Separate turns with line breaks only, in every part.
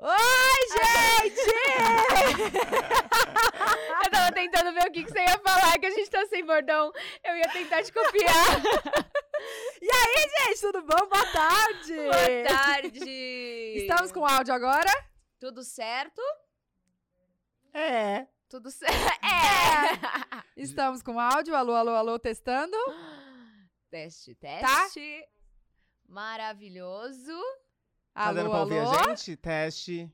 Oi, gente!
Eu tava tentando ver o que, que você ia falar, que a gente tá sem bordão. Eu ia tentar te copiar.
e aí, gente, tudo bom? Boa tarde!
Boa tarde!
Estamos com áudio agora?
Tudo certo?
É.
Tudo certo? É!
Estamos com áudio. Alô, alô, alô, testando. tá?
Teste,
É
teste. Maravilhoso.
Tá
alô,
dando pra ouvir
alô.
a gente? Teste.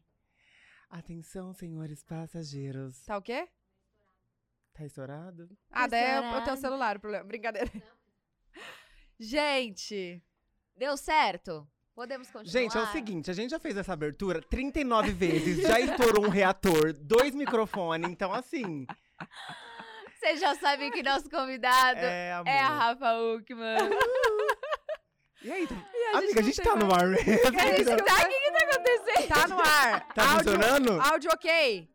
Atenção, senhores passageiros.
Tá o quê?
Tá estourado?
Ah, daí é o-
estourado.
o teu celular, o problema. Brincadeira. Gente,
Deu certo? Podemos continuar?
Gente, é o seguinte, a gente já fez essa abertura 39 vezes, já estourou um reator, dois microfones, então assim,
Você já sabe que nosso convidado é,
é, amor.
a Rafa Uckman.
E aí, tá-
a gente
amiga, a
não
gente tá
tem É
no ar mesmo?
a gente não-
tá, o que que tá acontecendo?
tá no ar.
Tá
áudio,
funcionando?
Áudio ok.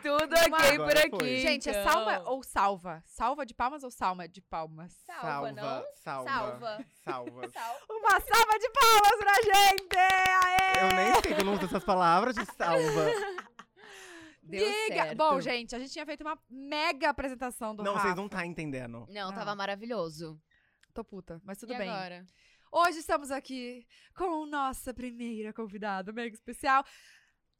Tudo ok
Uma-
por
Agora
aqui.
foi.
Gente, é
então.
salva ou salva? Salva de palmas ou salma de palmas?
Salva, não?
salva,
Salva.
salva.
Salva.
Uma salva de palmas pra gente! Aê!
Eu nem sei que eu não uso essas palavras de salva.
Deu
Diga!
certo.
Bom, gente, a gente tinha feito uma mega apresentação do
não,
Rafa.
vocês não tá entendendo.
Não,
Não.
tava maravilhoso.
Tô puta, mas tudo
e
bem.
agora?
Hoje estamos aqui com nossa primeira convidada mega especial,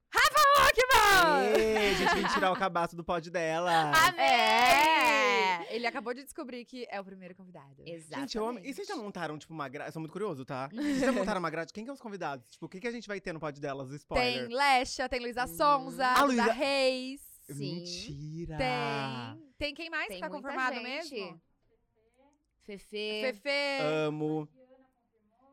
Rafa Ockman!
Ê, a gente vem tirar o cabaço do pod dela.
Ah,
Amém!
É! Ele acabou de descobrir que é o primeiro convidado.
Exatamente.
Gente, eu amo. E vocês já montaram, tipo, uma grade? Sou muito curioso, tá? Vocês já montaram uma grade? Quem que é os convidados? Tipo, o que, que a gente vai ter no pod delas? Spoiler.
Tem Lesha, tem Luísa Sonza,
A
Luísa
Hum. Ah, Luísa- Ah.
Reis.
Sim.
Mentira!
Tem. Tem quem mais que tá
muita
confirmado
gente.
mesmo?
Fefe.
Fefe,
Amo.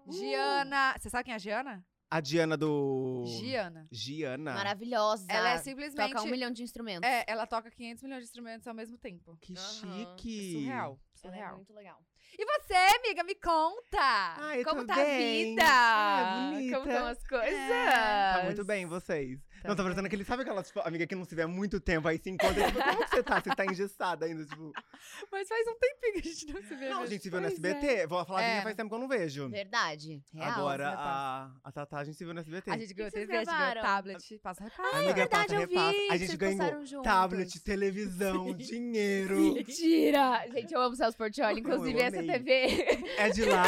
Ah.
Giana. Você sabe quem é a Giana?
A Diana do.
Giana.
Giana.
Maravilhosa.
Ela é simplesmente.
Toca um milhão de instrumentos.
É, ela toca 500 milhões de instrumentos ao mesmo tempo.
Que
Aham.
É
chique.
surreal.
Ela
Surreal.
é muito legal.
E você, amiga, me conta!
Ah, eu
como
tô
tá
bem.
a vida?
Ah, bonita.
como estão as coisas?
Tá muito bem, vocês.
Tá
não, tá
bem.
parecendo aquele. Sabe aquela tipo, amiga que não se vê há muito tempo, aí se encontra e tipo, como que você tá? Você tá engessada ainda, tipo.
Mas faz um tempinho que a gente não se vê.
Não, a
mais.
gente se viu no
Pois
SBT. Vou falar a
É.
minha faz tempo que eu não vejo.
Verdade. Real.
Ah, Agora,
né,
a, a Tatá, a gente se viu no SBT.
é. A gente ganhou
vocês
TV, a gente ganhou
gravaram?
tablet. Passa recado.
Amiga,
é verdade,
passa,
eu vi,
repassa. tá A
vocês
gente ganhou
postaram juntas.
tablet, televisão, dinheiro.
Mentira! Ah, Gente, eu amo Celso Portioli,
Eu
inclusive essa
amei.
TV.
É de lá.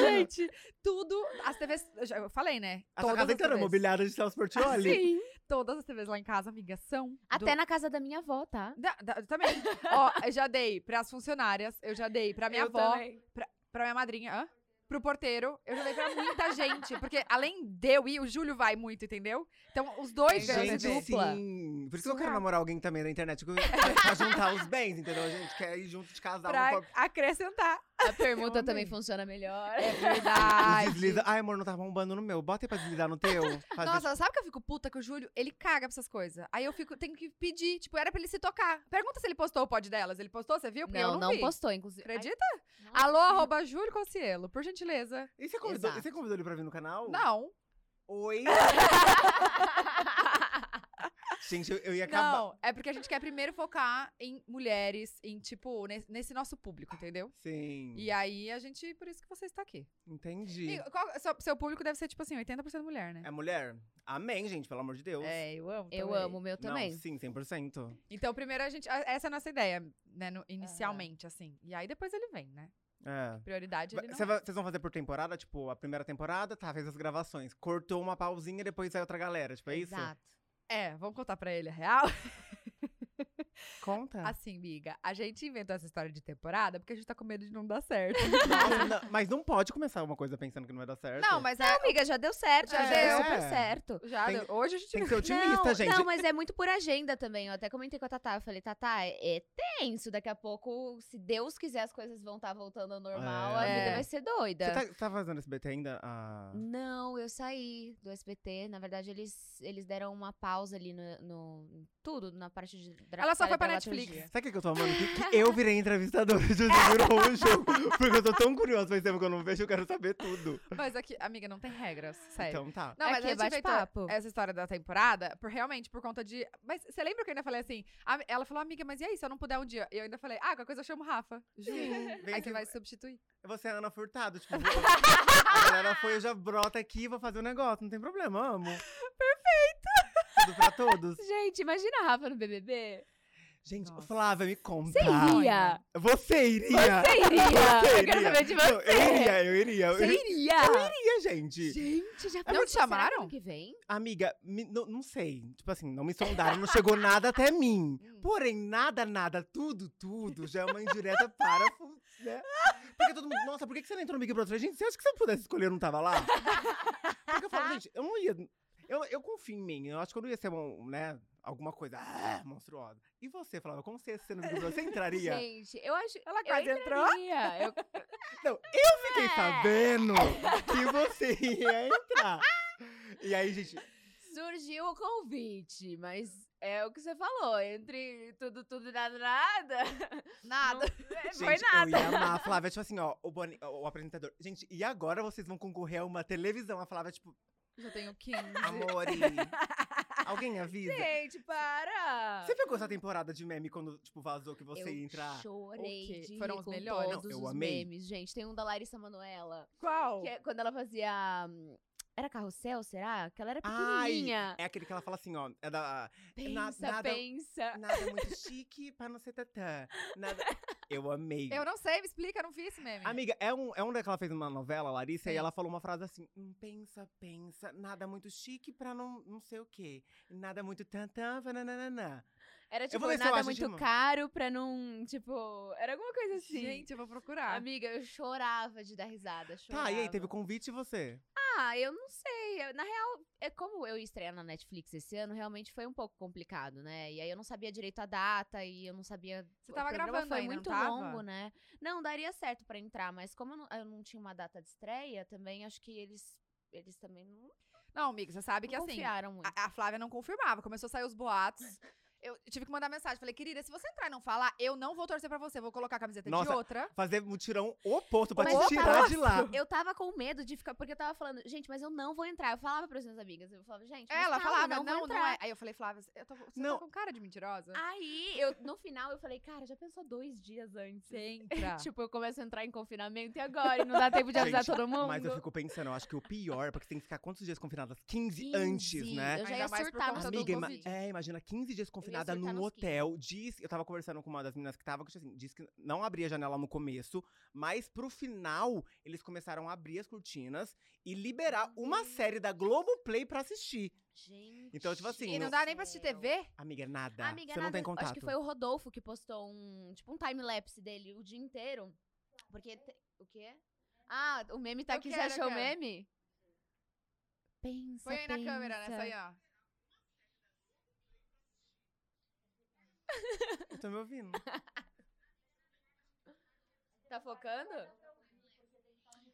gente, tudo. As TVs. Eu já- eu falei, né?
A sua
Todas
casa
as
inteira é
TVs.
mobiliada de Celso Portioli.
Sim. Todas as TVs lá em casa, amiga, são. do-
Até na casa da minha avó, tá?
Da- da- eu também. Ó, eu já dei pras funcionárias, eu já dei pra minha
Eu
avó,
também.
pra minha madrinha, hã? pro porteiro. Eu já dei pra muita gente. Porque além de eu ir, o Júlio vai muito, entendeu? Então, os dois ganham
Gente,
TV.
dupla.
sim. Por isso que eu
Surreal.
quero namorar alguém também na internet. que eu- Pra juntar os bens, entendeu? A gente quer ir junto de casal.
pra
uma co-
acrescentar.
A
Eu
permuta
amei.
também funciona melhor.
É verdade.
Desliza. Ai, amor, não tá bombando no meu. Bota aí pra deslizar no teu. Fazer-
Nossa, sabe que eu fico puta que o Júlio, ele caga pra essas coisas. Aí eu fico, tenho que pedir, tipo, era pra ele se tocar. Pergunta se ele postou o pod delas. Ele postou, você viu? Porque eu
Não,
não,
não
vi.
postou, inclusive.
Acredita? Alô, arroba Júlio Concielo, por gentileza.
E você convidou,
Exato.
você convidou ele pra vir no canal?
Não,
Oi? gente, eu, eu ia acabar.
não. É porque a gente quer primeiro focar em mulheres, em, tipo, ne- nesse nosso público, entendeu?
Sim.
E aí a gente, por isso que você está aqui.
Entendi.
E qual- seu, seu público deve ser, tipo assim, 80% mulher, né?
É mulher? Amém, gente, pelo amor de Deus.
É, eu amo.
Eu
também.
amo o meu também.
Não, sim, 100%.
Então, primeiro a gente. a- Essa é a nossa ideia, né? no- inicialmente, assim. E aí depois ele vem, né?
É.
Prioridade ele não.
Cê vai- Vocês vão fazer por temporada? Tipo, a primeira temporada, tá, fez as gravações. Cortou uma pausinha, depois sai outra galera. Tipo, é isso?
Exato.
É, vamos contar pra ele a real.
Conta.
Assim, miga, a gente inventou essa história de temporada porque a gente tá com medo de não dar certo.
Nossa, não- mas não pode começar uma coisa pensando que não vai dar certo.
não, mas
Não,
é.
amiga, já deu certo. Já
É.
deu
É.
super certo.
Já,
Tem-
deu- hoje a gente.
Tem que ser otimista,
não,
gente.
Não, mas é muito por agenda também. Eu até comentei com a Tatá. Eu falei, Tatá, é é tenso. Daqui a pouco, se Deus quiser, as coisas vão estar voltando ao
É.
normal. A vida vai ser doida.
Você tá, você tá fazendo SBT ainda? Ah,
Não, eu saí do SBT. Na verdade, eles, eles deram uma pausa ali no, no- em tudo, na parte de dra-
Ela só foi pra
pela
Netflix.
teologia.
Sabe o que que eu tô amando aqui? Que eu virei entrevistadora de Juro um jogo. Porque eu tô tão curiosa, faz tempo que eu não vejo, eu quero saber tudo.
Mas aqui, amiga, não tem regras, sério.
Então tá.
Não, mas
Aqui
a
é
gente inventou
bate-papo.
essa história da temporada, por, realmente, por conta de. Mas você lembra que eu ainda falei assim? a- ela falou, amiga, mas e aí, se eu não puder um dia? E eu ainda falei, ah, qualquer coisa eu chamo o Rafa. Juro.
Vem
aí
que-
você vai substituir.
Você é Ana Furtado, tipo. a galera foi, eu já brota aqui, vou fazer um negócio, não tem problema, amo. Perfeito! Tudo pra todos.
Gente, imagina a Rafa no BBB.
Gente,
Nossa.
Flávia, me conta.
Você iria?
Você iria?
Você
Você
iria? Eu quero
iria?
saber de você.
Não, eu iria, eu iria. Eu
Você iria?
iria, gente.
Gente, já
Não te chamaram?
será que ano que vem?
Amiga, me- não, não sei. Tipo assim, não me sondaram, não chegou nada até mim.
Hum.
Porém, nada, nada, tudo, tudo já é uma indireta para. a fu- Né? Porque todo mundo. Nossa, por que que você não entrou no Big Brother? Eu falei, Gente, você acha que se eu pudesse escolher, eu não tava lá? Porque eu falo, gente, eu não ia. Eu, eu confio em mim. Eu acho que eu não ia ser um, né, alguma coisa ah, monstruosa. E você, Flávia, como você ia ser no Big Brother? Você entraria?
Gente, eu acho.
Ela
eu
quase entrou.
entraria. Eu-
Não, eu fiquei
É.
sabendo que você ia entrar. E aí, gente,
surgiu o convite, mas é o que você falou. Entre tudo, tudo e nada, nada.
Nada.
não- é,
Gente,
foi nada.
Eu ia amar a Flávia, tipo assim, ó, o, Boni, o apresentador. Gente, e agora vocês vão concorrer a uma televisão? A Flávia, tipo,
Já tenho 15.
amore. alguém avisa?
Gente, para!
Você pegou essa temporada de meme quando, tipo, vazou que você
eu
ia entrar?
chorei
O quê?
de
Foram
rir
os
com
melhores?
todos
Não, eu
os
amei. Oh.
memes, gente. Tem um da Larissa Manoela,
Qual?
que é quando ela fazia... hum, Era carrossel, será? Que ela era
Ai,
pequenininha.
É aquele que ela fala assim, ó, é da... na-
pensa,
nada-
pensa.
Nada muito chique pra não ser tatã. Nada... Eu amei.
Eu não sei, me explica, não vi esse meme.
Amiga, é um, é um daquela fez uma novela, Larissa, e
Sim.
ela falou uma frase assim: "Hum, pensa, pensa, nada muito chique pra não, não sei o quê. Nada muito tantã, nananana.
Era tipo,
vou ver se eu
nada
acho,
muito
Dilma.
caro pra não... Tipo, era alguma coisa assim.
Gente, eu vou procurar.
Amiga, eu chorava de dar risada, chorava.
Tá, e aí, teve convite e você?
Ah, eu não sei. Eu- Na real, é como eu ia estrear na Netflix esse ano, realmente foi um pouco complicado, né? E aí eu não sabia direito a data e eu não sabia.
Você tava
o programa
gravando
foi
ainda, não
muito
tava?
longo, né? Não, daria certo pra entrar, mas como eu não, eu não tinha uma data de estreia, também acho que eles eles também não, não
Não, amiga, você sabe que assim.
confiaram muito.
A, a Flávia não confirmava. Começou a sair os boatos. Eu tive que mandar mensagem. Falei, querida, se você entrar e não falar, eu não vou torcer pra você. Vou colocar a camiseta
Nossa.
de outra.
Fazer mutirão oposto pra
Mas assim,
te
eu
tirar
tava-
de lá.
Eu tava com medo de ficar, porque eu tava falando, gente, mas eu não vou entrar. Eu falava para as minhas amigas, eu falava, gente, mas
É, Ela
calma,
falava,
Tipo, não,
não,
vou
não,
entrar. Ah,
é. Aí eu falei, Flávia, eu tô, você
Não.
tá com cara de mentirosa.
Aí, eu, no final, eu falei, cara, já pensou dois dias antes?
Sempre.
Tipo, eu começo a entrar em confinamento e agora? E não dá tempo de avisar
Tá. Gente,
todo mundo?
Mas eu fico pensando, eu acho que o pior, porque você tem que ficar quantos dias confinadas? 15,
15,
antes, né?
Eu já
Ainda
ia
mais por
surtar no
conta do
Amiga, ima-
Covid.
é, imagina 15 dias confinada
surtar
num
nos
hotel. Diz, eu tava conversando com uma das meninas que tava, que assim, diz que não abria a janela no começo, mas pro final eles começaram a abrir as cortinas e liberar
Meu
uma
Deus.
série da Globoplay pra assistir.
Gente.
Então, tipo assim,
e não
no-
dá nem pra assistir TV?
Amiga, é nada.
Amiga,
você não
nada,
tem contato.
acho que foi o Rodolfo que postou um, tipo, um time-lapse dele o dia inteiro. Porque, te- o quê? Ah, o meme tá
Eu
aqui,
quero, eu
você achou o
quero.
meme? Pensa,
Põe aí na câmera, né?
pensa.
nessa aí, ó.
Eu Tô me ouvindo.
Tá focando?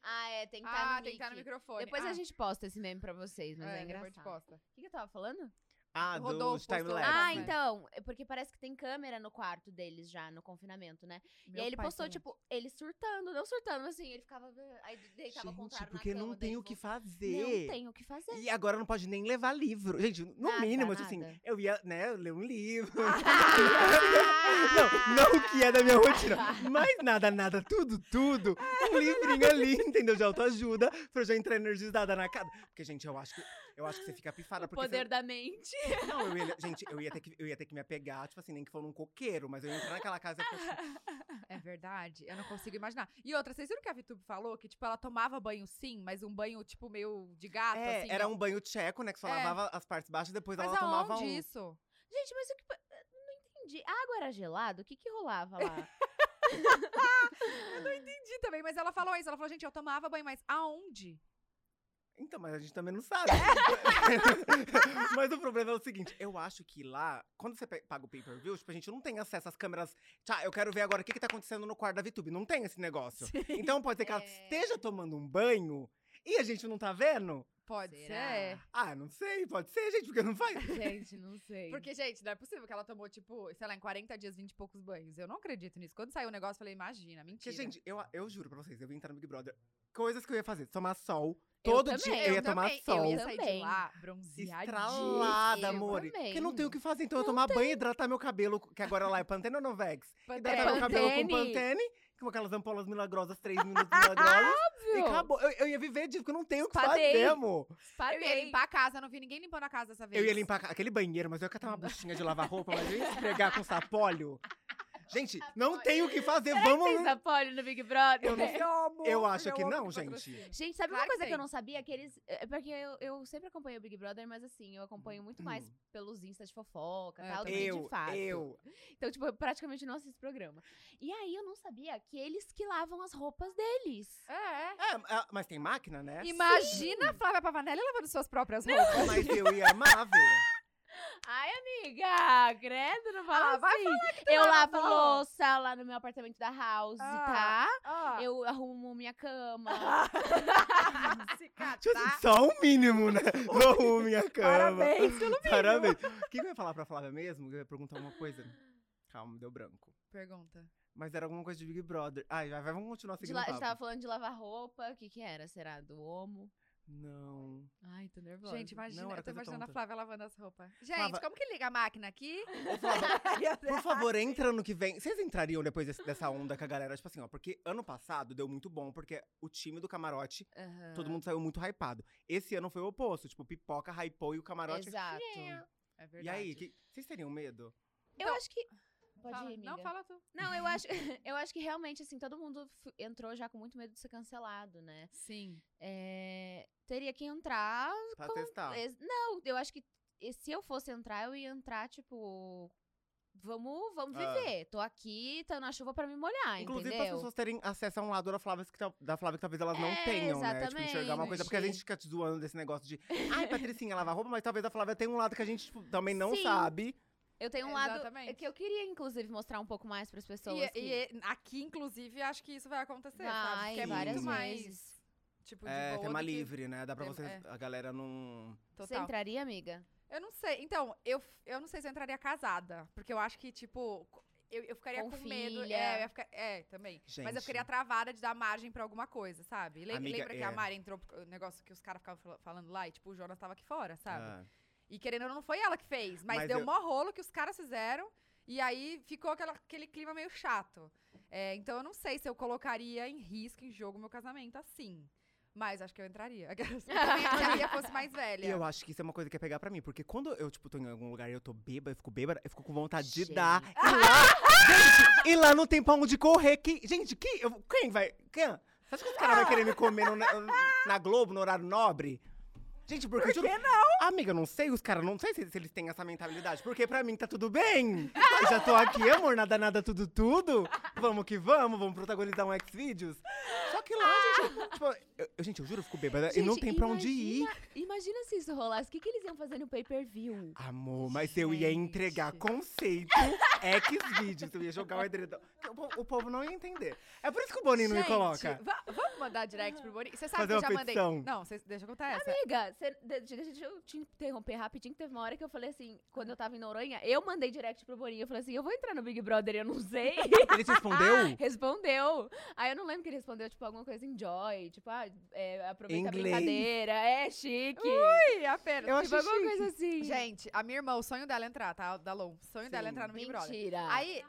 Ah, é, tem que estar
Ah,
no
tem que estar no
mic.
microfone.
Depois
ah,
a gente posta esse meme pra vocês, mas é,
é, depois te
engraçado. O
posta.
que, que eu tava falando?
Ah,
O Rodolfo
dos time
postou lá.
lapse.
Ah,
né?
então, é porque parece que tem câmera no quarto deles já, no confinamento, né? e
Meu
aí ele
pai
postou,
também.
tipo, ele surtando, não surtando, mas assim, ele ficava. Aí deitava ao
Gente,
contrário
porque
na cama,
não
daí
tem o que
voltava.
fazer.
Não tem o que fazer.
E agora não pode nem levar livro. Gente, no
Nada,
mínimo, tipo assim,
nada.
eu ia, né, ler um livro. não, não que é da minha rotina. Mas nada, nada, tudo, tudo. Um livrinho ali, entendeu? De autoajuda, pra eu já entrar energizada na casa. Porque, gente, eu acho que, eu acho que você fica pifada.
O
porque
poder da mente.
você- Não, eu ia, gente, eu ia, ter que, eu ia ter que me apegar, tipo assim, nem que for num coqueiro. Mas eu ia entrar naquela casa e ia ficar, tipo,
É verdade, eu não consigo imaginar. E outra, vocês viram que a Vitube falou que, tipo, ela tomava banho sim, mas um banho, tipo, meio de gato,
é,
assim.
era
ó.
um banho tcheco, né, que só
É.
lavava as partes baixas e depois
Mas
ela tomava
aonde
um.
isso?
Gente, mas o que. Não entendi. A água era gelada? O que que rolava lá?
Entendi também, mas ela falou isso. Ela falou, gente, eu tomava banho, mas aonde?
Então, mas a gente também não sabe. mas o problema é o seguinte: eu acho que lá, quando você pe- paga o pay-per-view, tipo, a gente não tem acesso às câmeras. Tchau, eu quero ver agora o que, que tá acontecendo no quarto da VTube. Não tem esse negócio. Então pode ser que ela
É.
esteja tomando um banho e a gente não tá vendo.
Pode
Será?
ser.
Ah, não sei, pode ser, gente, porque não faz.
Gente, não sei.
Porque, gente, não é possível que ela tomou, tipo, sei lá, em 40 dias, 20 e poucos banhos. Eu não acredito nisso. Quando saiu o negócio, eu falei, imagina,
Porque,
mentira.
gente, eu, eu juro pra vocês, eu vim entrar no Big Brother. Coisas que eu ia fazer, tomar sol.
Eu
Todo
também,
dia
eu,
eu ia tomar
também,
sol.
eu ia sair de
Também.
lá bronzeadinha.
Estralada,
Eu
amor.
também.
Porque não tem o que fazer, então eu ia tomar banho e hidratar meu cabelo, que agora lá é Pantene ou Novex? Hidratar meu cabelo com
Pantene.
Pantene, com aquelas ampolas milagrosas, três minutos milagrosas. e acabou. Eu, eu ia viver disso, porque eu não tenho o que
Espadei.
fazer, amor.
Eu ia limpar a casa, não vi ninguém limpando a casa dessa vez.
Eu ia limpar ca- aquele banheiro, mas eu ia catar uma buchinha de lavar roupa, mas eu ia esfregar com sapólio. Gente, não tem o que fazer, vamos...
Fez apoio no Big Brother.
Eu não
Eu amo,
Eu acho que
amo
não,
esse
gente.
patrocínio.
Gente, sabe
Claro
uma
que
coisa que, eu
tem.
não sabia? Que eles. é Porque eu, eu sempre acompanhei o Big Brother, mas assim, eu acompanho muito mais pelos instas de fofoca
É,
tal, do que de
Eu,
fato.
eu.
Então, tipo, eu praticamente não assisto programa. E aí eu não sabia que eles que lavam as roupas deles.
É, é.
É, ah, mas tem máquina, né?
Imagina a Flávia Pavanelli lavando suas próprias roupas.
Mas eu ia amar, velho.
Ai, amiga, credo, não fala
Ah, vai
assim.
tu
eu
não
lavo
lavou.
louça lá no meu apartamento da house,
Ah,
tá? Eu arrumo minha cama.
se catar.
Tipo assim, só o mínimo, né? Não arrume a cama.
Tá. Parabéns pelo mínimo.
Parabéns. O que que eu ia falar pra Flávia mesmo? Eu ia perguntar uma coisa. Calma, me deu branco.
Pergunta.
Mas era alguma coisa de Big Brother. Ai, vai, vai, vamos continuar
De
seguindo
la-
o
a
papo.
gente tava falando de lavar roupa. O que que era? Será? Do homo?
Não.
Ai, tô nervosa.
Gente, imagina,
era
eu tô
coisa
imaginando a
tonta.
Flávia lavando as roupas. Gente,
Flávia-
como que liga a máquina aqui?
Ô, Flávia, por favor, entra no que vem. Vocês entrariam depois desse- dessa onda com a galera? Tipo assim, ó. Porque ano passado deu muito bom, porque o time do camarote,
Aham.
todo mundo saiu muito hypado. Esse ano foi o oposto. Tipo, pipoca, hypou e o camarote...
Exato.
É
E aí, que- vocês teriam medo?
Eu acho que. Pode
Fala-
ir, amiga.
Não, fala tu.
Não, eu acho, eu acho que realmente, assim, todo mundo f- entrou já com muito medo de ser cancelado, né?
Sim.
É, teria que entrar.
Pra
com-
testar.
es- Não, eu acho que e se eu fosse entrar, eu ia entrar, tipo. Vamos, vamos
Ah.
viver. Tô aqui, tá na chuva pra me molhar,
Inclusive, para as
entendeu?
pessoas terem acesso a um lado da Flávia que, tal- da Flávia que talvez elas não
É,
tenham, né? Tipo, enxergar uma coisa. Porque a
exatamente.
gente fica te zoando desse negócio de. Ai, Patricinha, lava roupa, mas talvez a Flávia tenha um lado que a gente tipo, também não
Sim.
sabe.
Eu tenho um lado
Exatamente.
que eu queria, inclusive, mostrar um pouco mais pras pessoas.
E,
que
e aqui, inclusive, acho que isso vai acontecer, sabe?
vai
Porque é
várias
muito mais,
vezes.
tipo, de
É,
boa
tema
do que-
livre, né? Dá pra
Tem-
você.
é.
A galera não.
Você
Total.
entraria, amiga?
Eu não sei. Então, eu, f- eu não sei se eu entraria casada. Porque eu acho que, tipo, co- eu, eu ficaria
Com
com, medo.
filha.
É, eu ia ficar- é, também. Mas eu
Gente.
ficaria travada de dar margem pra alguma coisa, sabe? Le-
Amiga,
lembra que a
é.
Mari entrou pro negócio que os caras ficavam fala- falando lá e, tipo, o Jonas tava aqui fora, sabe?
Ah.
E querendo ou não, não foi ela que fez, mas,
Mas
deu
eu-
mó rolo que os caras fizeram. E aí ficou aquela- aquele clima meio chato. É, então eu não sei se eu colocaria em risco, em jogo, meu casamento assim. Mas acho que eu entraria. Aquelas- Também Se a Bia fosse mais velha.
E eu acho que isso é uma coisa que é pegar pra mim. Porque quando eu, tipo, tô em algum lugar e eu tô bêbada, eu fico bêbada, eu fico com vontade de
Gente.
dar. E lá, gente, e lá não tem pra onde correr. Que, gente, que, eu- quem vai? Quem? Você acha que os caras vão querer me comer no- na, na Globo, no horário nobre? Gente, porque Por que não? Amiga, eu não sei, os caras não sei se, se eles têm essa mentalidade. Porque pra mim tá tudo bem. Eu já tô aqui, amor, nada, nada, tudo, tudo. Vamos que vamos, vamos protagonizar um X-Videos. Só que lá, gente, tipo, eu- eu- gente, eu juro, eu fico bêbada e não
Gente,
tem pra onde ir.
imagina- Imagina se isso rolasse. O que, que eles iam fazer no pay-per-view?
Amor, mas eu ia entregar
Gente.
conceito X-Vídeos. Eu ia jogar o edredom. O po- O povo não ia entender. É por isso que o Boninho não me
Gente,
coloca.
va- vamos mandar direct pro Boninho? Você sabe
Fazer
que eu
uma
já mandei.
petição.
Não, cês- deixa eu contar essa.
Amiga, cê- de- de- deixa eu te interromper rapidinho, que teve uma hora que eu falei assim, quando eu tava em Noronha, eu mandei direct pro Boninho, eu falei assim, eu vou entrar no Big Brother, eu não sei. Ah,
Ele te respondeu?
respondeu. Aí eu não lembro que ele respondeu, tipo, alguma coisa enjoy, tipo, ah, é, aproveita
Inglês.
a brincadeira, é chique.
Ih, apenas.
Eu
tipo,
achei
alguma
chique.
coisa assim.
Gente, a minha irmã, o sonho dela é entrar, tá? O Da Lon. O sonho dela é
Sim.
entrar no Big Brother.
Mentira.
Ah.
Aí,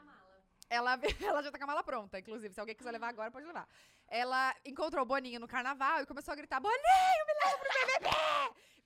ela, ela já tá com a mala pronta, inclusive. Se alguém quiser levar agora, pode levar. Ela encontrou o Boninho no carnaval e começou a gritar: Boninho, me leva pro BBB!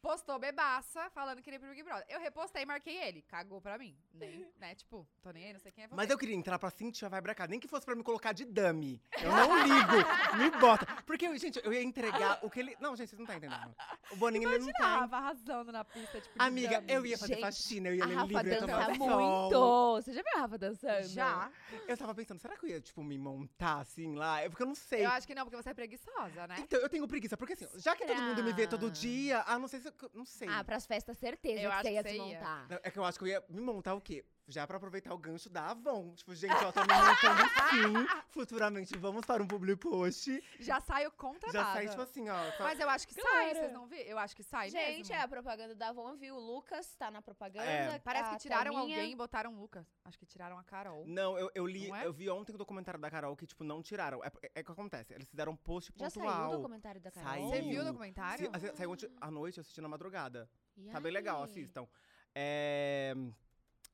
Postou bebaça, falando que queria ir pro Big Brother. Eu repostei e marquei ele. Cagou pra mim. Nem, né? Tipo, tô nem aí, não sei quem é você.
Mas eu queria entrar pra sentir a vibe da casa. Nem que fosse pra me colocar de dummy. Eu não ligo. me bota. Porque, gente, eu ia entregar o que ele. Não, gente, vocês não tá entendendo. O Boninho ele não tá.
tava arrasando na pista, tipo. de
Amiga,
dummy.
eu ia fazer
Gente,
faxina, eu ia
a
ler
Rafa
livro, eu ia tomar
dança
sol.
muito. Você já viu a Rafa dançando?
Já.
Eu tava pensando, será que eu ia, tipo, me montar assim lá? É Porque eu não sei.
Eu acho que não, porque você é preguiçosa, né?
Então, eu tenho preguiça, porque assim, já que todo mundo me vê todo
Será?
dia, ah, não sei se eu. Não sei.
Ah, pras festas, certeza
Eu
que
acho
você ia
que
se
você ia.
montar.
Não, É que eu acho que eu ia me montar o quê? Já pra aproveitar o gancho da Avon. Tipo, gente, ó, tô me montando sim. Futuramente vamos para um public post.
Já saio contra
Já
Tá nada.
sai, tipo assim, ó. fa-
Mas eu acho que sai,
Claro.
vocês não viram? Eu acho que sai
Gente,
mesmo.
é a propaganda da Avon, viu? O Lucas tá na propaganda.
É.
Parece
a
que tiraram
Thelminha.
alguém e botaram o Lucas. Acho que tiraram a Carol.
Não, eu, eu li,
Não é?
eu vi ontem o documentário da Carol que, tipo, não tiraram. É, é, é que acontece, eles fizeram um post
Já
pontual.
saiu o documentário da Carol?
Você
Saiu.
viu o documentário?
Se- a- saiu ontem à noite, eu assisti na madrugada.
E
Tá bem legal,
aí?
assistam. É,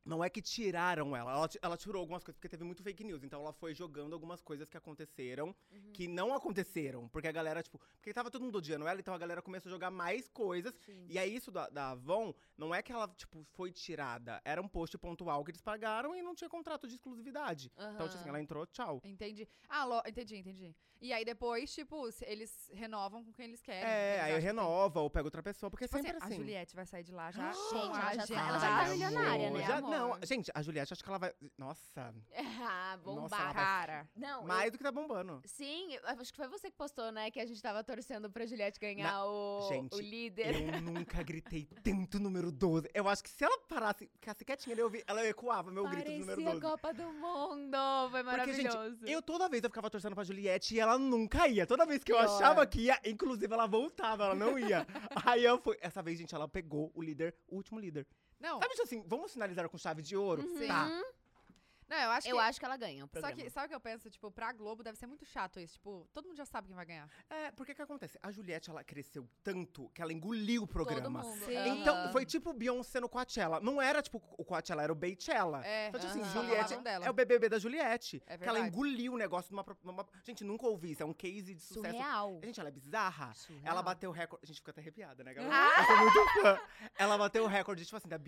Não é que tiraram ela. ela, ti- ela tirou algumas coisas, porque teve muito fake news. Então ela foi jogando algumas coisas que aconteceram,
Uhum.
que não aconteceram. Porque a galera, tipo, porque tava todo mundo odiando ela, então a galera começou a jogar mais coisas.
Sim.
E aí, isso da, da Avon, não é que ela, tipo, foi tirada. Era um post pontual que eles pagaram e não tinha contrato de exclusividade. Então, tipo assim,
Aham.
ela entrou, tchau.
Entendi. Ah, lo- entendi, entendi. E aí depois, tipo, se- eles renovam com quem eles querem.
É,
eles
aí
acham que tem-
renova ou pega outra pessoa, porque é
Tipo assim,
sempre
A
assim.
Juliette vai sair de lá já.
Gente,
com a
ela já tá-
agenda
ela já tá
cheia.
milionária, né,
Já,
amor?
não, gente, a Juliette, acho que ela vai. Nossa,
Ah,
ela
bombada.
vai-
Cara.
Não, eu-
mais do que tá bombando.
Sim, eu acho que foi você que postou, né? Que a gente tava torcendo pra Juliette ganhar o,
Gente,
o líder.
Eu nunca gritei tanto número 12. Eu acho que se ela parasse, ficasse quietinha, eu ouvi, ela ecoava meu grito de número
Parecia
12.
a Copa do Mundo. Foi
Porque, gente,
maravilhoso.
Eu toda vez eu ficava torcendo pra Juliette e ela nunca ia. Toda vez que eu
Pior.
achava que ia, inclusive ela voltava, ela não ia. Aí eu fui. Essa vez, gente, ela pegou o líder, o último líder.
Não,
Sabe tipo assim, vamos finalizar com chave de ouro?
Uhum.
Tá.
Oh. Uhum.
não, eu acho que.
Eu acho que ela ganha o
só
programa.
que sabe o que eu penso? Tipo, pra Globo deve ser muito chato isso. Tipo, todo mundo já sabe quem vai ganhar.
É, porque que acontece? A Juliette, ela cresceu tanto que ela engoliu o
Todo
programa.
mundo.
Sim.
Então,
Aham.
foi tipo Beyoncé no Coachella. Não era tipo o Coachella, era o Beychella.
É,
Então, tipo assim,
aham.
Juliette
Falavam dela.
é o BBB da Juliette.
É
que ela
verdade.
engoliu o negócio numa, pro- numa- Gente, nunca ouvi isso. É um case de sucesso.
Surreal.
Gente, ela é bizarra.
Surreal.
Ela bateu o recorde. A gente fica até arrepiada, né, galera?
Ah!
Eu sou muito fã. Ela bateu o recorde, tipo assim, da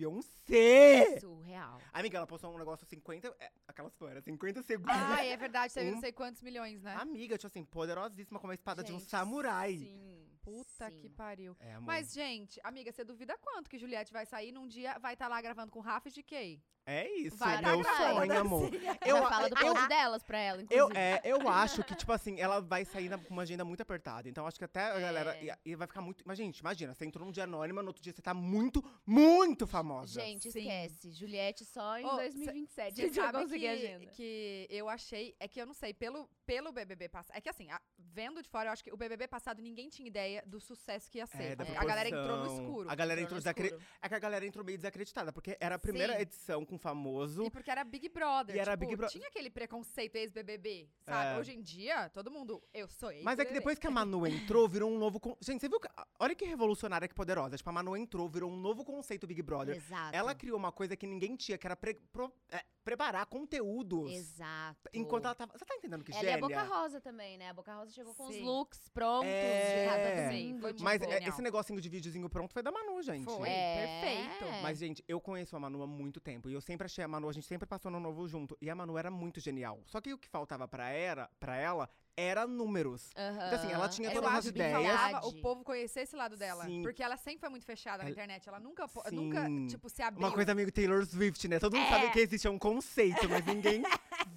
Beyoncé.
Surreal.
Amiga, É. ela postou um negócio 50. É, aquelas fãs, era 50 segundos.
Ai, é verdade, teve
Um-
não sei quantos milhões, né?
Amiga, tipo assim, poderosíssima como a espada de um
Gente,
samurai.
Sim.
Puta
sim.
que pariu.
É, amor.
Mas, gente, amiga, você duvida quanto que Juliette vai sair num dia, vai estar lá gravando com o Rafa e GK?
É isso,
Vai
dar
meu
grana,
sonho,
dancinha.
amor.
Eu,
Eu,
fala do
eu,
post delas pra ela,
eu,
inclusive.
é, eu acho que, tipo assim, ela vai sair na- com uma agenda muito apertada. Então, acho que até a galera.
É.
E, e vai ficar muito. Mas, gente, imagina, você entrou num dia anônima, no outro dia você tá muito, muito famosa.
Gente,
Sim.
esquece. Juliette só em
Ô, cê-
2027.
Você
Gente, vai
É sabe
conseguir
que,
a agenda.
que eu achei, é que eu não sei, pelo, pelo BBB passado, é que assim, a- vendo de fora, eu acho que o BBB passado ninguém tinha ideia do sucesso que ia ser.
da
É, a galera entrou
proporção.
no escuro.
A galera entrou
Entrou no
desacre...
escuro.
É que a galera entrou meio desacreditada, porque era a primeira
Sim.
edição com famoso.
E porque era Big Brother.
E era
tipo,
Big Bro-
Tinha aquele preconceito ex-BBB, sabe?
É.
Hoje em dia, todo mundo, eu sou ex
Mas é que depois que a Manu entrou, virou um novo. con- Gente, você viu? que- Olha que revolucionária que poderosa. Tipo, a Manu entrou, virou um novo conceito Big Brother.
Exato.
Ela criou uma coisa que ninguém tinha, que era pre- pro- é, preparar conteúdos.
Exato.
Enquanto ela tava. Você tá entendendo que
Ela
gênia?
é a Boca Rosa também, né? A Boca Rosa chegou com os
Sim.
looks prontos
É.
de cada
Sim,
domingo.
foi
tipo,
Mas
Tipo,
é,
genial.
esse negocinho de videozinho pronto foi da Manu, gente.
Foi,
É.
perfeito.
Mas, gente, eu conheço a Manu há muito tempo. E eu sempre achei a Manu, a gente sempre passou no novo junto. E a Manu era muito genial. Só que o que faltava pra, era, pra ela era números.
Aham.
assim, ela tinha
É
Eu
todas as
acho que
ideias.
faltava
Verdade.
o povo conhecer esse lado dela.
Sim.
Porque ela sempre foi muito fechada na
Ela-
internet. Ela nunca, po-
Sim.
nunca tipo, se abriu.
Uma coisa meio Taylor Swift, né? Todo mundo
É.
sabe que existe, é um conceito, mas ninguém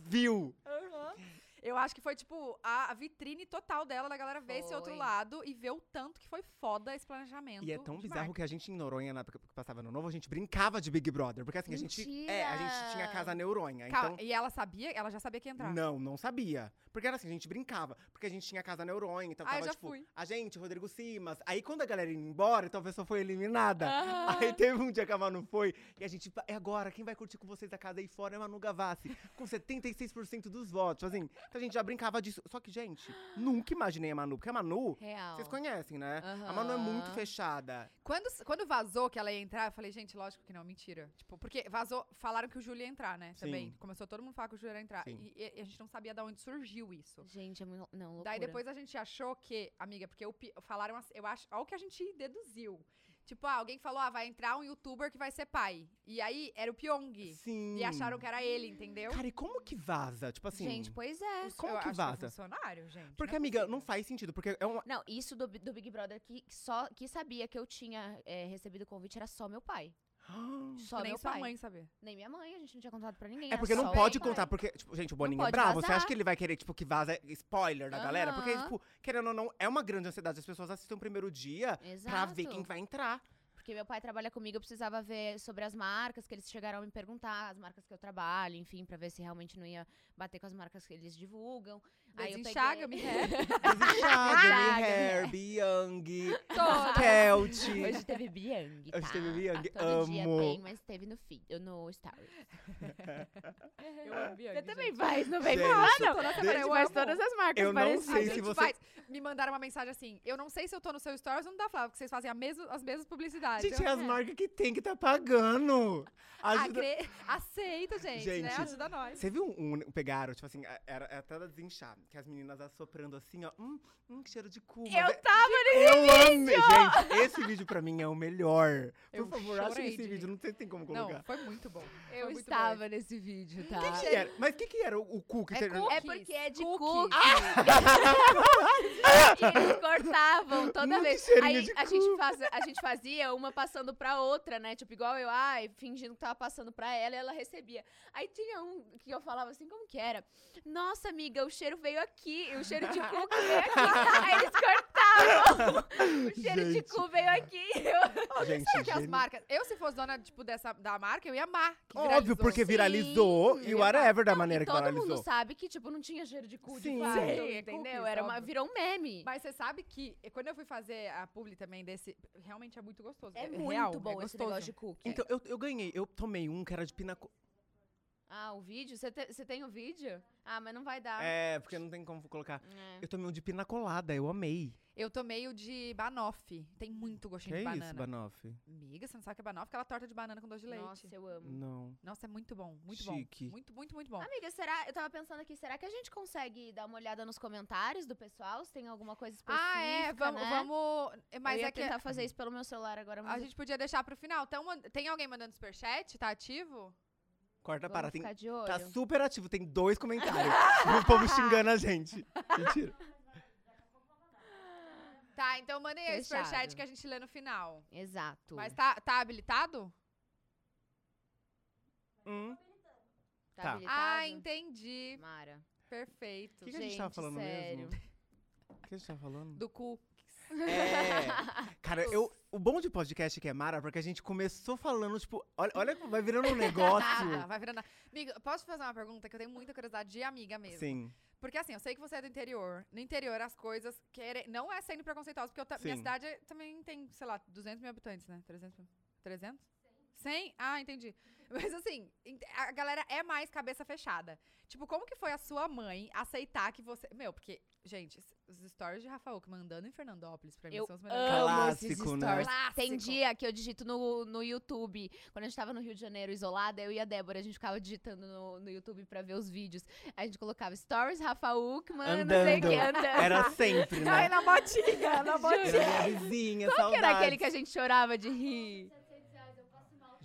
viu.
Eu acho que foi, tipo, a a vitrine total dela, da galera ver esse outro
Foi.
lado e ver o tanto que foi foda esse planejamento.
E é tão
de
bizarro
marca.
que a gente em Noronha, na época que passava no novo, a gente brincava de Big Brother. Porque assim, a gente. É, a gente tinha
Mentira!
casa neuronha. então,
Calma, e ela sabia, ela já sabia que ia entrar.
Não, não sabia. Porque era assim, a gente brincava. Porque a gente tinha casa neuronha, então
Ah, eu
tava,
já
tipo,
fui.
a gente, Rodrigo Simas. Aí quando a galera ia embora, então a pessoa foi eliminada.
Ah.
Aí teve um dia que a Manu foi, e a gente, "Pa- é agora, quem vai curtir com vocês a casa aí fora é a Manu Gavassi, com 76% dos votos, assim. Então a gente já brincava disso. Só que, gente, nunca imaginei a Manu, porque a Manu,
Real.
vocês conhecem, né? A Manu é muito
Aham.
fechada.
Quando, quando vazou que ela ia entrar, eu falei, gente, lógico que não, mentira. Tipo, porque vazou, falaram que o Júlio ia entrar, né?
Sim.
Também. Começou todo mundo a falar que o Júlio ia entrar.
Sim.
E, e- e a gente não sabia de onde surgiu isso.
Gente, é muito. Não, loucura.
Daí depois a gente achou que, amiga, porque o pi- falaram assim, eu acho, olha o que a gente deduziu. Tipo, ah, alguém falou, ah, vai entrar um youtuber que vai ser pai. E aí era o Pyong.
Sim.
E acharam que era ele, entendeu?
Cara, e como que vaza? Tipo assim.
Gente, pois é.
Os-
como
eu
que
acho
vaza?
é funcionário, gente. é
porque, amiga, não faz sentido, porque é um,
Não, isso do, Bi- do Big Brother que, que só que sabia que eu tinha é, recebido o convite era só meu pai.
um
Só
Hum. Tipo, nem
meu
sua
pai.
mãe saber.
Nem minha mãe, a gente não tinha contado pra ninguém.
É
era
porque
só
não
meu
pode
pai.
contar, porque, tipo, gente, o Boninho
né? Não
é
pode
bravo. Você
vazar.
acha que ele vai querer, tipo, que vaza spoiler da galera? Porque,
Aham.
tipo, querendo ou não, é uma grande ansiedade. As pessoas assistem o primeiro dia
Exato.
pra ver quem vai entrar.
Porque meu pai trabalha comigo, eu precisava ver sobre as marcas que eles chegaram a me perguntar, as marcas que eu trabalho, enfim, pra ver se realmente não ia bater com as marcas que eles divulgam. eu
Desenxaga, me ré.
Chaga,
Chaga.
Hair, Young,
Toda.
Kelt.
Hoje teve Biang. tá?
Hoje teve Biang,
Todo dia
amo.
tem, mas teve no feed, no story.
Eu amo Bianca,
Você também
gente.
faz, não vem
Gente,
falar, não.
toda
A
semana
gente
eu
faz
amo.
todas as marcas
Eu não
A
parecidas.
sei se
gente
você-
faz. Me mandaram uma mensagem assim. Eu não sei se eu tô no seu stories ou não dá Flávio, porque vocês fazem a mesma- as mesmas publicidades.
Gente,
Eu,
é as
é.
marcas que tem que tá pagando. Ajuda.
Acre- Aceita, gente, né?
Gente,
Ajuda nós.
Você viu um, um- pegaram, tipo assim, a- era, era até da desinchar, que as meninas assoprando assim, ó, hum, hum, que cheiro de cu. mas é-
Eu tava
eu amei, gente, esse vídeo pra mim é o melhor.
Eu
Por favor, achem
chorei
esse
de
vídeo,
rir.
não sei se tem como
Não,
colocar.
foi muito bom. foi
Eu
muito
estava
Bom.
nesse vídeo, tá?
Que que era? Mas o que que era o, o cu que
É
tem- Ah,
cu-
É porque é de
É Cookies.
cookies. E eles cortavam toda
Hum, que
vez.
cheirinho
Aí
de
a gente, faz- a gente fazia uma passando pra outra, né? Tipo, igual eu, ai, fingindo que tava passando pra ela e ela recebia. Aí tinha um que eu falava assim, como que era? Nossa, amiga, o cheiro veio aqui. O cheiro de cu que veio aqui. Aí eles cortavam. O cheiro de
Gente.
cu veio aqui. Eu-
Ah, Gente,
Será que as
geni-
marcas. Eu, se fosse dona, tipo, dessa, da marca, eu ia amar. que
Óbvio,
viralizou.
porque viralizou
Sim,
e whatever da maneira
E
que
todo mundo
viralizou.
sabe que, tipo, não tinha cheiro de cu de
Sim.
fato,
Sim, é
entendeu?
cookies,
Era uma,
óbvio.
virou um meme.
Mas você sabe que eh, quando eu fui fazer a publi também desse. Realmente é muito gostoso.
É muito
real,
bom
é
esse negócio de
gostoso.
cookie.
Então, eu, eu ganhei, eu tomei um que era de pinaco.
Ah, o vídeo? Você te- você tem o vídeo? Ah, mas não vai dar.
É, porque não tem como colocar.
É.
Eu tomei um de pinacolada, eu amei.
Eu tomei o de banoffee. Tem muito
Que
gostinho
é
de banana.
isso, Banoff?
Amiga, você não sabe o que é banoffee? Aquela torta de banana com doce de leite.
Nossa, eu amo.
Não.
Nossa, é muito bom, muito
Chique.
bom. Muito, muito, muito bom.
Amiga, será? Eu tava pensando aqui, será que a gente consegue dar uma olhada nos comentários do pessoal? Se tem alguma coisa específica?
Ah, é, vamos,
né?
vamos. é, Mas
eu ia
é que
tentar fazer isso pelo meu celular agora, mas
a gente podia deixar pro final. Tem, uma- tem alguém mandando superchat? Tá ativo?
Corta
vamos
para, tem
ficar de olho.
Tá super ativo, tem dois comentários. o povo xingando a gente. Mentira.
Tá, então mandem aí o
Fechado.
superchat que a gente lê no final.
Exato.
Mas tá, tá habilitado?
Hum.
Tá
tá.
habilitado?
Ah, entendi.
Mara.
Perfeito.
O que, que a gente tava
Gente,
falando
sério.
mesmo? O que a gente tava falando?
Do cu.
É. Cara, eu, o bom de podcast que é Mara, porque a gente começou falando, tipo, olha, olha como vai virando um
Nada,
negócio.
Tá, vai virando. nada. Amiga, posso te fazer uma pergunta que eu tenho muita curiosidade de amiga mesmo?
Sim.
Porque assim, eu sei que você é do interior. No interior, as coisas querem. Não é sendo preconceituosa, porque eu ta- minha
Sim.
cidade é- também tem, sei lá, 200 mil habitantes, né? 300 mil? 300? 100? Ah, entendi. Mas assim, ent- a galera é mais cabeça fechada. Tipo, como que foi a sua mãe aceitar que você. Meu, porque, gente, s- os stories de Rafael que mandando em Fernandópolis pra mim
Eu
são os melhores.
amo esses
Clássico, né?
stories.
Clássico.
Tem dia que eu digito no, no YouTube. Quando a gente tava no Rio de Janeiro isolada, eu e a Débora, a gente ficava digitando no, no YouTube pra ver os vídeos. A gente colocava stories, Rafa Uckman, não sei o que,
Andando.
andando.
Era sempre,
Ai,
né?
na botinha, na
Era
botinha.
minha vizinha,
Qual que
saudade.
era aquele que a gente chorava de rir?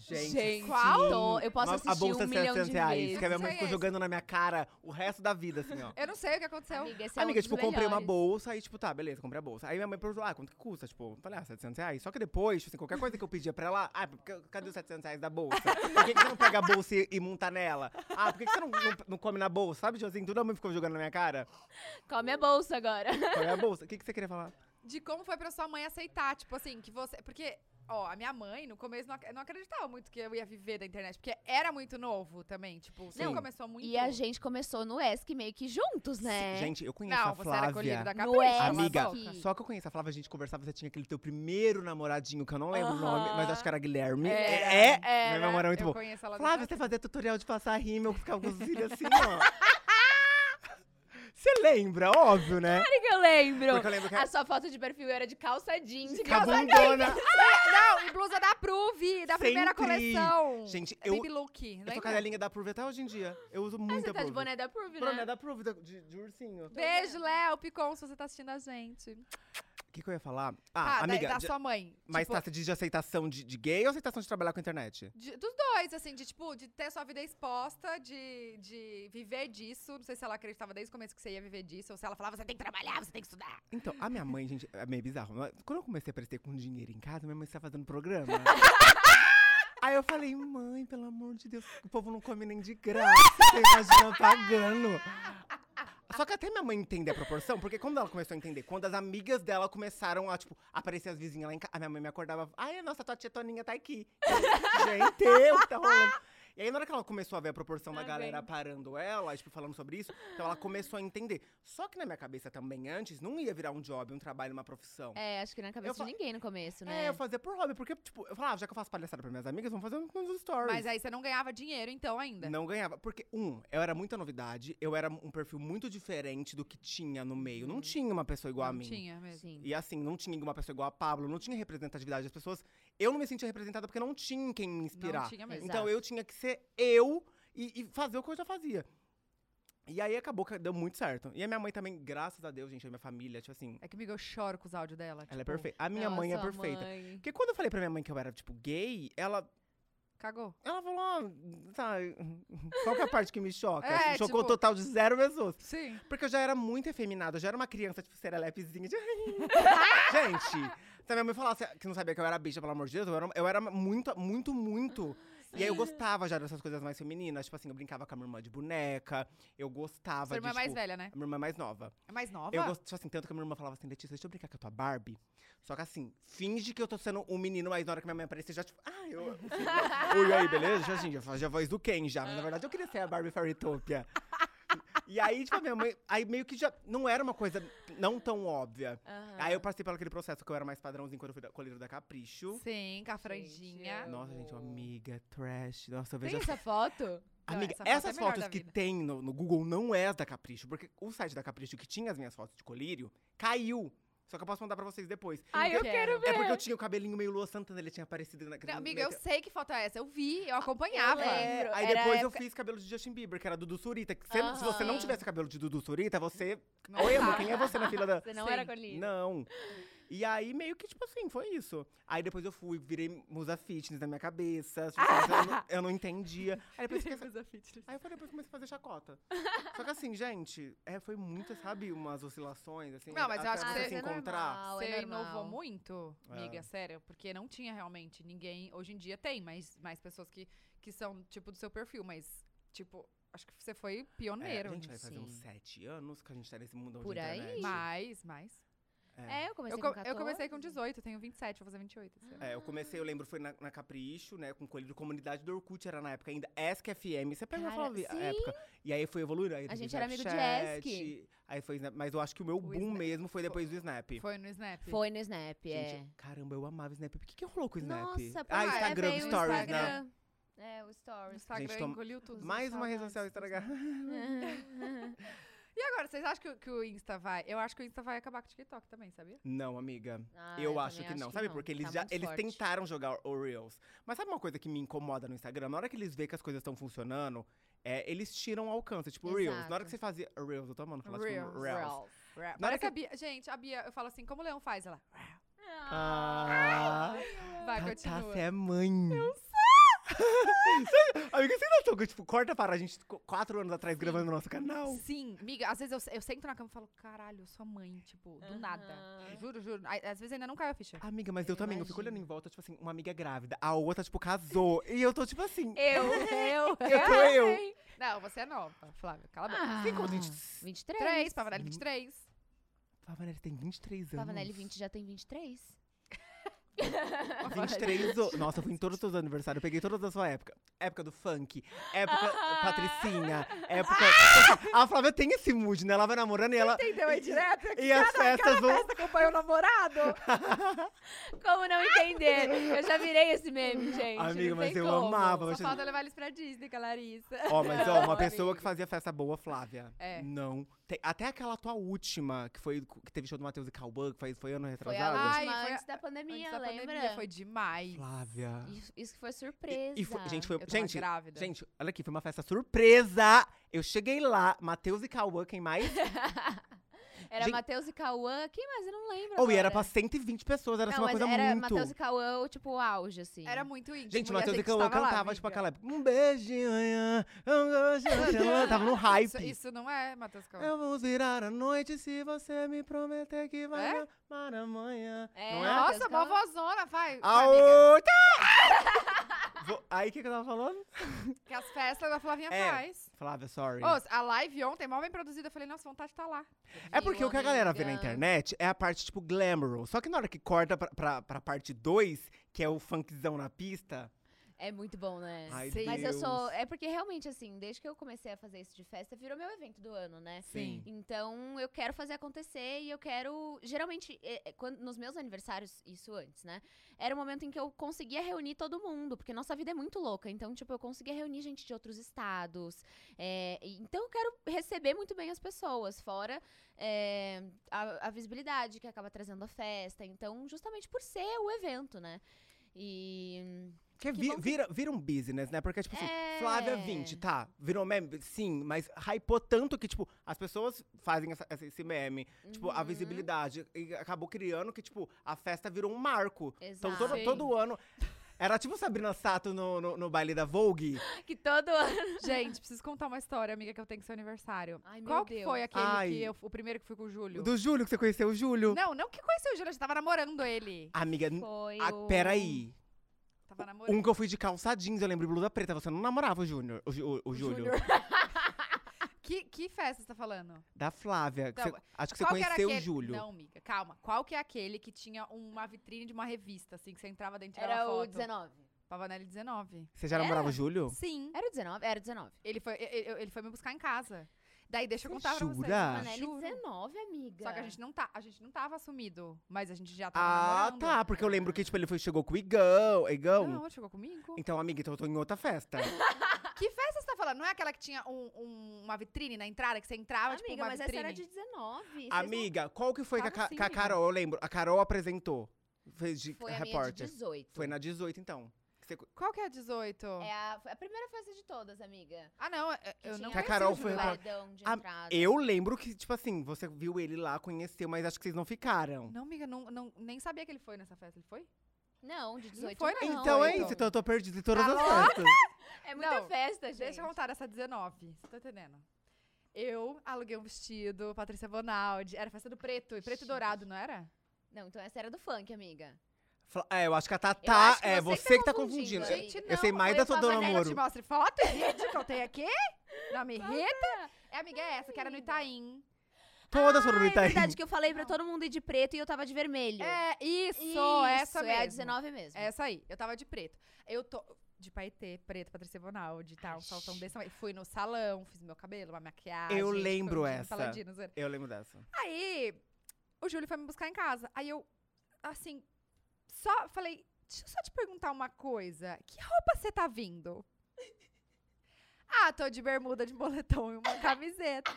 Gente,
qual?
sim.
Tô- eu posso
Uma-
assistir
a bolsa
um milhão de
700 reais,
vezes.
que a minha mãe
Sei
ficou
esse.
jogando na minha cara o resto da vida, assim, ó.
Eu não sei o que aconteceu.
Amiga, esse é um
Amiga,
dos
tipo, comprei uma
melhores.
bolsa e, tipo, tá, beleza, comprei a bolsa. Aí minha mãe perguntou, ah, quanto que custa? Tipo, eu falei, ah, 700 reais. Só que depois, tipo assim, qualquer coisa que eu pedia pra ela, ah, por que- cadê os 700 reais da bolsa? Por que, que você não pega a bolsa e, e monta nela? Ah, por que, que você não, não, não come na bolsa? Sabe, tipo assim, toda mãe ficou jogando na minha cara.
Come a bolsa agora.
Qual é a bolsa? O que, que você queria falar?
de como foi pra sua mãe aceitar, tipo assim, que você. Porque, ó, a minha mãe, no começo, não, ac- não acreditava muito que eu ia viver da internet, porque era muito novo também, tipo, você
Não,
começou muito.
E a gente começou no ESC meio que juntos, né?
Gente, eu conheço
não, é,
a
você era colhido
Flávia.
da
No
cabeça. cala a
Amiga,
boca.
Sim.
Só que eu conheço a Flávia, a gente conversava, você tinha aquele teu primeiro namoradinho, que eu não lembro o nome,
Aham.
mas acho que era Guilherme.
Era,
é, é.
era.
Minha memória é muito
eu
boa.
conheço ela do
Flávia, você fazia tutorial de passar rímel, que ficava com os cílios assim, ó. Você lembra, óbvio, né?
Claro que eu lembro.
Porque eu lembro que
A sua foto de perfil era de calça jeans.
a cabundona.
Ah, Não, e blusa da Prove, da primeira
Sempre.
coleção.
Gente,
É
eu,
Baby Look,
eu sou
lembra?
cadelinha da Prove até hoje em dia. Eu uso
Ah,
muito
né? você
a
tá de
Prove.
boné da Prove,
Boné
né?
é da Prove, da- de, de ursinho.
Beijo, Léo Picon, se você tá assistindo a gente.
O que, que eu ia falar?
tá,
Ah,
da-
amiga,
da,
de-
sua mãe.
mas
tipo,
tá, você diz de aceitação de, de gay ou aceitação de trabalhar com a internet?
de- dos dois, assim, de tipo, de ter sua vida exposta, de, de viver disso. Não sei se ela acreditava desde o começo que você ia viver disso, ou se ela falava, você tem que trabalhar, você tem que estudar.
Então, a minha mãe, gente, é meio bizarro. mas Quando eu comecei a aparecer com dinheiro em casa, minha mãe estava fazendo programa. Aí eu falei, mãe, tá pelo amor de Deus, o povo não come nem de graça, você imagina pagando. Só que até minha mãe entende a proporção, porque quando ela começou a entender, quando as amigas dela começaram a, tipo, aparecer as vizinhas lá em casa, a minha mãe me acordava, ai, a nossa tua tia Toninha tá aqui. Eu, Gente, o que tá rolando? E aí, na hora que ela começou a ver a proporção da
Tá
galera
vendo?
parando ela, tipo, falando sobre isso, então ela começou a entender. Só que na minha cabeça também, antes, não ia virar um job, um trabalho, uma profissão.
É, acho que na cabeça
fa-
de ninguém no começo,
É,
né?
eu fazia por hobby, porque, tipo, eu falava, já que eu faço palhaçada pra minhas amigas, vamos fazer um- uns stories.
Mas aí você não ganhava dinheiro, então, ainda.
Não ganhava. Porque, um, eu era muita novidade, eu era um perfil muito diferente do que tinha no meio. Não tinha uma pessoa igual a
Uhum. Não
mim.
tinha mesmo.
Sim.
E assim, não tinha uma pessoa igual a Pablo, não tinha representatividade das pessoas. Eu não me sentia representada porque não tinha quem me inspirar.
Não tinha mesmo.
Exato.
Então eu tinha que ser eu e, e fazer o que eu já fazia. E aí acabou que deu muito certo. E a minha mãe também, graças a Deus, gente, a minha família, tipo assim,
É que, amiga, eu choro com os áudios dela.
ela é
tipo,
perfeita. A minha mãe é
Nossa,
perfeita.
mãe.
Porque quando eu falei pra minha mãe que eu era, tipo, gay, ela
Cagou.
ela falou, ah, tá, qual que é a parte que me choca?
É,
Chocou
tipo-
o total de zero pessoas.
Sim.
Porque eu já era muito efeminada, eu já era uma criança, tipo, serelepezinha. De... Gente, se a minha mãe falasse que não sabia que eu era bicha, pelo amor de Deus, eu era, eu era muito, muito, muito. E aí eu gostava já dessas coisas mais femininas. Tipo assim, eu brincava com a minha irmã de boneca, eu gostava
Sua irmã
de,
é mais
tipo,
velha, né?
A minha irmã é mais nova.
É mais nova?
Eu gosto, tipo assim, tanto que a minha irmã falava assim, Letícia, deixa eu brincar com a tua Barbie. Só que assim, finge que eu tô sendo um menino, mas na hora que minha mãe aparecer, já tipo, ah, eu. Oi, aí, beleza? Já, assim, já fazia a voz do Ken já. Mas na verdade eu queria ser a Barbie Fairytopia. E aí, tipo, a minha mãe. Aí meio que já. Não era uma coisa não tão óbvia.
Aham.
Aí eu passei pelo aquele processo que eu era mais padrãozinho quando eu fui da- coleiro da Capricho.
Sim, com a franjinha.
eu-
Nossa, gente, uma amiga, trash. Nossa, eu vejo
Tem essa foto?
Não,
Amiga,
essa foto é a
essas
melhor
fotos
da
que
vida.
tem no, no Google não é as da Capricho, porque o site da Capricho que tinha as minhas fotos de colírio caiu. Só que eu posso mandar pra vocês depois.
Ah,
Ai, eu
Porque-
quero ver.
É porque eu tinha o cabelinho meio Lua Santana, ele tinha aparecido naquele.
Não, amiga, eu ah,
naquele-
sei que foto é essa. Eu vi, eu acompanhava.
lembro.
É, aí
era a
depois eu
época- Ah.
fiz cabelo de Justin Bieber, que era Dudu Surita. que se- Se você não
Aham.
tivesse cabelo de Dudu Surita, você.
Não
Oi, amor,
sabe.
quem é você na fila da.
Você não
Sim.
era colírio?
Não. E aí, meio que, tipo assim, foi isso. Aí depois eu fui, virei musa fitness na minha cabeça. tipo, eu, não, eu não entendia. Aí depois eu fiquei Aí eu falei, depois comecei a fazer chacota. Só que assim, gente, é, foi muita, sabe, umas oscilações, assim.
Não, mas eu
até
acho que
você
isso
se
é
encontrar.
normal,
Você
é normal.
inovou muito, amiga,
É.
sério, porque não tinha realmente ninguém. Hoje em dia tem mais, mais pessoas que, que são, tipo, do seu perfil, mas, tipo, acho que você foi
É,
pioneiro.
a gente vai fazer uns
Sim.
sete anos que a gente tá nesse mundo
Por
de
aí?
internet.
mais, mais.
É.
É, eu comecei
Eu,
com
co- eu comecei com
14.
18, tenho 27, vou fazer 28.
Ah.
esse ano.
É, eu comecei, eu lembro, foi na, na Capricho, né, com coelho de comunidade do Orkut, era na época ainda, ESC FM, você pegou
Cara,
aquela vi- a
sim.
época. E aí foi evoluindo. Aí
A
teve
gente era amigo de
Snapchat,
ESC.
Aí foi, Snap- mas eu acho que o meu boom
Snap.
mesmo foi depois do Snap.
Foi no Snap.
Foi no Snap, é.
Gente, caramba, eu amava o Snap. Por que que rolou com o Snap?
Nossa, pô,
ah,
é,
Instagram,
veio o
Stories, né?
Instagram. É, o
O
Stories.
Instagram
Gente, tô-
engoliu tudo.
Mais uma rede social estragada.
E agora, vocês acham que, o- que o Insta vai? Eu acho que o Insta vai acabar com o TikTok também, sabia?
Não, amiga.
Ah,
eu
também
acho que não. Sabe porque eles
Tá
já
muito
eles
forte.
tentaram jogar o Reels. Mas sabe uma coisa que me incomoda no Instagram? Na hora que eles veem que as coisas estão funcionando, é, eles tiram o alcance, tipo Reels. Na hora
Exato.
que você fazia Reels, eu tô amando falar
Reels,
tipo Reels. Na hora
Parece
que-
a Bia. Gente, a Bia, eu falo assim, como o Leão faz? Ela.
Ah,
Vai,
Tatá,
continua.
você é mãe. Eu sei. amiga, você notou que tipo corta para a gente co- quatro anos atrás gravando no nosso canal?
Sim, amiga, às vezes eu, eu sento na cama e falo, caralho, eu sou mãe, tipo, do nada.
Ah.
Juro, juro. Ai, Às vezes ainda não caiu a ficha.
Amiga, mas eu,
Eu
também, eu fico
imagino.
olhando em volta, tipo assim, uma amiga é grávida, a outra, tipo, casou. e eu tô, tipo assim,
Eu, eu.
eu tô eu.
Não, você é nova, Flávia, cala a boca.
Ah.
Tem quanto a gente.
23.
é
3, Pavanelli 23.
Pavanelli tem 23 anos.
Pavanelli 20 já tem 23.
23 anos. Nossa, eu fui em todos os seus aniversários. Eu peguei todas da sua época. Época do funk, época
Ah.
Patricinha, época. A Flávia tem esse mood, né? Ela vai namorando e ela.
Entendeu aí direto? É
E as festas vão.
acompanha o namorado.
Como não entender? Eu já virei esse meme, gente.
Amiga,
não
mas
tem
eu
como.
amava.
Só
Mas...
falta levar eles pra Disney, com a Larissa.
Ó, mas ó, uma
Não,
pessoa
amiga.
que fazia festa boa, Flávia.
É.
Não. Tem- até aquela tua última, que foi que teve show do Matheus e Cauã, que foi, foi ano
Foi
retrasado.
a
Ai,
última
foi a-
antes da pandemia,
Antes da
lembra?
pandemia, foi demais.
Flávia.
Isso, isso que foi surpresa.
E- e foi- gente, foi,
Eu tava
gente,
grávida.
gente, olha aqui, foi uma festa surpresa. Eu cheguei lá, Matheus e Cauã, quem mais?
Era
Gente-
Matheus e Cauã. Quem mais? Eu não lembro.
Ou e era
agora.
pra 120 pessoas, era assim,
não,
uma
mas
coisa
era
muito.
Matheus e Cauã, o, tipo, o auge, assim.
Era muito íntimo.
Gente,
e
o
a
Matheus e Cauã
tava lá,
cantava,
amiga.
tipo, aquela época. Um beijo, hein, um beijo, hein", tava no hype.
Isso, isso não é Matheus Cauã.
Eu vou virar a noite se você me prometer que vai
É?
amar amanhã.
É,
Não é?
Matheus
Nossa, mó
Cauã.
vozona, vai, vai, amiga.
Aô, tá! Vou- Aí, o que, que eu tava falando?
Que as festas da Flavinha
É.
faz.
Flávia, sorry.
Ô, a live ontem, mal bem produzida, eu falei, nossa, vontade de tá lá.
é porque o que a galera vê na
amiga.
internet é a parte, tipo, glamorous. Só que na hora que corta pra, pra, pra parte 2, que é o funkzão na pista.
É muito bom, né?
Ai,
Sim.
Mas eu
Deus.
sou. É porque realmente, assim, desde que eu comecei a fazer isso de festa, virou meu evento do ano, né?
Sim.
Então eu quero fazer acontecer e eu quero. Geralmente, eh, eh, quando, nos meus aniversários, isso antes, né? Era o momento em que eu conseguia reunir todo mundo, porque nossa vida é muito louca. Então, tipo, eu conseguia reunir gente de outros estados. eh, e- então eu quero receber muito bem as pessoas, fora eh, a, a visibilidade que acaba trazendo a festa. Então, justamente por ser o evento, né? E.
Que é
Que
vi-
bom que-
vira, vira um business, né? Porque, tipo assim,
É.
Flávia 20, tá? Virou meme? Sim, mas hypou tanto que, tipo, as pessoas fazem essa- essa- esse meme. Tipo, a
Uhum.
visibilidade. E acabou criando que, tipo, a festa virou um marco. Então,
Exato.
todo, todo ano. Era tipo Sabrina Sato no, no, no baile da Vogue.
Que todo ano.
Gente, preciso contar uma história, amiga, que eu tenho que seu aniversário.
Ai, meu
Qual que
Deus.
foi aquele
Ai.
que eu, o primeiro que fui com o Júlio?
Do Júlio, que você conheceu o Júlio.
Não, não que conheceu o Júlio, eu já tava namorando ele.
Amiga, n-
Foi.
ah,
o-
peraí.
Tava namorando.
Um que eu fui de calça jeans, eu lembro, e blusa preta. Você não namorava o Júnior, o, Ju- o, o Júlio.
Júnior. que, que festa você tá falando?
Da Flávia. que
Então,
você- acho que você conheceu o Júlio.
Não, amiga, calma. Qual que é aquele que tinha uma vitrine de uma revista, assim, que você entrava dentro e tirava
Era o
foto?
19.
Pavanelli 19.
Você já
Era?
namorava o Júlio?
Sim.
Era o 19? Era o 19.
Ele foi, e- e- ele foi me buscar em casa. Daí deixa eu
Você
contar pra vocês.
jura? Ah,
Manelli
Juro.
19, é amiga.
Só que a gente não tá, a gente não tava assumido, mas a gente já tava
Ah,
namorando.
tá. Porque eu lembro que, tipo, ele foi, chegou com o Igão. Igão.
Não, ele chegou comigo.
Então, amiga, então eu tô em outra festa.
Que festa você tá falando? Não é aquela que tinha um- um- uma vitrine na entrada, que você entrava,
Amiga,
tipo, uma
mas essa
vitrine?
era de 19. vocês não-
amiga, qual que foi que a,
Tava
Ca-
sim,
que a
amiga.
Carol, eu lembro? A Carol apresentou. Fez de
Foi a minha de
repórter.
18.
Foi na 18, então. Que você co-
Qual que é a 18?
É a, foi a primeira festa de todas, amiga.
Ah, não, eu- eu não
Que a
conheci
Carol
o
foi
Júlio.
repórter.
paredão de
Ah,
entrada.
Eu lembro que, tipo assim, você viu ele lá, conheceu, mas acho que vocês não ficaram.
Não, amiga, não, não- nem sabia que ele foi nessa festa. Ele foi?
Não, de 18
foi,
não.
não.
então é
então.
isso, então eu tô perdida em todas
Tá
as
louca?
festas.
É muita
Não,
festa, gente.
Deixa eu contar essa 19. Você tá entendendo? Eu aluguei um vestido, Patrícia Bonaldi. Era festa do preto, e preto e
Chique.
dourado, não era?
Não, então essa era do funk, amiga.
Fla- É, eu acho que a
Eu
Tatá,
acho que
é
você que
você
tá
que tá
confundindo
confundindo.
aí.
Gente, não.
Eu sei mais da sua dona
Pavanelli, Eu te
Moro.
mostro foto, vídeo que eu tenho aqui. Não me irrita. É, amiga, é essa, que era no Itaim.
Todas foram
ah,
no
é
Itaim.
verdade que eu falei pra
Não.
todo mundo ir de preto e eu tava de vermelho.
É, isso,
Isso,
essa
é a
mesmo.
19 mesmo.
Essa aí, eu tava de preto. Eu tô de paetê, preto, Patrícia Bonaldi, tá? Um
Ai,
saltão
chique.
desse tamanho. Fui no salão, fiz meu cabelo, uma maquiagem.
Eu
foi um
lembro
Dino
essa.
Paladino, zoeira.
Eu lembro dessa.
Aí, o Júlio foi me buscar em casa. Aí eu, assim, só falei, deixa eu só te perguntar uma coisa. Que roupa você tá vindo? Ah, tô de bermuda, de moletom e uma camiseta.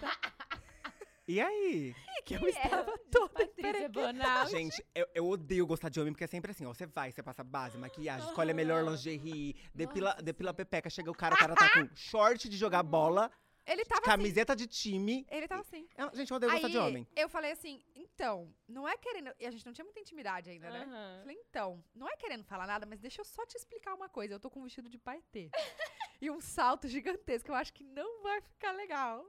E aí?
E que eu
E
estava
ela,
toda
Patrícia
perequê.
Bonal.
Gente, eu, eu odeio gostar de homem, porque é sempre assim, ó. Você vai, você passa base, maquiagem, escolhe a
Ah.
melhor lingerie, depila,
Nossa
depila a pepeca, chega o cara, o cara tá com short de jogar bola,
Ele tava assim.
camiseta de time.
Ele tava assim.
Eu- gente, eu odeio gostar de homem.
eu falei assim, então, não é querendo... E a gente não tinha muita intimidade ainda, né? Eu
Aham.
Falei, então, não é querendo falar nada, mas deixa eu só te explicar uma coisa. Eu tô com um vestido de paetê e um salto gigantesco. Eu acho que não vai ficar legal.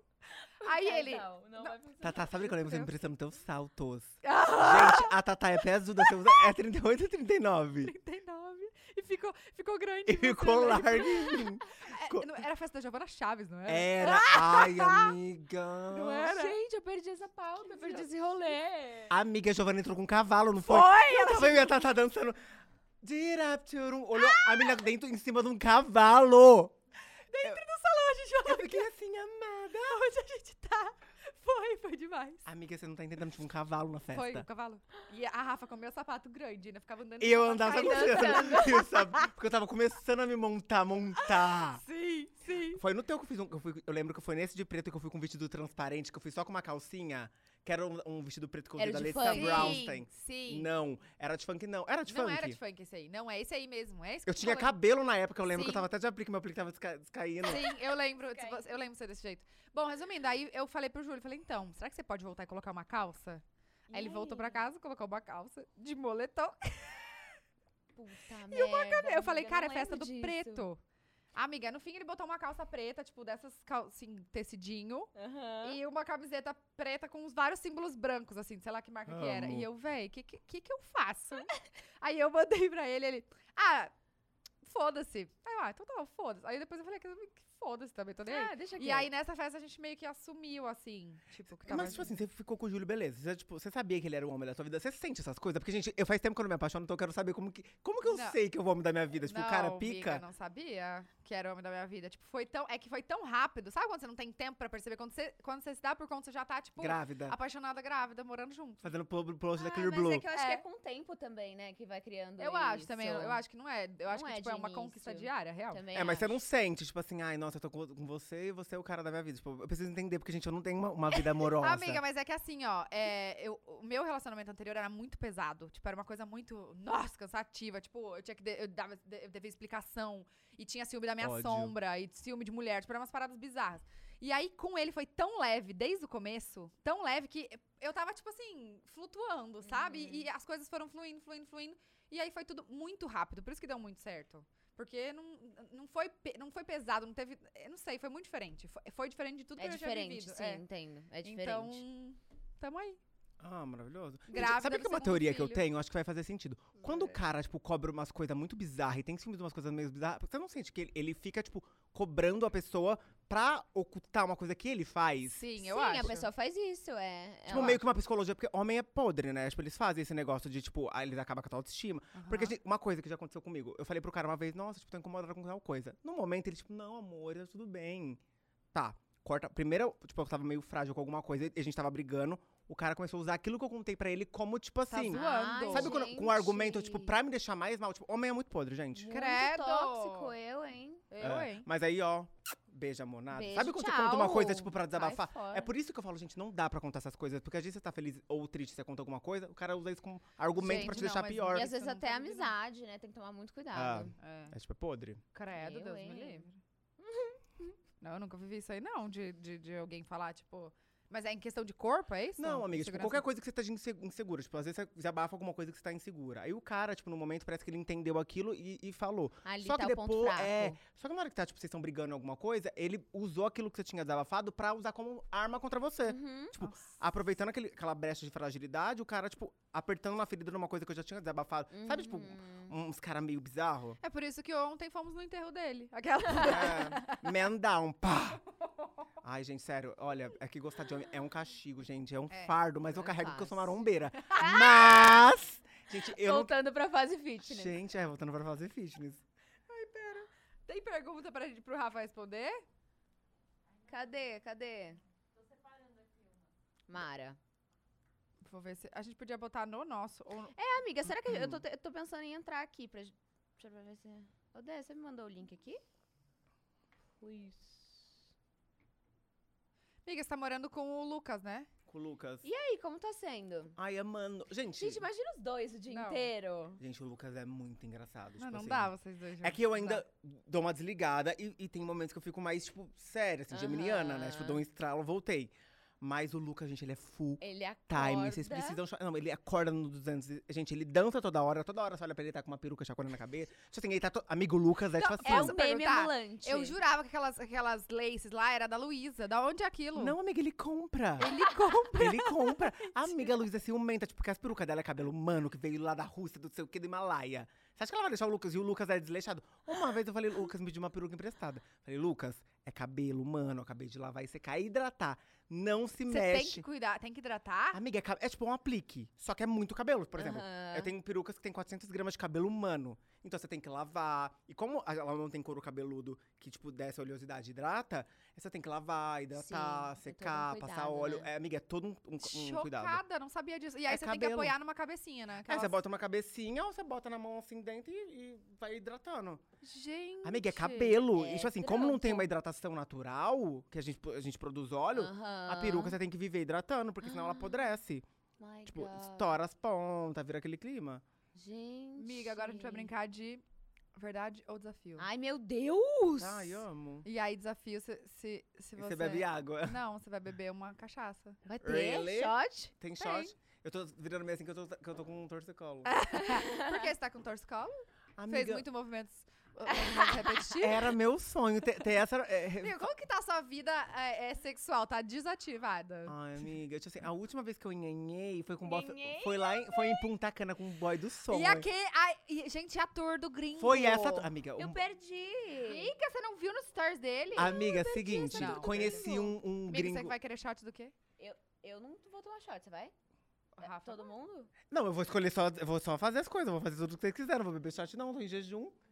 Aí
Tá,
ele.
Não, não, vai funcionar.
Tatá, sabe o que eu lembro? Você me
Deus.
prestando teus saltos.
Ah,
Gente, a Tatá é pesuda, você usa, é 38 e 39.
39. E ficou, ficou grande.
E
você,
ficou
né?
largo em mim.
É,
co-
não, era a festa da Giovana Chaves, não era?
Era, ai, amiga.
Não é? era?
Gente, eu perdi essa pauta, eu perdi esse rolê.
Amiga, a Giovana entrou com um cavalo, não foi?
Foi!
Eu tava vendo a Tatá dançando. Dirapturum. Olhou a menina dentro em cima de um cavalo.
Hoje, Giovana,
Eu fiquei assim, amada.
onde a gente tá? Foi, foi demais.
Amiga, você não tá entendendo, tipo, um cavalo na festa.
Foi o cavalo. E a Rafa com o meu sapato grande, né? Ficava andando.
E
com
eu
o
andava
sapato
com
caindo.
você, sabe? Porque eu tava começando a me montar, montar.
Sim, sim.
Foi no teu que eu fiz um. que Eu, fui- eu lembro que foi nesse de preto que eu fui com um vestido transparente, que eu fui só com uma calcinha, que era um, um vestido preto que eu
Era
usei da
de
Lisa
funk.
Brownstein.
Sim.
Não, era de funk, não. Era de
Não
funk.
era de funk esse aí. Não, é esse aí mesmo. É esse que
Eu
tô
tinha
falando.
cabelo na época, eu lembro
Sim.
que eu tava até de aplique, meu aplique tava desca descaindo.
Sim, eu lembro, de
Ok.
você- eu lembro de você desse jeito. Bom, resumindo, aí eu falei pro Júlio, falei, então, será que você pode voltar e colocar uma calça? Aí ele voltou pra casa, colocou uma calça de moletom.
Puta merda. E uma
eu falei, cara, é festa do preto. Amiga, no fim ele botou uma calça preta, tipo, dessas calcinhas tecidinho. E uma camiseta preta com uns vários símbolos brancos, assim, sei lá que marca que era.
Amo.
E eu, véi, o que, que, que que eu faço? Aí eu mandei pra ele, ele, ah, foda-se. Aí eu, ah, então tá, foda-se. Aí depois eu falei, que que foda-se também, tô nem aí.
Ah, deixa aqui.
E aí nessa festa a gente meio que assumiu, assim, tipo, que tava
Mas, tipo
junto.
assim, você ficou com o Júlio, beleza. Você, tipo, você sabia que ele era o homem da sua vida. Você sente essas coisas? Porque, gente, eu faz tempo que eu não me apaixono, então eu quero saber como que. Como que eu
Não.
sei que eu vou homem da minha vida? Tipo, o cara
Não,
pica.
Mica, não sabia que era o homem da minha vida. Tipo, foi tão. É que foi tão rápido. Sabe quando você não tem tempo pra perceber? Quando você, quando você se dá por conta, você já tá, tipo,
grávida.
apaixonada, grávida, morando junto.
Fazendo pub- post da
Ah,
Clear
mas
Blue.
é que eu acho que
É.
é com o tempo também, né? Que vai criando
Eu acho
isso.
também. Eu eu acho que não é. Eu acho
Não
que
é
tipo, é
de
uma
início.
conquista diária, real.
Também
É, mas você
acho.
não sente, tipo assim, ai, nossa, eu tô com, com você e você é o cara da minha vida. Tipo, eu preciso entender, porque, gente, eu não tenho uma, uma vida amorosa.
Amiga, mas é que assim, ó, é, eu, o meu relacionamento anterior era muito pesado. Tipo, era uma coisa muito, nossa, cansativa. Tipo, eu tinha que. de- eu, dava, de- eu devia explicação. E tinha ciúme da minha
Ódio.
sombra. E ciúme de mulher. Tipo, eram umas paradas bizarras. E aí, com ele, foi tão leve desde o começo, tão leve que eu tava, tipo assim, flutuando,
Uhum.
sabe? E as coisas foram fluindo, fluindo, fluindo. E aí foi tudo muito rápido. Por isso que deu muito certo. Porque não, não, foi, pe- não foi pesado, não teve. Eu não sei, foi muito diferente. Foi, foi diferente de tudo
É
que eu já tinha
diferente,
vivido.
sim,
é.
entendo. É diferente.
Então, tamo aí.
Ah, maravilhoso. Gente,
Grávida
sabe
do
que é uma
segundo
teoria que eu
filho. É.
tenho? Acho que vai fazer sentido. Quando o cara, tipo, cobra umas coisas muito bizarras e tem ciúmes de umas coisas meio bizarras, você não sente que ele, ele fica, tipo, cobrando a pessoa pra ocultar uma coisa que ele faz?
Sim,
Sim,
eu acho.
a pessoa faz isso, é.
Tipo, meio que uma psicologia, porque homem é podre, né? Tipo, eles fazem esse negócio de, tipo, ah, eles acabam com a tua autoestima. Porque gente, uma coisa que já aconteceu comigo, eu falei pro cara uma vez, nossa, tipo, tô incomodada com tal coisa. No momento, ele, tipo, não, amor, tá tudo bem. Tá, corta. Primeiro, tipo, eu tava meio frágil com alguma coisa e a gente tava brigando. O cara começou a usar aquilo que eu contei pra ele como, tipo
Tá
assim.
zoando.
Ah,
Ai,
Sabe quando, com um argumento, tipo, pra me deixar mais mal? Tipo, homem é muito podre, gente.
Credo!
tóxico eu, hein?
Eu,
É.
hein?
Mas aí, ó, beijo, amor, nada.
Beijo,
Ah, Sabe quando você
tchau.
conta uma coisa, tipo, pra
Vai
desabafar?
fora.
É por isso que eu falo, gente, não dá pra contar essas coisas. Porque às vezes você tá feliz ou triste, você conta alguma coisa, o cara usa isso como argumento pra
Gente,
te
não,
deixar
mas
E
pior.
Isso
às vezes
eu não
tá
até a
consigo, não.
amizade, né? Tem que tomar muito cuidado.
É.
É, tipo, é podre.
Credo,
Eu,
Deus me
hein?
livre. não, eu nunca vivi isso aí, não, de, de, de alguém falar, tipo. Mas é em questão de corpo, é isso?
Não, amiga, tipo,
Insegurança?
qualquer coisa que você tá de inse- insegura. Tipo, às vezes você desabafa alguma coisa que você tá insegura. Aí o cara, tipo, no momento parece que ele entendeu aquilo e, e falou.
Ali
só
tá
que
o ponto
depois.
fraco.
É. Só que na hora que tá, tipo, vocês estão brigando em alguma coisa, ele usou aquilo que você tinha desabafado pra usar como arma contra você.
Uhum.
Tipo,
Nossa.
aproveitando aquele- aquela brecha de fragilidade, o cara, tipo, apertando na ferida numa coisa que eu já tinha desabafado. Sabe, tipo,
Uhum.
uns caras meio bizarro?
É por isso que ontem fomos no enterro dele. Aquela.
É, man down, pá! Ai, gente, sério, olha, é que gostar de homem é um castigo, gente, é um
É,
fardo, mas eu
é
carrego porque eu sou
fácil.
marombeira. Mas, gente, eu não...
Voltando pra fase fitness.
Gente, é, voltando pra fazer fitness.
Tem pergunta pra, gente- pro Rafa responder?
Cadê? Cadê? Tô separando aqui uma. Mara.
Vou ver se. A gente podia botar no nosso. Ou...
Ah, amiga, será que eu tô, te- eu tô pensando em entrar aqui pra. Deixa eu ver se. Ô, Dé, você me mandou o link aqui? Isso.
Amiga, você tá morando com o Lucas, né?
Com o Lucas.
E aí, como tá sendo?
Ai, amando. Gente,
Gente, imagina os dois o dia
Não.
inteiro.
gente, o Lucas é muito engraçado.
não,
tipo
não
assim.
dá vocês
Uhum.
dois.
É
juntos,
que eu
não dá.
ainda dou uma desligada e, e tem momentos que eu fico mais, tipo, séria, assim, geminiana, né?
Aham.
Tipo, dou um estralo, voltei. Mas o Lucas, gente, ele é full
Ele acorda.
time. Vocês precisam. cho- Não, ele acorda no 200. e- Gente, ele dança toda hora, toda hora você olha pra ele, tá com uma peruca chacoalhando na cabeça. Tipo assim, ele tá. To... Amigo Lucas, é
Não,
tipo assim.
É
Posso
um meme
perguntar?
ambulante.
Eu jurava que aquelas, aquelas laces lá era da Luísa. Da onde é aquilo?
Não, amiga, ele compra.
Ele compra.
Ele compra. A amiga Luísa ciumenta, tipo, porque as perucas dela é cabelo humano, que veio lá da Rússia, do sei o que, do Himalaia. Você acha que ela vai deixar o Lucas? E o Lucas é desleixado. Uma vez eu falei, Lucas, me pediu uma peruca emprestada. Falei, Lucas, é cabelo humano, eu acabei de lavar e secar e hidratar. Não se
Você tem
mexe.
que cuidar, tem que hidratar.
Amiga, é, ca- é tipo um aplique, só que é muito cabelo, por exemplo. Eu tenho perucas que tem 400 gramas de cabelo humano. Então você tem que lavar. E como a- ela não tem couro cabeludo que, tipo, desce a oleosidade e hidrata, você tem que lavar, hidratar,
Sim, é todo um
secar, passar
cuidado,
óleo.
né?
É, amiga, é todo um, um- um cuidado.
Chocada, não sabia disso. E aí
É
você tem que
cabelo.
apoiar numa cabecinha, né?
Aí
Aquelas-
você bota uma cabecinha ou você bota na mão assim dentro e, e vai hidratando.
Gente.
Amiga, é cabelo.
é
e tipo assim, como não tem
trampo.
uma hidratação natural, que a gente, a gente produz óleo, a peruca você tem que viver hidratando, porque senão
Ah,
ela apodrece. Tipo, estoura as pontas, vira aquele clima.
Gente.
Amiga, agora a gente vai brincar de verdade ou desafio.
Ai, meu Deus!
Ai, amo.
E aí, desafio, se, se, se
E
você.
Você bebe água.
Não, você vai beber uma cachaça.
Vai ter
Really?
shot?
Tem shot? Eu tô virando meio assim que eu tô, que eu tô com um torcicolo.
Por que você tá com torcicolo? Ah, Fez
Amiga, É.
muito movimentos Relacionamento repetitivo?
Era meu sonho ter, ter essa. é, re-
Amigo, como que tá a sua vida é, é sexual? Tá desativada?
Ai, amiga, tipo assim, a última vez que eu enhanhei foi com o boy.
Nhanhei,
Foi lá em, foi em Punta Cana com o boy do som.
e aquele. ai, e, gente, ator do gringo.
Foi essa. Amiga,
Eu
um-
perdi.
Amiga, você não viu nos stories dele?
amiga seguinte,
essa do
conheci
gringo.
um, um
Amigo,
Ah, gringo.
você que vai querer shot do quê?
Eu não vou tomar shot, você vai? É
Rafa.
Todo mundo?
Não, eu vou escolher só. Eu vou só fazer as coisas, eu vou fazer tudo que vocês quiserem. Não vou beber shot, não, tô em jejum. O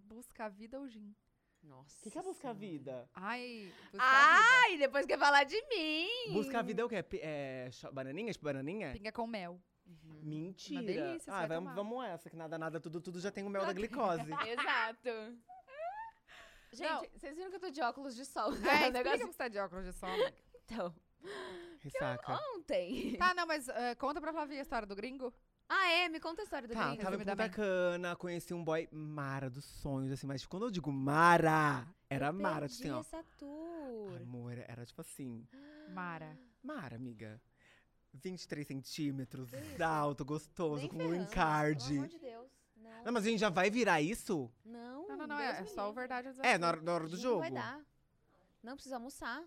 Busca a vida ou gin?
Nossa.
que, que é buscar a vida?
Ai, busca a
Ai, depois quer falar de mim.
Buscar a vida é o quê? Pi- É, cho- bananinha? Tipo, bananinha?
vida. Pinga com mel.
Mentira.
delícia, você
ah,
vai
vamos,
tomar.
vamos essa, que nada, nada, tudo, tudo já tem o mel da glicose.
Exato. Gente,
Não.
vocês viram que eu tô de óculos de
É,
sol. né? O
explica
negócio-
que você tá de óculos de sol. né? amiga.
Então,
Ressaca.
ontem.
Tá, não, mas eh, conta pra Flavia a história do gringo.
Ah, é? Me conta a história do
Tá,
gringo.
tava em
filme da
Punta
mãe.
Cana, conheci um boy Mara dos sonhos, assim, mas quando eu digo Mara, era
Eu
Mara,
perdi
tipo assim, ó.
essa tour.
Amor, era tipo assim.
Mara.
Mara, amiga. 23 centímetros,
Que isso?
alto, gostoso,
Nem
com um
ferrando,
encard.
Pelo amor de Deus. Não,
Não, mas a gente já vai virar isso?
não.
Não, não, não,
Deus
é, é
me
só o
livre.
verdade ou
É,
desafio.
na hora, na hora do
Gente,
jogo.
Não vai dar. Não precisa almoçar.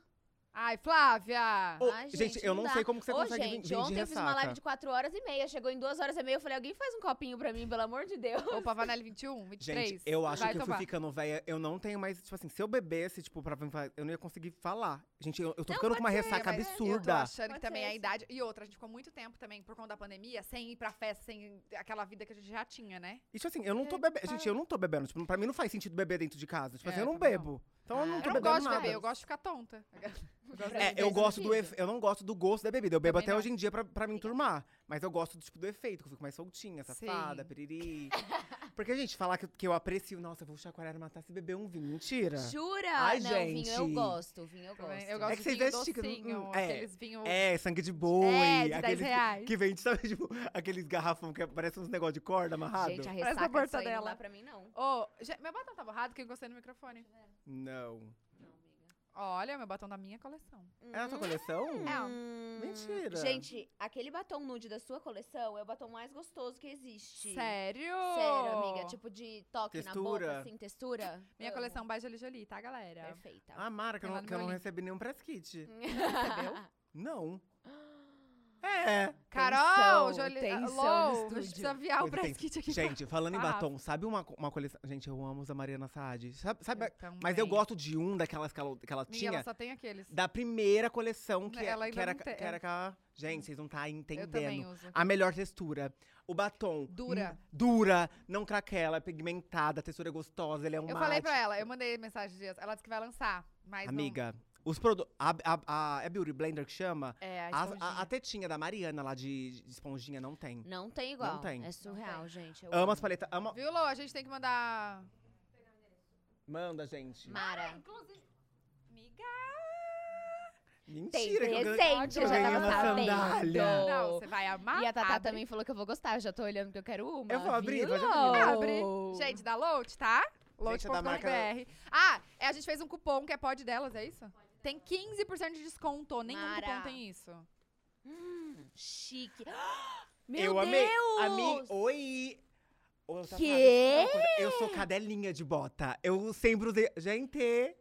Ai, Flávia!
Ô,
Ai,
gente,
gente,
eu
não
não
dá.
sei como que você
Ô,
consegue
gente,
vir, vir
ontem
de
eu fiz uma live
ressaca.
de 4 horas e meia. Chegou em 2 horas e meia. Eu falei, alguém faz um copinho pra mim, pelo amor de Deus.
Ô, Pavanelli 21, 23.
Gente, eu acho
vai
que eu fui
tomar.
ficando velha. Eu não tenho mais, tipo assim, se eu bebesse, tipo, pra eu não ia conseguir falar. Gente, eu, eu tô ficando com uma ressaca
mas É, Eu tô
absurda.
achando
Pode
que também é
ser
a
esse.
idade. E outra, a gente ficou muito tempo também, por conta da pandemia, sem ir pra festa, sem aquela vida que a gente já tinha, né?
E tipo assim, eu não tô
É,
bebendo.
para.
Gente, eu não tô bebendo. Tipo, pra mim não faz sentido beber dentro de casa. Tipo assim,
É,
eu não
também não.
bebo. Então eu
Ah,
não tô
Eu não
bebendo
gosto
nada.
de beber, eu gosto de ficar tonta. Eu gosto
É,
de
eu
beber
gosto do
sentido.
efe- eu não gosto do gosto da bebida. Eu bebo
Também
até
não.
hoje em dia pra, pra me enturmar. Mas eu gosto do tipo do efeito, que eu fico mais soltinha, safada,
Sim.
piriri. Porque, gente, falar que, que eu aprecio, nossa, eu vou chacoalhar e matar se beber um vinho. Mentira.
Jura?
Ai,
não,
gente.
vinho eu gosto. Vinho eu gosto.
Também. Eu gosto
É que vocês
de vinho
vestem que-
docinho,
hum, é.
aqueles vinhos...
É, sangue de boi.
É, de 10
aqueles que-
reais.
Que vende, sabe, tipo, aqueles garrafão que parece uns negócios de corda amarrado.
Gente, a
Parece a
ressaca disso aí não
mortadela.
dá pra mim, não.
Ô, gente, meu batom tá borrado que eu encostei no microfone. Uhum.
Não.
Olha, meu batom da minha coleção.
É a sua coleção?
Não.
Hum.
Mentira.
Gente, aquele batom nude da sua coleção é o batom mais gostoso que existe.
Sério?
Sério, amiga. Tipo, de toque na boca,
Textura.
assim, textura.
Minha
Amo.
coleção Baixa Jolie, tá, galera?
Perfeita.
Ah, Mara, que eu
Tem lá
não,
no
que eu
meu
não
link.
recebi nenhum press kit. Ah.
Percebeu?
Não. É.
Carol,
Tensão,
Jolie...
tensão no
Alô, a
estúdio.
gente precisa aviar o
Coisa
press
tensa.
kit aqui.
assim, Gente, falando em
Sarrafo.
batom, sabe uma, co- uma coleção. Gente, eu amo os da Mariana Saad. Sabe, sabe-
Eu
mas eu
também.
gosto de um daquelas que ela, que ela
Amiga, ela
tinha.
só tem aqueles.
Da primeira coleção que,
Ela
ela que,
ainda
era,
não
ca-
tem,
que
é.
era aquela. Gente, vocês não tá
Eu também
entendendo.
uso.
A melhor textura. O batom.
Dura.
n- Dura, não craquela, é pigmentada, a textura é gostosa, ele é um
Eu falei pra então.
mate.
ela, eu mandei mensagem dias. Ela disse que vai lançar, mas não-
Amiga, os produtos. A, a, a, é Beauty Blender que chama?
É, a
A,
esponjinha.
a- a tetinha da Mariana lá de, de esponjinha não tem.
Não tem igual.
Não tem.
É surreal, gente. Eu
Ama
amo.
as paletas. Ama.
Viu, Lô? A gente tem que mandar...
Manda, gente.
Mara.
Amiga!
Tem
Mentira, que eu ganhei-
presente, eu já
ganhei
tava
uma
sabendo.
sandália.
Não, você vai amar.
E a Tatá
abre.
também falou que eu vou gostar, eu já tô olhando que eu quero uma.
Eu vou abrir,
Viu,
vou já abrir.
Lô?
Abre. Gente, da Load, tá?
Gente, é da marca-
Load.com.br. Ah, é, a gente fez um cupom que é pode delas, é isso? Tem 15% de desconto. Nenhum
Mara.
cupom tem isso.
Chique.
eu
Meu
amei.
Deus!
A mim, oi. Ô, safada,
Quê?
deixa eu falar uma coisa. Eu sou cadelinha de bota. Eu sempre usei. Gente!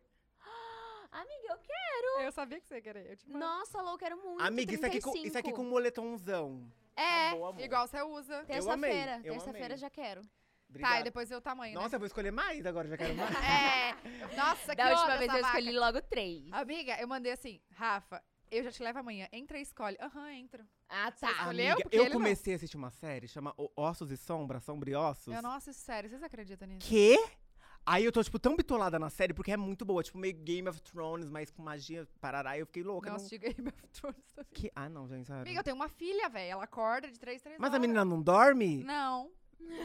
Amiga, eu quero.
Eu sabia que você ia querer. Eu tipo, te mando.
Nossa, Lô, eu quero muito.
amiga, isso aqui, com,
35.
isso aqui com moletomzão.
É,
Tá bom, amor.
Igual você usa.
amei,
terça-feira.
eu
Terça-feira
amei.
já quero.
Tá,
Obrigado.
e depois vê o tamanho,
Nossa, eu vou escolher mais agora, já quero mais.
né? É. Nossa, que
da última
ódio
vez
essa
eu
vaca.
escolhi logo três.
Amiga, eu mandei assim, Rafa, eu já te levo amanhã. Entra e escolhe. Aham, entro.
Ah, tá.
escolheu?
Amiga,
Porque
eu
ele não.
comecei a assistir uma série chama O- Ossos e Sombra, Sombra e Ossos.
Eu, nossa, isso é sério, vocês acreditam nisso?
Quê? Aí eu tô, tipo, tão bitolada na série, porque é muito boa. Tipo, meio Game of Thrones, mas com magia, parará. Eu fiquei louca.
Não
não...
assisti Game of Thrones também.
Que... Ah, não, gente. sério.
Amiga, eu tenho uma filha, velho. Ela acorda de 3, 3
Mas a menina não é dorme?
Não.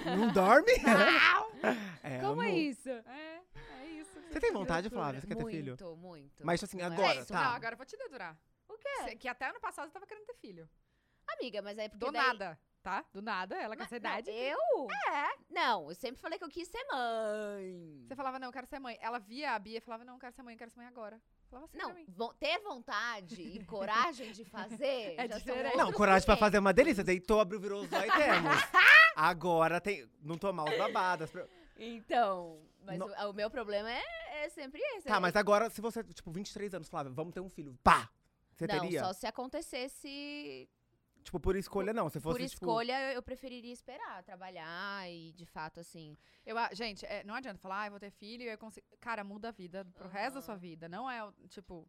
Não dorme? é,
Como é
amor.
isso?
É, é isso.
Você tem vontade, Flávia? Você quer ter
muito,
filho?
muito.
Mas assim,
Não é
agora,
isso, É.
tá.
Não, agora eu vou te dedurar.
O quê?
Cê- Que até ano passado eu tava querendo ter filho.
Amiga, mas é porque
Do
daí...
nada, tá? Do nada, ela com essa idade.
eu? É. Não, eu sempre falei que eu quis ser mãe.
Você falava, não, eu quero ser mãe. Ela via a Bia e falava, não, eu quero ser mãe, eu quero ser mãe agora. Falava assim pra
Não,
mim.
vo- ter vontade e coragem de fazer
É
já são
diferente.
outros
Não, coragem pra
500.
fazer é uma delícia. Deitou, abriu, virou os e temos. Agora tem. Não tomar os babadas. pra-
Então, mas
No-
o, o meu problema é, é sempre esse.
Tá,
né?
é-
mas agora, se você, tipo, 23 anos, Flávia, vamos ter um filho. Pá! Você
não,
teria?
só se acontecesse
Tipo, por escolha, não. Se fosse,
por
tipo,
escolha, eu- eu preferiria esperar, trabalhar e de fato assim.
Eu, a- gente, é, não adianta falar, ah, eu vou ter filho e eu consigo. Cara, muda a vida pro resto da
Aham.
sua vida. Não é, o- tipo.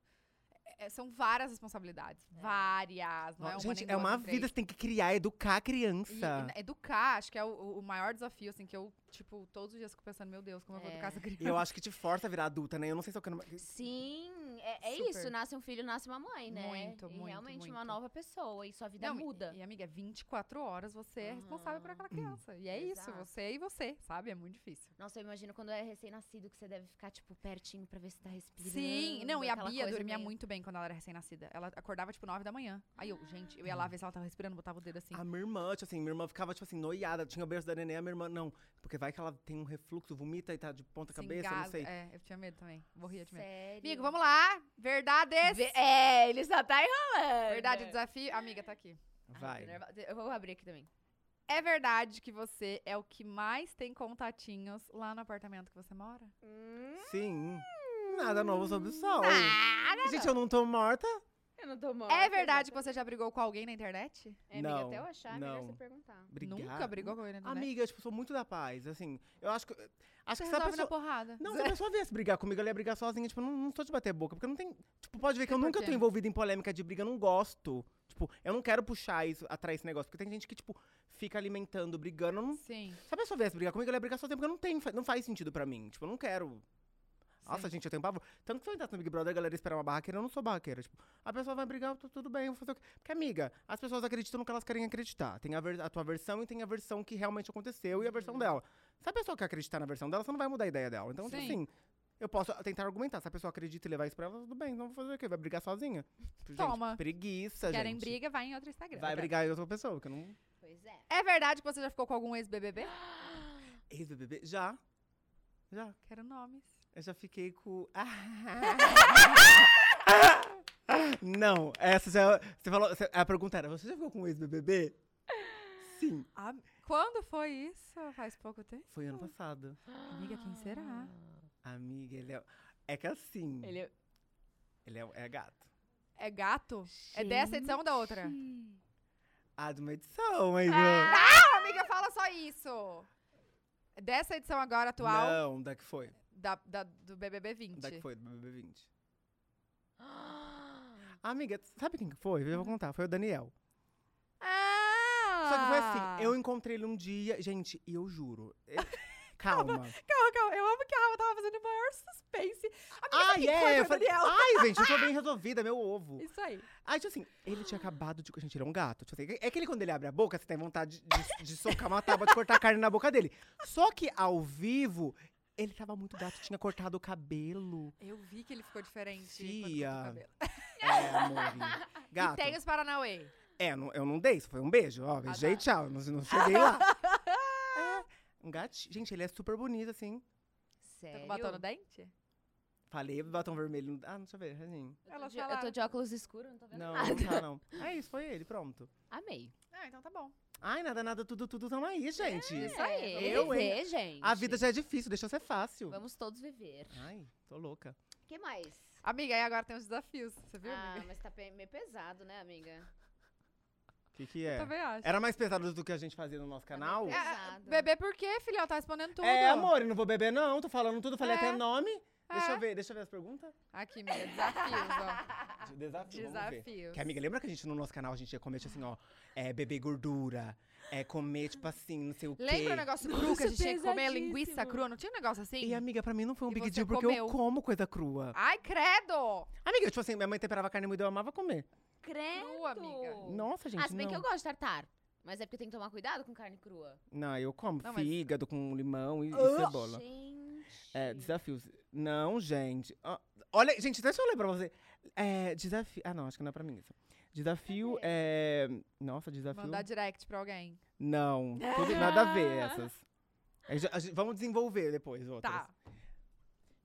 é- é- são várias responsabilidades.
É.
Várias. Não é uma
um
gente,
nem
é
duas,
uma
nem três.
vida, você tem que criar, educar a
E-
criança.
né?
e educar, acho que é o, o maior desafio, assim, que eu, tipo, todos os dias fico pensando, meu Deus, como eu vou
É.
educar essa criança?
Eu acho que te força a virar adulta, né? Eu não sei se eu quero.
Sim, é, é
Super.
isso. Nasce um filho, nasce uma mãe, né?
Muito,
e
muito,
Realmente uma
muito.
nova pessoa e sua vida
Não, e-
muda.
E, amiga, é 24 horas você é responsável por
Aham.
aquela criança. E é isso,
Exato.
você e você, sabe? É muito difícil.
Nossa, eu imagino quando é recém-nascido que você deve ficar, tipo, pertinho pra ver se tá respirando.
Sim, não, e a
aquela
Bia
coisa
dormia
meio-
muito bem quando ela era recém-nascida. Ela acordava, tipo, 9 da manhã. Aí eu, gente, eu ia lá ver se ela tava respirando, botava o dedo assim.
A minha irmã, tipo assim, minha irmã ficava, tipo assim, noiada. Tinha o berço da neném, a minha irmã, não. Porque vai que ela tem um refluxo, vomita e tá de ponta
se
cabeça, não
engasga.
sei.
É, eu tinha medo também. Morria de medo.
Sério.
Amigo, vamos lá. Verdades.
Vê- É, ele só tá enrolando.
Verdade, desafio. Amiga, tá aqui.
Ai, tô
Vai.
nervosa. Eu vou abrir aqui também.
É verdade que você é o que mais tem contatinhos lá no apartamento que você mora?
Hum?
Sim. Nada novo sobre o sol.
Nada!
Gente, eu não tô morta.
Eu não tô morta.
É verdade que você já brigou com alguém na internet?
É, amiga,
Não,
até eu achar, melhor
não.
você perguntar.
Obrigada.
Nunca brigou com alguém na internet?
Amiga, eu tipo, sou muito da paz. Assim, eu acho que. Acho
né? Você
que se a
resolve na
pessoa.
porrada.
Não, se a pessoa viesse brigar comigo, ela ia brigar sozinha. Tipo, não, não sou de bater boca. Porque não tem. Tipo, pode ver que eu
Tem
nunca tô
porquê.
envolvida em polêmica de briga, eu não gosto. Tipo, eu não quero puxar isso, atrás esse negócio. Porque tem gente que, tipo, fica alimentando, brigando. eu não-
Sim.
Se a pessoa viesse brigar comigo, ela ia brigar sozinha, porque não, tem, não faz sentido pra mim. Tipo, eu não quero. Nossa,
sim.
gente, eu tenho pavor. Tanto que se eu entrasse no Big Brother, a galera ia esperar uma barraqueira, eu não sou barraqueira. Tipo, a pessoa vai brigar, tu- tudo bem, eu vou fazer o quê? Porque, amiga, as pessoas acreditam no que elas querem acreditar. Tem a, ver- a tua versão e tem a versão que realmente aconteceu e a
Uhum.
versão dela. Se a pessoa quer acreditar na versão dela, você não vai mudar a ideia dela. Então, tipo
Sim.
assim, eu posso tentar argumentar. Se a pessoa acredita e levar isso pra ela, tudo bem, não vou fazer o quê? Vai brigar sozinha. Tipo, gente,
Toma.
preguiça,
Querem
gente.
briga, vai em outro Instagram.
Vai
Tá.
brigar em outra pessoa, porque eu não.
Pois é.
É verdade que você já ficou com algum ex-BBB?
Ex-BBB? Já. Já.
Quero nomes.
Eu já fiquei com. não, essa já. Você falou. você- A pergunta era: você já ficou com um ex-BBB? Sim.
Quando foi isso? Faz pouco tempo.
Foi ano passado.
Amiga, quem será?
Amiga, ele é. É que assim. Ele,
Ele...
é, é gato.
É gato? É dessa edição ou da outra?
Ah, de uma edição, mas.
Não, amiga, fala só isso. É Dessa edição agora
não.
atual
Não, da que foi.
da, da- do BBB 20.
Da que foi, do BBB 20. Amiga, sabe quem que foi? Eu já vou contar. Foi o Daniel.
Ah!
Só que foi assim: eu encontrei ele um dia. Gente, e eu juro. eu- Calma.
Calma, calma. Eu amo que a Rafa tava fazendo o maior suspense. Amiga, sabe
Ai,
quem
é.
foi
eu
pro
falei,
Daniel?
Ai, gente, eu tô bem resolvida, meu ovo.
Isso aí.
Aí, tipo assim, ele tinha acabado de. Gente, ele é um gato. Tipo assim, é que ele, quando ele abre a boca, você tem vontade de, de socar uma tábua, de cortar a carne na boca dele. Só que ao vivo, ele tava muito gato, tinha cortado o cabelo.
Eu vi que ele ficou diferente.
Tia.
quando cortou o cabelo.
É, amor. Gato.
E tem os Paranauê.
É, não- eu não dei, isso foi um beijo. Ó,
Ah,
beijei,
tá.
tchau. Não, não cheguei lá. É, um gatinho. Gente, ele é super bonito, assim.
Tá com
Sério?
batom no dente?
Falei, batom vermelho. não- Ah, deixa eu ver, assim.
Eu tô
Ela
de-
fala-
Eu tô de óculos escuros, não tô vendo
Não,
nada.
não tá, não. É isso, foi ele, pronto.
Amei.
Ah, então tá bom.
Ai, nada, nada, tudo, tudo tão aí, gente.
Isso aí.
vamos Eu, viver,
viver, É, gente.
A vida já é difícil, deixa ser fácil.
Vamos todos viver.
Ai, tô louca.
O que mais?
Amiga, aí agora tem os desafios. Você viu,
Ah,
amiga?
mas tá pe- meio pesado, né, amiga?
O que, que é?
Também acho.
Era mais pesado do que a gente fazia no nosso canal?
bem
É,
Pesado.
Bebê por quê, filha? Ela tá respondendo tudo.
É, amor, eu não vou beber, não. Tô falando tudo, falei
É.
até nome. Deixa
É.
eu ver, deixa eu ver as perguntas.
Aqui, amiga, desafios, ó.
De- Desafio, vamos ver.
ah. Desafios.
Que, amiga, lembra que a gente no nosso canal a gente ia comer, tipo assim, ó, é, beber gordura, é comer, tipo assim, não sei o quê.
Lembra um o negócio cru que a
Nossa,
gente tinha que comer
pesadíssimo.
linguiça crua? Não tinha um negócio assim?
E, amiga, pra mim não foi um
E
big
você
deal, porque
comeu. Ah.
eu como coisa crua.
Ai, credo!
Amiga, tipo assim, minha mãe temperava carne moída, eu amava comer.
Credo!
Crua, amiga.
Nossa, gente,
Ah, se bem
não.
que eu gosto de tartar. Mas é porque tem que tomar cuidado com carne crua.
Não, eu como
Não, mas-
fígado com limão e, e cebola.
Gente.
É, desafios. Não, gente. Ó, Olha, gente, deixa eu ler pra você. É, desafio. Ah, não, acho que não é pra mim isso. Desafio
Cadê?
é. Nossa, desafio.
Mandar direct pra alguém.
Não, tudo- nada a ver essas. É, já- a gente- vamos desenvolver depois outras.
Tá.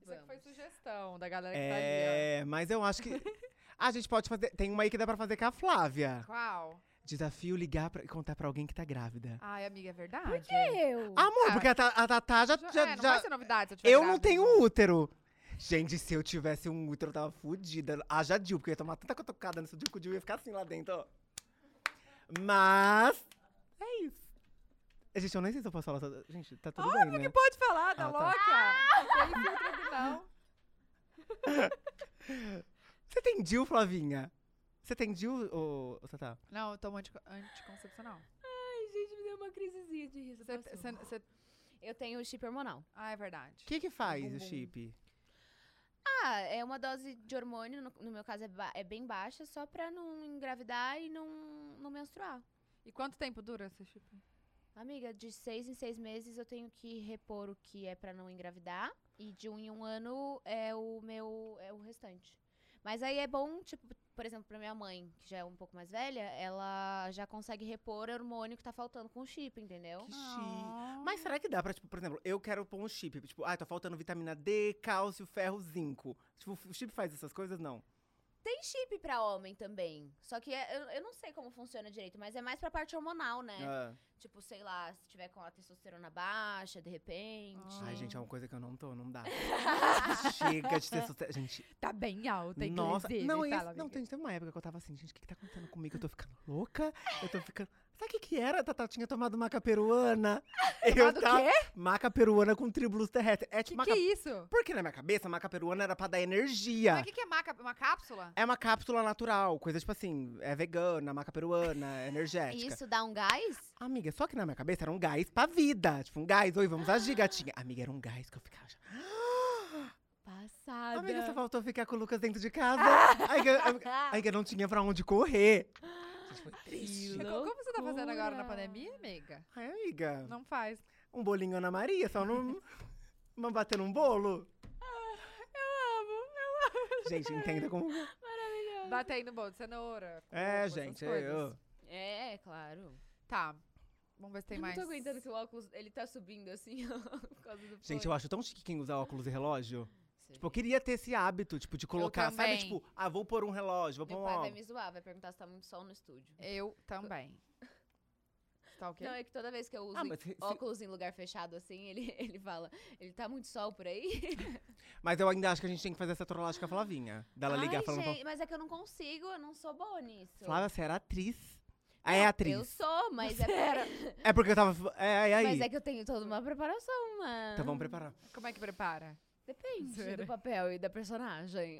Isso aqui foi
Vamos.
sugestão da galera que tá ali,
É, mas eu acho que. Ah, a gente pode fazer. Tem uma aí que dá pra fazer com a Flávia.
ó. Qual?
Desafio ligar pra, e contar pra alguém que tá grávida.
Ai, amiga, é verdade. Por
Eu.
Amor,
Ah,
porque a Ta- a Tatá já. já,
é, não
já-
vai ser novidade se eu tiver
eu não
grávida.
tenho um útero. Gente, se eu tivesse um útero, eu tava fudida. Haja Dil, porque eu ia tomar tanta cutucada nesse Dil que o Dil ia ficar assim lá dentro, ó. Mas. É isso. Eh, Gente, eu nem sei se eu posso falar. essa- Gente, tá tudo bem, né?
Pode falar, da
Ah, tá.
louca. Não tem filtro aqui, não.
Você tem Dil, Flavinha? Você tem Dil, ô, ô Tatá?
Não, eu tomo antico- anticoncepcional.
Ai, gente, me deu uma crisezinha de riso.
Você, tá-
passou.
você, você...
Eu tenho chip hormonal.
Ah, é verdade.
O que que faz
Bumbum.
o chip?
Ah, é uma dose de hormônio, no, no meu caso é, ba- é bem baixa, só pra não engravidar e não, não menstruar.
E quanto tempo dura esse chip?
Amiga, de seis em seis meses eu tenho que repor o que é pra não engravidar. E de um em um ano é o meu. é o restante. Mas aí é bom, tipo, por exemplo, pra minha mãe, que já é um pouco mais velha, ela já consegue repor o hormônio que tá faltando com o chip, entendeu?
Que chique.
Ah.
Mas será que dá pra, tipo, por exemplo, eu quero pôr um chip. Tipo, ah, tá faltando vitamina D, cálcio, ferro, zinco. Tipo, o chip faz essas coisas? Não.
Tem chip pra homem também. Só que é- eu, eu não sei como funciona direito, mas é mais pra parte hormonal, né?
Ah.
Tipo, sei lá, se tiver com a testosterona baixa, de repente.
Ah.
Ai, gente, é uma coisa que eu não tô, não dá. Chega de ter sucesso. Gente,
Tá bem alta,
nossa.
inclusive.
Não, isso,
fala,
não,
amiga.
tem, teve uma época que eu tava assim, gente, o que, que tá acontecendo comigo? Eu tô ficando louca? Eu tô ficando. Sabe o que, que era? A Tatá tinha tomado maca peruana.
Mas o quê?
Maca peruana com tribulus terrestre. É
Que
tipo maca.
que é isso?
Porque na minha cabeça, maca peruana era pra dar energia.
Mas o que, que é maca? Uma cápsula?
É uma cápsula natural, coisa tipo assim, é vegana, maca peruana, é energética.
Isso dá um gás?
Amiga, só que na minha cabeça era um gás pra vida. Tipo, um gás, oi, vamos agir, gatinha. Amiga, era um gás que eu ficava já.
Passada.
Amiga, só faltou ficar com o Lucas dentro de
Ah.
casa. Aí que eu- aí que eu não tinha pra onde correr. Gente, foi triste.
Mas Como, como você tá fazendo agora na
loucura.
pandemia, amiga?
Ai, amiga,
Não faz.
um bolinho Ana Maria, só não. Mas bater num bolo.
Ah,
Amo.
Gente, entenda como.
Bate aí no bolo de cenoura. com
É,
essas
gente,
coisas.
eu.
É, claro.
Tá. Vamos ver se tem
eu
mais.
não tô aguentando que o óculos, ele tá subindo assim, ó, por causa do
Gente, eu acho tão chique quem usa óculos e relógio.
Você
Tipo, eu queria ter esse hábito, tipo, de colocar, sabe?
também.
Tipo, ah, vou pôr um relógio, vou
vê.
pôr
Meu
um
pai vai
óculos.
me zoar, vai perguntar se tá muito sol no estúdio.
Eu também. Tá ok?
Não, é que toda vez que eu uso
Ah, mas, se- se-
óculos em lugar fechado assim, ele, ele fala, ele tá muito sol por aí?
mas eu ainda acho que a gente tem que fazer essa trollagem com a Flavinha. Dela ligar
Ai,
falando. pra-
gente, mas é que eu não consigo, eu não sou boa nisso.
Flávia, você era atriz. Ah, é atriz.
Eu sou, mas é,
É porque eu tava. É, é aí.
mas é que eu tenho toda uma preparação, mano.
Então vamos preparar.
Como é que prepara?
Depende
Zoeira.
do papel e da personagem.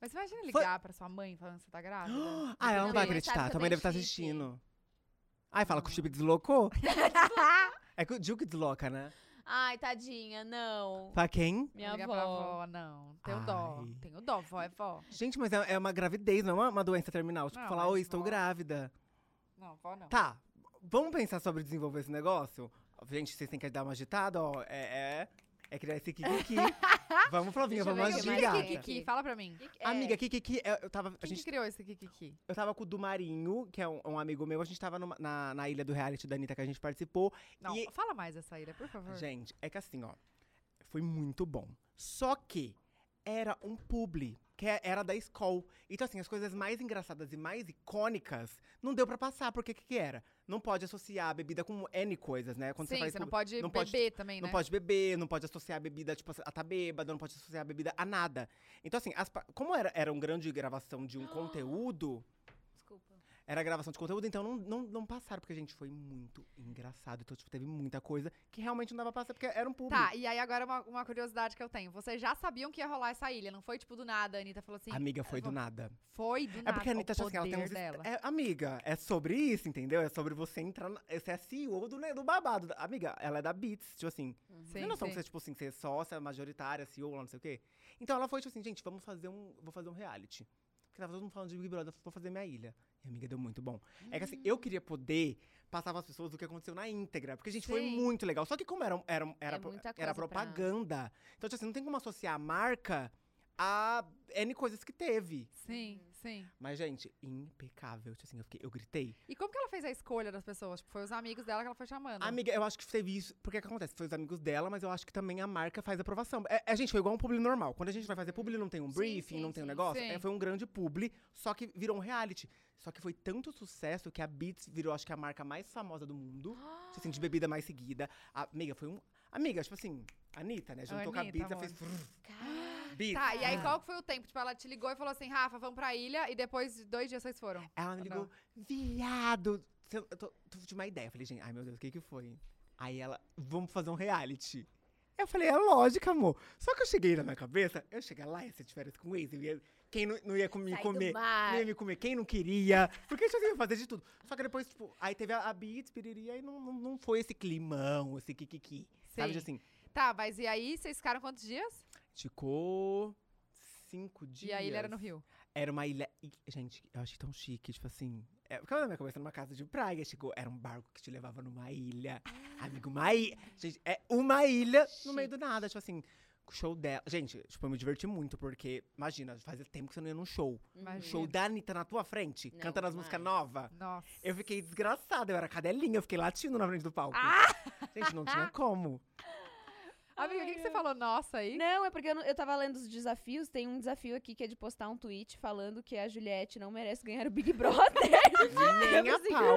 Mas imagina ligar pra sua mãe falando que você tá grávida.
Ah, ela não
Ela sabe que
vai acreditar.
eu
Também
tenho
deve estar
chip.
assistindo. Ai, fala que o chip deslocou. é que o Gil que desloca, né?
Ai, tadinha, não.
Pra quem?
Minha
Ligar pra
avó.
avó, não. Tenho dó.
Ai.
Tenho dó, vó é vó.
Gente, mas é é uma gravidez, não é uma- uma doença terminal. Tipo,
Não,
falar,
mas
oi, estou
vó-
grávida.
Não, vó não.
Tá, vamos pensar sobre desenvolver esse negócio? Gente, vocês têm que dar uma agitada, ó. É, é, é criar esse kikiki. vamos, Flavinha,
Deixa eu
vamos
ver o que mais
agitar.
tem.
Kikiki, Kiki, fala pra mim.
Que- é.
Amiga, kikiki, eu, eu tava. A
Quem
gente
que criou esse Kikiki?
Eu tava com o Dumarinho, que é um, um amigo meu. A gente tava numa- na, na ilha do reality da Anitta que a gente participou.
Não,
E-
fala mais essa ilha, por favor.
Gente, é que assim, ó. Foi muito bom. Só que era um publi, que é- era da escola. Então, assim, as coisas mais engraçadas e mais icônicas não deu pra passar, porque o que, que era? Não pode associar a bebida com N coisas, né? Quando
Sim,
você faz
não
publi-
pode
não pode-
beber também,
não
né?
pode beber, não pode associar a bebida, tipo, a tá bêbada, não pode associar a bebida a nada. Então, assim, as pa- como era, era uma grande gravação de um conteúdo,
Desculpa.
Era gravação de conteúdo, então não, não, não passaram, porque, gente, foi muito engraçado. Então, tipo, teve muita coisa que realmente não dava pra passar, porque era um público.
Tá, e aí agora uma, uma curiosidade que eu tenho. Vocês já sabiam que ia rolar essa ilha, não foi tipo do nada, a Anitta falou assim.
Amiga, foi do
vamos-
nada.
Foi do nada.
É porque a
o
Anitta achou assim, ela tem
poder
uns.
dela.
É, amiga, é sobre isso, entendeu? É sobre você entrar. Na, você é CEO do, né, do babado. da- Amiga, ela é da Beats, tipo assim. Você
Sim,
tem noção
sim.
que você, tipo assim, ser sócia, majoritária, CEO, lá, não sei o quê? Então ela foi, tipo assim, gente, vamos fazer um. Vou fazer um reality. Porque tava todo mundo falando de Big Brother, vou fazer minha ilha. E amiga, deu muito bom. É que assim, eu queria poder passar pras pessoas o que aconteceu na íntegra. Porque, gente, foi
Sim.
muito legal. Só que como era, um- era, um- era,
É
pro-
muita
era
coisa pra-
propaganda. Então, tipo assim, não tem como associar a marca a N coisas que teve.
Sim, Sim.
Mas, gente, impecável. Tipo assim, eu, fiquei- eu gritei.
E como que ela fez a escolha das pessoas? Tipo, foi os amigos dela que ela foi chamando.
Amiga, eu acho que teve isso. Porque o que acontece? Foi os amigos dela, mas eu acho que também a marca faz aprovação. É, é, gente, foi igual um publi normal. Quando a gente vai fazer publi, não tem um
Sim,
briefing,
sim,
não tem um
sim.
negócio.
Sim.
É, foi um grande publi, só que virou um reality. Só que foi tanto sucesso que a Beats virou, acho que, a marca mais famosa do mundo. Tipo assim, de bebida mais seguida. A- amiga, foi um. Amiga, tipo assim, a Anitta, né? Juntou com a
Anitta,
Beats, ela
amor.
fez.
Cara,
Beats.
Tá, e aí
Ah.
qual que foi o tempo? Tipo, ela te ligou e falou assim, Rafa, vamos pra ilha. E depois, de dois dias, vocês foram.
Ela me
Não.
ligou, viado. Cê- Eu tô, tô de uma ideia. Eu falei, gente, ai meu Deus, o que que foi? Aí ela, vamos fazer um reality. Eu falei, é lógico, amor. Só que eu cheguei na minha cabeça, eu chegar lá, ia ser de férias com o ex, eu ia- quem não, não ia com- me
Sair do
comer,
mar.
não ia me comer, quem não queria. Porque eu já ia fazer de tudo. Só que depois, tipo, aí teve a, a Beats, piriri, aí não, não, não foi esse climão, esse kikiki. Sabe,
Sim.
assim,
Tá, mas e aí, vocês ficaram quantos dias?
ficou cinco dias.
E a ilha era no Rio.
Era uma ilha. e, Gente, eu achei tão chique, tipo assim. É, ficava na minha cabeça numa casa de praia, chegou. Era um barco que te levava numa ilha. Amigo, uma ilha. Gente, é uma ilha no meio do nada, tipo assim. com o Show dela. Gente, tipo, eu me diverti muito, porque, imagina, fazia tempo que você não ia num show. Um
Imagina.
show da Anitta na tua frente,
Não,
cantando as músicas
demais.
novas.
Nossa.
Eu fiquei desgraçada, eu era cadelinha, eu fiquei latindo na frente do palco. Gente, não tinha como.
Amiga, o que, que você falou? Nossa aí?
Não, é porque eu, não- eu tava lendo os desafios. Tem um desafio aqui que é de postar um tweet falando que a Juliette não merece ganhar o Big Brother.
Nem a
assim,
pau.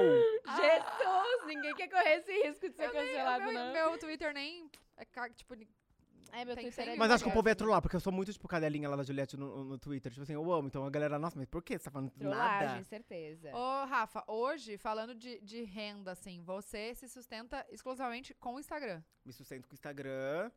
Jesus! Ninguém quer correr esse risco de ser cancelado,
meu,
não.
meu Twitter nem... É, ca- tipo, ni-
É, meu
Tem
Twitter
cem
é
Mas acho que o
Obrigada.
povo ia trollar, porque eu sou muito, tipo, cadelinha lá da Juliette no, no Twitter. Tipo assim, eu amo. Então a galera, nossa, mas por que você tá falando
Trollagem,
nada?
certeza.
Ô, Rafa, hoje, falando de, de renda, assim, você se sustenta exclusivamente com o Instagram.
Me sustento com o Instagram.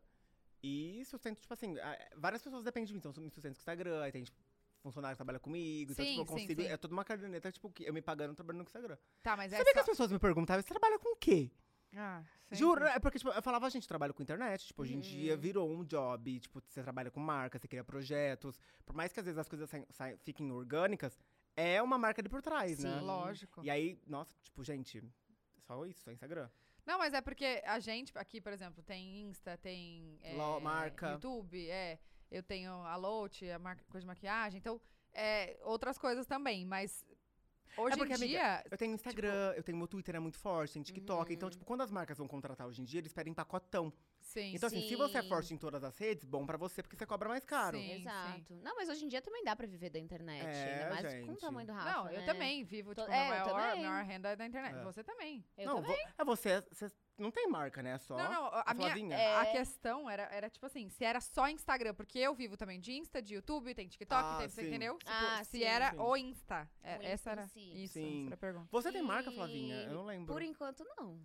E sustento, tipo assim, a- várias pessoas dependem de mim. Então eu me sustento com o Instagram, aí tem, tipo, funcionário que trabalha comigo. então,
Sim,
tipo, eu
sim,
consigo.
sim.
É toda uma caderneta, tipo, que eu me pagando trabalhando com o Instagram.
Tá, mas é
Sabia que
só...
as pessoas me perguntavam, você trabalha com o quê?
Ah, sempre.
Juro, é porque, tipo, eu falava, gente, eu trabalho com internet, tipo, hoje em dia
Hum.
Uhum.
virou um job, tipo, você trabalha com marca, você cria projetos. Por mais que às vezes as coisas saiam- saiam- fiquem orgânicas, é uma marca ali por trás, né?
Sim.
Lógico.
E aí, nossa, tipo, gente, só isso, só Instagram.
Não, mas é porque a gente, aqui, por exemplo, tem Insta, tem é,
Lo- marca.
YouTube, é. Eu tenho a Lote, a marca, coisa de maquiagem, então, é, outras coisas também, mas hoje
É porque,
em
amiga,
dia.
Eu tenho Instagram, eu tenho meu Twitter, é muito forte, tem TikTok. Então, tipo, quando as marcas vão contratar hoje em dia, eles pedem pacotão.
Uhum. Sim.
então, assim, se você é
Sim.
forte em todas as redes, bom pra você, porque você cobra mais caro.
Sim,
Exato. Não, mas hoje em dia também dá pra viver da internet.
É,
ainda mais com o
gente.
tamanho do Rafa.
não, eu
né?
também vivo,
Tô-
tipo,
é,
a
eu
maior,
também.
maior renda é da internet.
assim, É.
Você também.
Eu
não,
também.
vo- é você, você não tem marca, né? É Só.
não, não, a
é
minha,
sozinha.
A
É.
questão era, era tipo assim, se era só Instagram, porque eu vivo também de Insta, de YouTube, tem TikTok,
Ah,
tem, você
sim.
entendeu? Tipo,
Ah,
se
sim.
era
Sim.
o Insta. É,
O Insta
essa
em
era.
si.
Isso,
Sim.
essa era a pergunta.
Você tem marca, Flavinha?
E
Eu não lembro.
Por enquanto, não.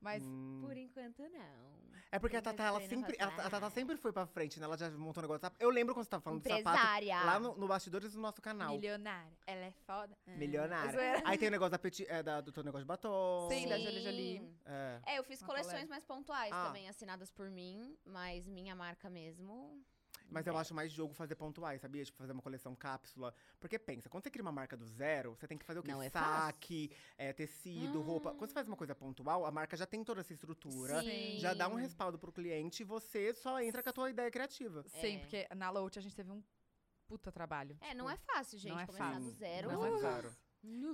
Mas
Hum.
Por enquanto, não.
É porque a
Não vai
Tata, ela
né,
querer
sempre, ela- a Tata
arrasar.
sempre foi pra frente, né? Ela já montou um negócio. de sapato. Eu lembro quando você tava falando de sapato.
Empresária.
Lá no, no bastidores do nosso canal.
milionária, ela é foda.
Milionária.
Zoeira.
Aí tem o negócio da, peti- é, da- do teu negócio de batom.
Sim, da Jolie Jolie.
Sim.
É.
É, eu fiz
Uma
coleções
colega.
mais pontuais
Ah.
também, assinadas por mim, mas minha marca mesmo.
Mas
não
eu
é.
acho mais jogo fazer pontuais, sabia? Tipo, fazer uma coleção cápsula. Porque pensa, quando você cria uma marca do zero, você tem que fazer o quê?
Não é fácil.
Saque, é, tecido, roupa. Quando você faz uma coisa pontual, a marca já tem toda essa estrutura.
Sim.
Já dá um respaldo pro cliente e você só entra com a tua ideia criativa.
Sim,
É.
porque na Lout a gente teve um puta trabalho.
É, não
tipo,
é fácil, gente,
não é
começar do
fácil.
zero.
Não é fácil.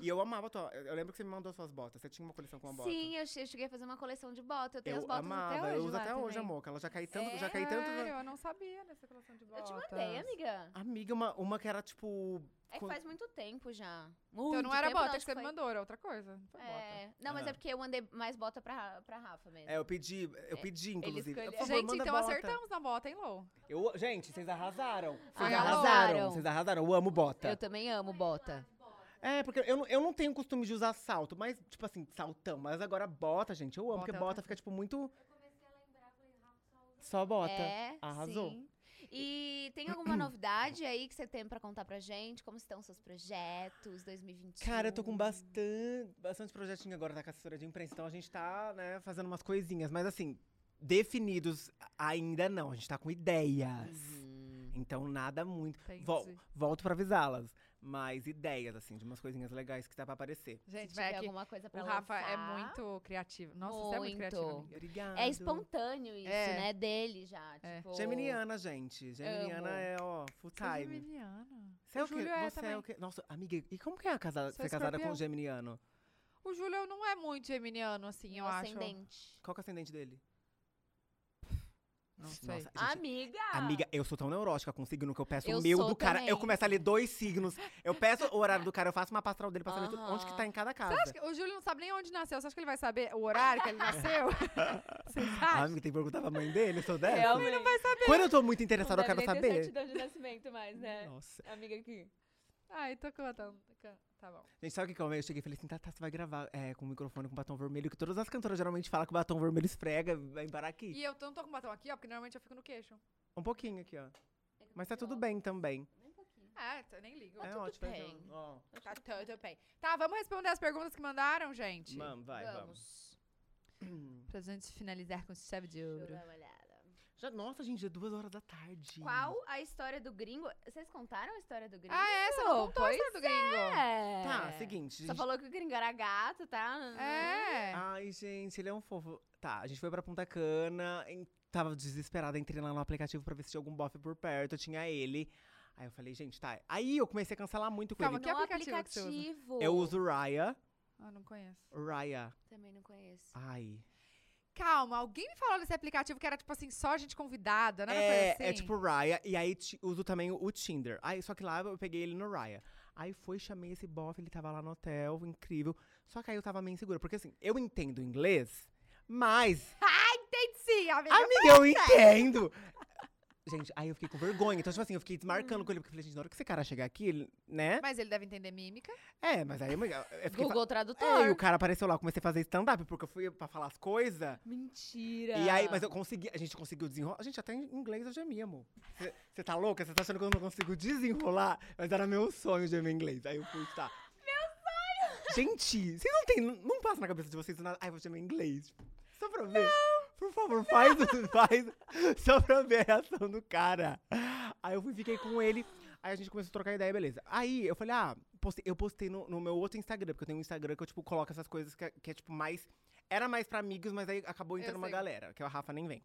E eu amava a tua. Eu lembro que você me mandou suas botas. Você tinha uma coleção com uma bota.
Sim, eu che- eu cheguei a fazer uma coleção de bota. Eu tenho as
Eu
botas
amava,
até hoje.
eu uso
lá
até hoje,
também.
amor. Que ela já cai tanto, já cai
Sério,
tanto. né? já-
eu não sabia dessa coleção de
É, Eu
botas.
te mandei, amiga.
Amiga, uma, uma que era tipo.
É que
Quando-
faz muito tempo já.
Então
Muito
não era
tempo,
bota
não,
que você me
foi-
mandou, era outra coisa. Não foi bota.
É. Não, mas
Ah.
é porque eu mandei mais bota pra, pra Rafa mesmo.
É, eu pedi, eu pedi, inclusive.
escolheu.
Por favor,
Gente,
manda
então
bota.
acertamos na bota, hein, Lou?
Eu, gente, vocês arrasaram. Vocês
Ai,
arrasaram.
arrasaram. Vocês arrasaram. Eu amo bota.
Eu também amo bota.
É, porque eu, não- eu não tenho costume de usar salto, mas, tipo assim, saltão. Mas agora bota, gente, eu amo,
Bota
porque
é
bota
outra
fica, tipo, muito. Só bota.
É,
Arrasou.
sim. E tem alguma novidade aí que você tem pra contar pra gente? Como estão seus projetos 2021?
Cara, eu tô com bastante, bastante projetinho agora, tá com a assessora de imprensa, então a gente tá, né, fazendo umas coisinhas. Mas assim, definidos ainda não, a gente tá com ideias.
Uhum.
Então nada muito.
Entendi.
Vol- volto pra avisá-las. Mas ideias, assim, de umas coisinhas legais que tá pra aparecer.
Gente,
Se
vai
tiver
aqui.
alguma coisa
O
pra
Rafa é
lançar.
muito criativo. Nossa, você é muito criativo,
Muito.
amiga.
Obrigado.
É espontâneo isso,
É.
né? Dele já.
É.
Tipo...
Geminiana, gente.
Amo.
Geminiana é, ó, full
Você é
time.
geminiana.
Você é o quê?
Júlio é
Você é
também.
o quê? Nossa, amiga, e como que é a casa-
Sou
ser casada com
escorpião.
um geminiano?
O Júlio não é muito geminiano, assim, eu
no
acho.
um ascendente.
Qual que é o ascendente dele?
Não sei. Ah,
Nossa, gente,
Amiga!
Amiga, eu sou tão neurótica com signo que eu peço
Eu
o meu
sou
do cara.
também.
Eu começo a ler dois signos. Eu peço o horário do cara, eu faço uma pastral dele pra saber tudo, onde que tá
Aham.
em cada casa.
Você acha que o Júlio não sabe nem onde nasceu? Você acha que ele vai saber o horário que ele nasceu? Você
Ah,
acha?
amiga, tem que perguntar pra mãe dele, eu sou dessa.
É,
Realmente. Não vai
Quando eu tô muito interessada, eu quero
Ter
saber.
certidão de nascimento mais, né?
Nossa.
Amiga aqui.
Ai, tô cantando. tô can- Tá bom.
Gente, sabe o que que eu amei? Eu cheguei e falei assim, tá, tá, você vai gravar é, com o microfone com batom vermelho, que todas as cantoras geralmente falam que o batom vermelho esfrega, vai parar aqui.
E eu tô- não tô com batom aqui, ó, porque normalmente eu fico no queixo.
Um pouquinho aqui, ó. Mas tá tudo bem também.
Ah, eu nem ligo.
Tá
é
tudo
ótimo. vai
bem.
ver, Ó,
Tá tudo bem. Tá, vamos responder as perguntas que mandaram, gente.
vamos, vai, vamos.
Vamos.
Pra gente finalizar com chave de
Deixa eu
ouro.
dar uma olhada.
Já, nossa, gente, é duas horas da tarde.
Qual a história do gringo? Vocês contaram a história do gringo?
Ah, é? Você não contou a
Pois
história do gringo?
é.
Tá, seguinte.
Só
gente-
falou que o gringo era gato, tá?
É.
Ai, gente, ele é um fofo. Tá, a gente foi pra Punta Cana, em- tava desesperada, entrei lá no aplicativo pra ver se tinha algum bofe por perto, tinha ele. Aí eu falei, gente, tá. Aí eu comecei a cancelar muito com
Calma,
ele.
que
No
aplicativo que você usa?
aplicativo.
Eu uso Raya.
Ah, não conheço.
Raya.
Também não conheço.
Ai.
Calma, alguém me falou desse aplicativo que era, tipo assim, só gente convidada, né?
É,
assim.
é tipo Raya. E aí ti- uso também o, o Tinder. Aí, só que lá eu peguei ele no Raya. Aí foi, chamei esse bofe, ele tava lá no hotel, incrível. Só que aí eu tava meio insegura. Porque assim, eu entendo inglês, mas
Sim, amiga.
Amiga, eu entendo. Gente, aí eu fiquei com vergonha. Então, tipo assim, eu fiquei desmarcando com ele, porque eu falei, gente, na hora que esse cara chegar aqui, ele- né?
Mas ele deve entender mímica.
É, mas aí eu, eu fiquei. fa-
Google
É, e
Tradutor.
o cara apareceu lá, eu comecei a fazer stand-up, porque eu fui pra falar as coisas.
Mentira.
E aí, mas eu consegui, a gente conseguiu desenrolar. Gente, até em inglês eu gemia, amor. Você tá louca? Você tá achando que eu não consigo desenrolar? Mas era meu sonho gemer em inglês. Aí eu fui, tá. Meu sonho! Gente, vocês não tem. Não passa na cabeça de vocês nada. Ai, vou gemer em inglês. Tipo, Só pra ver. Por favor, faz, faz. Só pra ver a reação do cara. Aí eu fui, fiquei com ele. Aí a gente começou a trocar ideia, beleza. Aí eu falei, ah, postei- eu postei no, no meu outro Instagram, porque eu tenho um Instagram que eu, tipo, coloco essas coisas que é, que é, tipo, mais. Era mais pra amigos, mas aí acabou
Eu
entrando uma
sei.
galera, que a Rafa nem vem.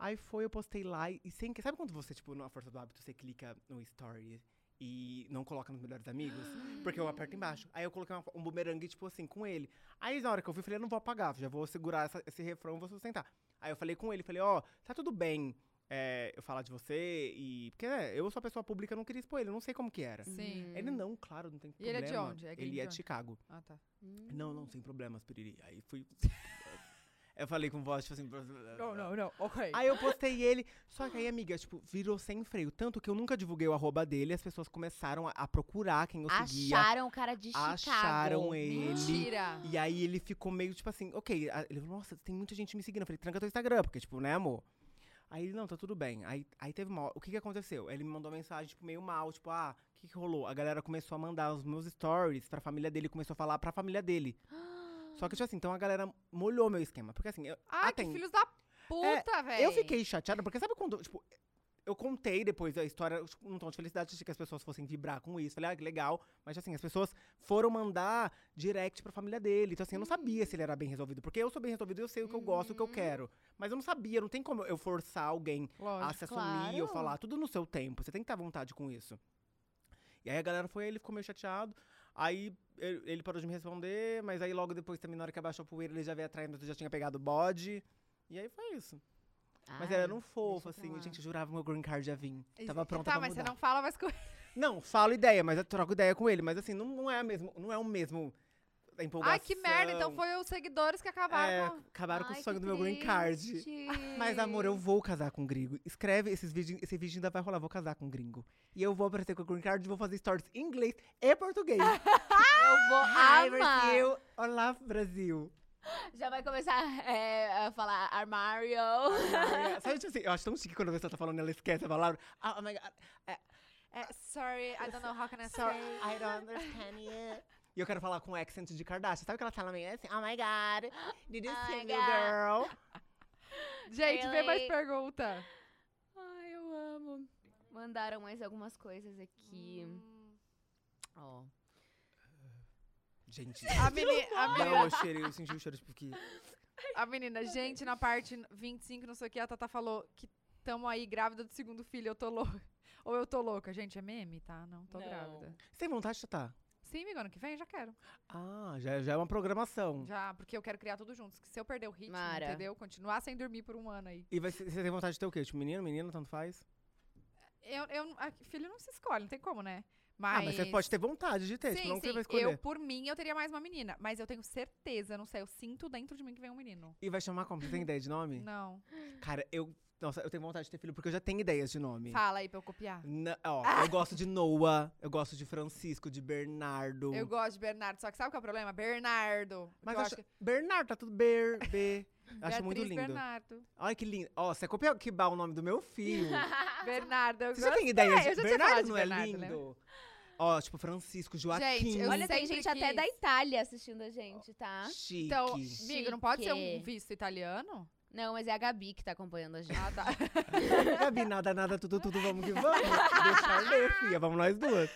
Aí foi, eu postei lá e e sem que. Sabe quando você, tipo, na força do hábito, você clica no story e não coloca nos melhores amigos? Porque eu aperto embaixo. Aí eu coloquei uma- um bumerangue, tipo assim, com ele. Aí na hora que eu vi, eu falei, eu não vou apagar, já vou segurar essa- esse refrão, vou sustentar. Aí eu falei com ele, falei, ó, tá tudo bem é, eu falar de você e. Porque, né, eu sou pessoa pública, eu não queria expor ele, eu não sei como que era.
Sim.
Ele não, claro, não tem
E ele
problema.
é de onde? É gringo
ele
de
é de
onde?
Chicago.
Ah, tá.
Hum.
Não, não, sem problemas, Piriri. Aí fui. eu falei com voz, tipo assim.
Não, não, não. Ok.
Aí eu postei ele, só que aí, amiga, tipo, virou sem freio. Tanto que eu nunca divulguei o arroba dele, as pessoas começaram a, a procurar quem eu seguia.
Acharam o cara de Chicago.
Acharam ele.
Mentira.
E aí ele ficou meio tipo assim, ok. a- Ele falou, nossa, tem muita gente me seguindo. Eu falei, tranca teu Instagram, porque, tipo, né, amor? Aí ele, não, tá tudo bem. Aí, aí teve uma hora- O que que aconteceu? Ele me mandou uma mensagem, tipo, meio mal, tipo, ah, o que que rolou? A galera começou a mandar os meus stories pra família dele, começou a falar pra família dele. Só que, tipo assim, então a galera molhou meu esquema. Porque assim, eu,
Ai,
Ah,
que
tem.
filhos da puta, velho.
eu fiquei chateada, porque sabe quando, tipo, eu contei depois a história tipo, num tom de felicidade, achei que as pessoas fossem vibrar com isso. Falei, ah, que legal. Mas assim, as pessoas foram mandar direct pra família dele. Então, assim, eu não sabia se ele era bem resolvido. Porque eu sou bem resolvido, eu sei o que eu gosto, o que eu quero. Mas eu não sabia, não tem como eu forçar alguém a
Lógico.
se assumir
claro.
ou falar. Tudo no seu tempo. Você tem que estar à vontade com isso. E aí a galera foi, ele ficou meio chateado. Aí ele ele parou de me responder, mas aí logo depois também, na hora que abaixou a poeira, ele já veio atrás, mas eu já tinha pegado o bode. E aí foi isso. Mas ele era um fofo,
deixa pra
assim.
lá.
Gente, eu jurava que meu green card ia vir. Tava pronta
Tá,
pra
mas
mudar.
você não fala mais com ele.
Não, falo ideia, mas eu troco ideia com ele. Mas assim, não, não é a mesmo, não é o mesmo a empolgação.
Ai, que merda. Então foi os seguidores que acabaram
É,
com...
acabaram com o sonho do meu green card. Mas, amor, eu vou casar com um gringo. Escreve esses vídeos, esse vídeo ainda vai rolar, vou casar com um gringo. E eu vou aparecer com o green card, vou fazer stories em inglês e português.
Eu vou
Ai,
amar.
Brasil. Olá, Brasil.
Já vai começar é, a falar armário.
Ai, Sabe, tipo assim, eu acho tão chique quando a pessoa tá falando, ela esquece a palavra. Ah, oh my God.
É, sorry, I don't know how can I
Sorry,
say.
I don't understand you. E eu quero falar com o accent de Kardashian. Sabe que ela fala meio assim? Oh my god, did you
Oh
see
my
me,
God."
girl?
Gente, vem mais
Really?
pergunta.
Hum. Ai, eu amo. Mandaram mais algumas coisas aqui. Ó.
Gente.
A, meni- a menina,
Não, eu cheirei, eu senti o cheiro, tipo, que.
a menina, gente, na parte 25, não sei o que, a Tata falou que tamo aí grávida do segundo filho, eu tô louca. Ou eu tô louca. Gente, é meme? Tá, não tô
Não.
grávida.
Você tem vontade de tá?
Sim, amigo, ano que vem já quero.
Ah, já, já é uma programação.
Já, porque eu quero criar tudo junto. que Se eu perder o ritmo,
Mara.
entendeu? Continuar sem dormir por um ano aí.
E vai ser- você tem vontade de ter o quê? Tipo, menino, menina, tanto faz?
Eu, eu, a- filho não se escolhe, não tem como, né?
Ah, mas você pode ter vontade de ter,
sim,
tipo, não que
sim.
você vai escolher.
Eu, por mim, eu teria mais uma menina. Mas eu tenho certeza, não sei, eu sinto dentro de mim que vem um menino.
E vai chamar como? Você tem ideia de nome?
Não.
Cara, eu. Nossa, eu tenho vontade de ter filho porque eu já tenho ideias de nome.
Fala aí pra eu copiar.
Na- ó, eu gosto de Noah, eu gosto de Francisco, de Bernardo.
Eu gosto de Bernardo, só que sabe qual é o problema? Bernardo.
Mas
que eu
acho- Bernardo, tá tudo ber, be. Acho muito
Beatriz
lindo.
Bernardo.
Ai, que lindo. Ó, você copiou que bal o nome do meu filho.
Ah. Bernardo, eu
Você já
gosto.
tem ideia?
tá eu já
de
tinha
Bernardo
falado de
não é
Bernardo, né?
lindo?
lembra?
Ó, tipo, Francisco, Joaquim.
eu
Olha, tem
sempre
gente até
quis.
da Itália assistindo a gente, tá?
Chique.
Então, amigo, não pode ser um
Chique.
visto italiano?
Não, mas é a Gabi que tá acompanhando a gente.
Ah, tá.
Gabi, nada, nada, tudo, tudo, vamos que vamos. Deixa eu ler, filha, vamos nós duas.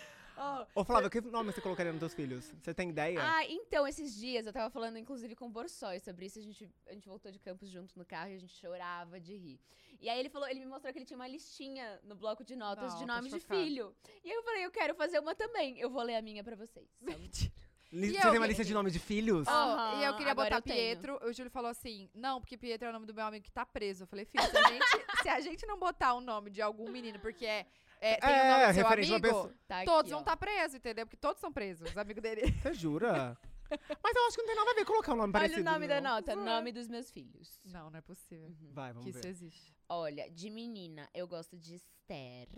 Ô, Flávia, que nome você colocaria nos seus filhos? Você tem ideia?
Ah, então, esses dias eu tava falando, inclusive, com o Borsói sobre isso. A gente, a gente voltou de Campos junto no carro e a gente chorava de rir. E aí ele falou, ele me mostrou que ele tinha uma listinha no bloco de notas
Não,
de
tô
nomes de
chocada.
filho. E aí eu falei, eu quero fazer uma também. Eu vou ler a minha pra vocês.
Mentira.
Li-
e
você
eu,
tem uma
gente?
lista de nome de filhos?
Ó,
Aham,
e eu queria
agora
botar
eu tenho.
Pietro. O Júlio falou assim: não, porque Pietro é o nome do meu amigo que tá preso. Eu falei, filho, se a gente, se a gente não botar o nome de algum menino, porque é. é, tem o nome do seu
referente a uma
amigo,
pessoa.
Tá
todos
aqui,
vão
ó.
estar presos, entendeu? Porque todos são presos, os amigos dele.
Você jura? Mas eu acho que não tem nada a ver colocar um nome
Olha
parecido.
o nome da
não.
nota, nome dos meus filhos.
Não, não é possível
Vai,
que
vamos
isso
ver.
existe.
Olha, de menina, eu gosto de Esther.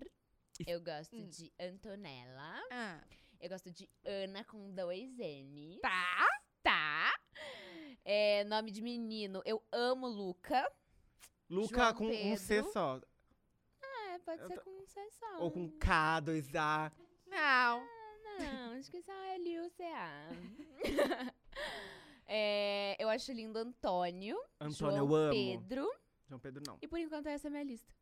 Es-
Eu gosto
Hum.
de Antonella.
Ah,
Eu gosto de Ana com dois N.
tá.
Tá. É, nome de menino, eu amo Luca.
Luca
João
com um C
Pedro.
só.
É, pode
Eu
ser
tô-
com um C só.
Ou com K, 2A.
Não.
Não, acho que só é L U C A. É, eu acho lindo Antônio.
Antônio,
João
eu amo.
Pedro.
João Pedro, não.
E por enquanto essa é a minha lista.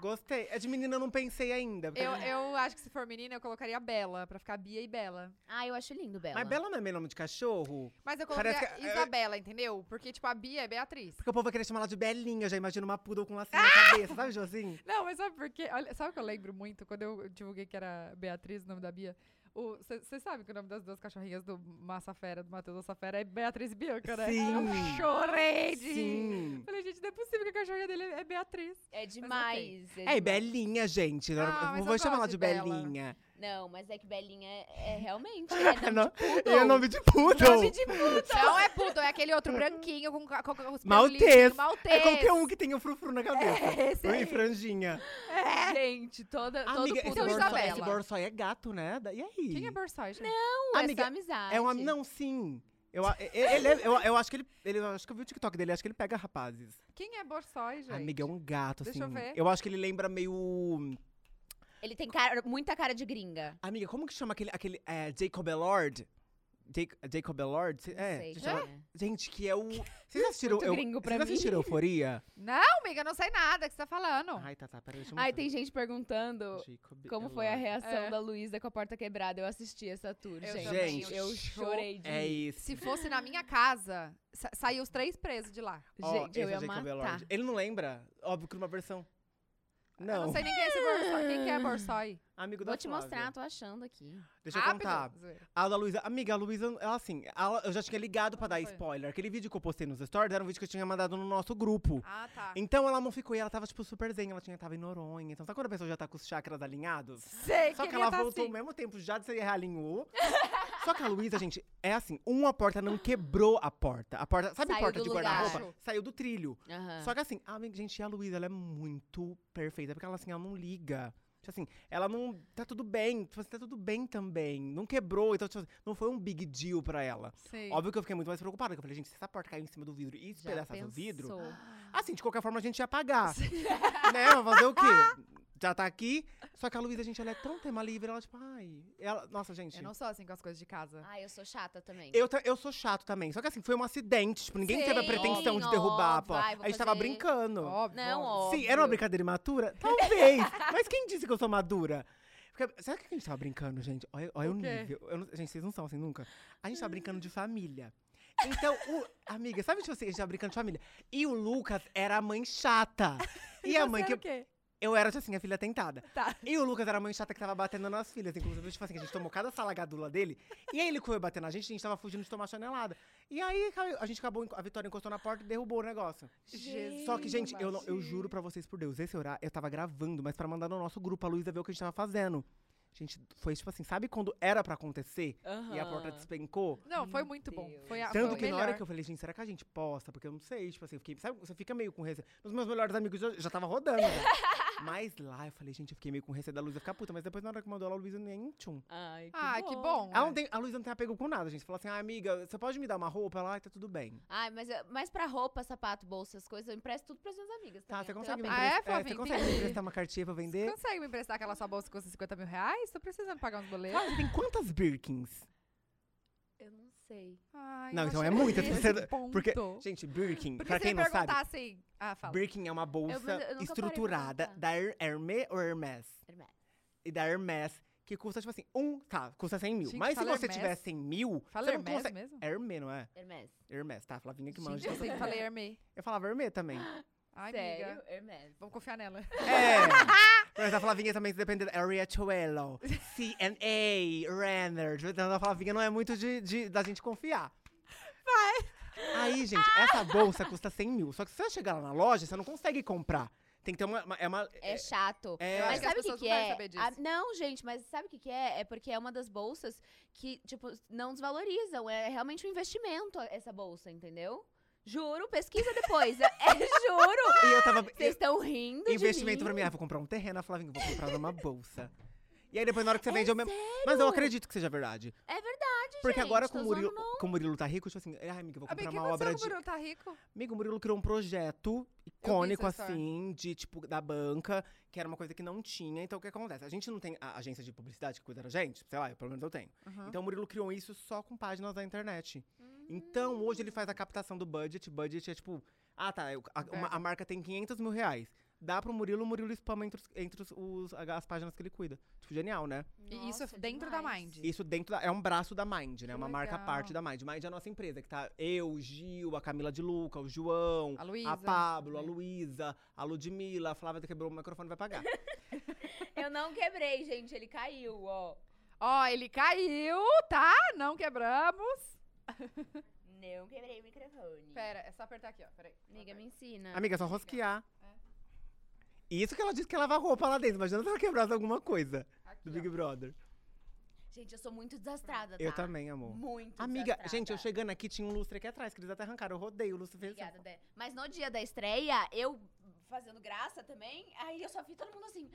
Gostei. É de menina, eu não pensei ainda.
Hum.
porque-
Eu, eu acho que se for menina, eu colocaria Bela, pra ficar Bia e Bela.
Ah, eu acho lindo Bela.
Mas Bela não é meu nome de cachorro?
Mas eu coloquei
Parece
a
que- é,
Isabela, entendeu? Porque, tipo, a Bia é Beatriz.
Porque o povo vai querer chamar ela de Belinha. Eu já imagino uma poodle com lacinho na cabeça. Sabe, assim? Josim?
Não, mas sabe por quê? Olha, sabe o que eu lembro muito? Quando eu divulguei que era Beatriz, o nome da Bia. Você sabe que o nome das duas cachorrinhas do Massa Fera, do Matheus Massa Fera, é Beatriz e Bianca, né?
Sim.
Eu chorei de... rir.
Sim.
Falei, gente, não é possível que a cachorrinha dele é Beatriz.
É demais.
É, e
demais.
Belinha, gente. Eu
Ah,
não
mas
vou
eu
chamar ela
gosto
de
de Bela.
Belinha.
Não, mas é que Belinha é, é realmente. É
Não,
nome de poodle.
É
Nome
nome de poodle.
de poodle.
Não é puto, é aquele outro branquinho com, ca- com, com os pelos
Maltês.
lisinhos, Maltês.
É qualquer um que tenha o frufru na cabeça.
É esse
Oi,
aí.
franjinha.
É. Gente, toda,
Amiga,
todo
esse
poodle
poodle
Borsoi-
é
Borsói,
Isabela.
esse Borsói é gato, né? Da- E aí?
Quem é Borsói, gente?
Não, é
Amiga,
só amizade.
É um am- Não, sim. Eu, a- e- ele é- eu, eu acho que ele, ele- Eu acho que eu vi o TikTok dele, acho que ele pega rapazes.
Quem é Borsói, gente?
Amiga, é um gato, assim.
Deixa eu ver.
acho que ele lembra meio.
Ele tem cara- muita cara de gringa.
Amiga, como que chama aquele. aquele é, Jacob Elord? Jac- Jacob Elord? Cê- É.
Sei,
gente,
quem
ela-
é.
gente, que é o. Vocês já assistiram.
Muito
eu,
gringo pra
vocês já
mim.
assistiram Euforia?
Não, amiga, eu não sei nada que você tá falando.
Ai, tá, tá, peraí, deixa eu
Ai,
mostrar.
tem gente perguntando
Jacob
como foi a
Elord.
reação
É.
da Luísa com a porta quebrada. Eu assisti essa tour,
Eu
gente.
também,
Gente,
eu chorei de
É
rir.
isso.
Se fosse na minha casa, sa saiu os três presos de lá.
Ó,
Gente, eu
esse é
ia
o Jacob
matar.
Elord. Ele não lembra? Óbvio que numa versão. Não,
Eu não sei nem quem é esse Borsói. Quem que é Borsói?
amigo da
Vou te
Flávia.
mostrar, tô achando aqui.
Deixa eu contar.
zoeira.
A da Luísa. Amiga, a Luísa, ela assim, ela- eu já tinha ligado pra dar
Foi.
spoiler. Aquele vídeo que eu postei nos stories era um vídeo que eu tinha mandado no nosso grupo.
Ah, tá.
Então ela não ficou, e ela tava, tipo, super zen, ela tinha, tava em Noronha. Então, sabe quando a pessoa já tá com os chakras alinhados?
Sei,
Só que
queria
ela
tá
voltou um ao
assim.
mesmo tempo, já se realinhou. Só que a Luísa, gente, é assim, uma porta não quebrou a porta. A porta, sabe
Saiu
porta
do
de
lugar.
guarda-roupa? Saiu do trilho.
Aham.
Só que assim, a minha- gente, a Luísa, ela é muito perfeita, porque ela assim, ela não liga. Tipo assim, ela não. Tá tudo bem, tipo assim, tá tudo bem também. Não quebrou, então, tipo assim, não foi um big deal pra ela.
Sei.
Óbvio que eu fiquei muito mais preocupada, que eu falei, gente, se essa porta caiu em cima do vidro e
Já
espedaçasse o
pensou.
vidro. Assim, de qualquer forma, a gente ia pagar. né? Vai fazer o quê? Já tá aqui. Só que a Luísa, gente, ela é tão tema livre, ela, tipo, ai. Ela, nossa, gente.
Eu não sou assim com as coisas de
Ah,
casa.
Ai, Ah, eu sou chata também.
Eu, ta- eu sou chato também. Só que assim, foi um acidente. Tipo, ninguém teve a
Sim,
pretensão de
ó,
derrubar a pó.
vai,
A
vou
gente tava
fazer-
brincando.
Óbvio.
Não,
óbvio.
ó.
Sim, era uma brincadeira imatura? Talvez. Mas quem disse que eu sou madura? Porque, sabe o que a gente tava brincando, gente? Olha, olha o,
O quê? Hum.
nível. Eu não- gente, vocês não são assim nunca. A gente tava brincando de família. Então, o- amiga, sabe tipo assim, a gente tava brincando de família. E o Lucas era a mãe chata. E, a mãe que. Eu era, tipo assim, a filha tentada.
Tá.
E o Lucas era a mãe chata que tava batendo nas filhas. Inclusive, tipo assim, a gente tomou cada salagadula dele. E aí ele foi bater na gente, a gente tava fugindo de tomar chanelada. E aí caiu- a gente acabou, a Vitória encostou na porta e derrubou o negócio.
Jesus.
Só que, gente, eu, não- eu juro pra vocês por Deus, esse horário eu tava gravando, mas pra mandar no nosso grupo, a Luísa ver o que a gente tava fazendo. Gente, foi tipo assim, sabe quando era pra acontecer e a porta despencou?
Não, foi
Meu
muito Tá bom.
Deus.
Foi a
Tanto
foi o
que na hora
melhor.
que eu falei, gente, será que a gente posta? Porque eu não sei, tipo assim, eu fiquei, sabe, você fica meio com receio. Os meus melhores amigos já, já tava rodando, né? Mas lá eu falei, gente, eu fiquei meio com receio da Luísa ficar puta, mas depois na hora que mandou ela, a Luísa nem tchum.
Ai, que
Ah,
bom.
que bom.
Ela não tem, a Luísa não tem apego com nada, gente. Falou assim, ah, amiga, você pode me dar uma roupa? Ela, ai, tá tudo bem.
Ai, mas, eu- mas pra roupa, sapato, bolsa, essas coisas, eu empresto tudo pras minhas amigas. também,
Tá,
então
você
não
consegue,
tenho
me
Ah,
apego.
é,
emprestar-
Flavinha?
você consegue me
Entendi.
emprestar uma cartinha pra vender?
Consegue me emprestar aquela sua bolsa que custa 50 mil reais? Tô precisando pagar uns boletos.
Cara, você tem quantas Birkins?
Eu não sei.
Ai,
Não,
eu
então é
cheguei
muita,
nesse
você-
ponto.
Porque, gente, Birkin,
Porque
pra
se
quem
me
não sabe,
perguntasse... Ah, fala.
Birkin é uma
eu nunca
bolsa
parei pra
estruturada
pensar.
da Her- Hermé ou Hermès?
Hermès.
E da Hermès, que custa, tipo assim, um, tá, custa 100 mil.
Gente,
Mas se
fala
você
Hermès.
tiver 100 mil,
Fala
você não
Hermès
consegue...
mesmo?
Hermé, não é?
Hermès.
Hermès, tá, Flavinha que
Gente,
manja.
eu sempre falei Hermê.
Eu falava Hermé também.
Ai,
Sério?
amiga.
Hermès.
Vamos confiar nela.
É. Mas a Flavinha também se depende da é Riachuelo, CNA, Renner. Então a Flavinha não é muito de, de- da gente confiar. Vai. Aí, gente, essa bolsa custa 100 mil. Só que se você chegar lá na loja, você não consegue comprar. Tem que ter uma. uma- é uma
É chato.
É. Eu
Mas
acho que
as
sabe o que,
pessoas
que
não devem
é?
saber disso.
Ah, não, gente, mas sabe o que, que é? É porque é uma das bolsas que, tipo, não desvalorizam. É realmente um investimento essa bolsa, entendeu? Juro, pesquisa depois. é, juro!
E eu tava.
Vocês estão rindo.
investimento
de mim.
pra mim. Ah, vou comprar um terreno, a Flavinha, vou comprar uma bolsa. E aí depois, na hora que você vende, eu mesmo.
É sério?
Mas eu acredito que seja verdade.
É verdade,
Porque
gente,
agora
tô
com o,
zoando,
Murilo,
não.
com o Murilo tá rico, tipo assim, ai, amiga, eu vou comprar
Amiga, o que
uma obra
aconteceu com
de
o Bruno? Tá rico?
Amigo, o Murilo criou um projeto icônico,
essa história.
assim, de tipo, da banca, que era uma coisa que não tinha. Então, o que acontece? A gente não tem a agência de publicidade que cuida da gente, sei lá, eu, pelo menos eu tenho.
Aham.
Então, o Murilo criou isso só com páginas da internet. Então, hoje ele faz a captação do budget. Budget é tipo, ah tá, eu- a, uma- a marca tem 500 mil reais. Dá pro Murilo, o Murilo spama entre, os- entre os- os- as páginas que ele cuida. Tipo, genial, né?
E isso é
Nossa,
dentro da
demais.
Mind.
Isso dentro da, é um braço da Mind, né?
Que
uma marca à
legal.
parte da Mind. Mind é a nossa empresa, que tá eu, o Gil, a Camila de Luca, o João,
A
a
Luísa.
Pablo, a
né?
Luísa, a Ludmilla, a Flávia quebrou o microfone vai pagar.
Eu não quebrei, gente. Ele caiu, ó.
Ó, ele caiu, tá? Não quebramos.
Não quebrei o microfone.
Pera, é só apertar aqui, ó. Peraí.
Amiga,
Aperta.
me ensina.
Amiga, é só rosquear. Isso que ela disse que lava roupa lá dentro. Imagina se ela quebrasse alguma coisa do
Aqui,
Big Brother.
Gente, eu sou muito desastrada, tá?
Eu também, amor.
Muito
Amiga,
desastrada.
gente, eu chegando aqui, tinha um lustre aqui atrás, que eles até arrancaram. Eu rodei o lustre. Fez
Obrigada, Dé. Mas no dia da estreia, eu fazendo graça também, aí eu só vi todo mundo assim.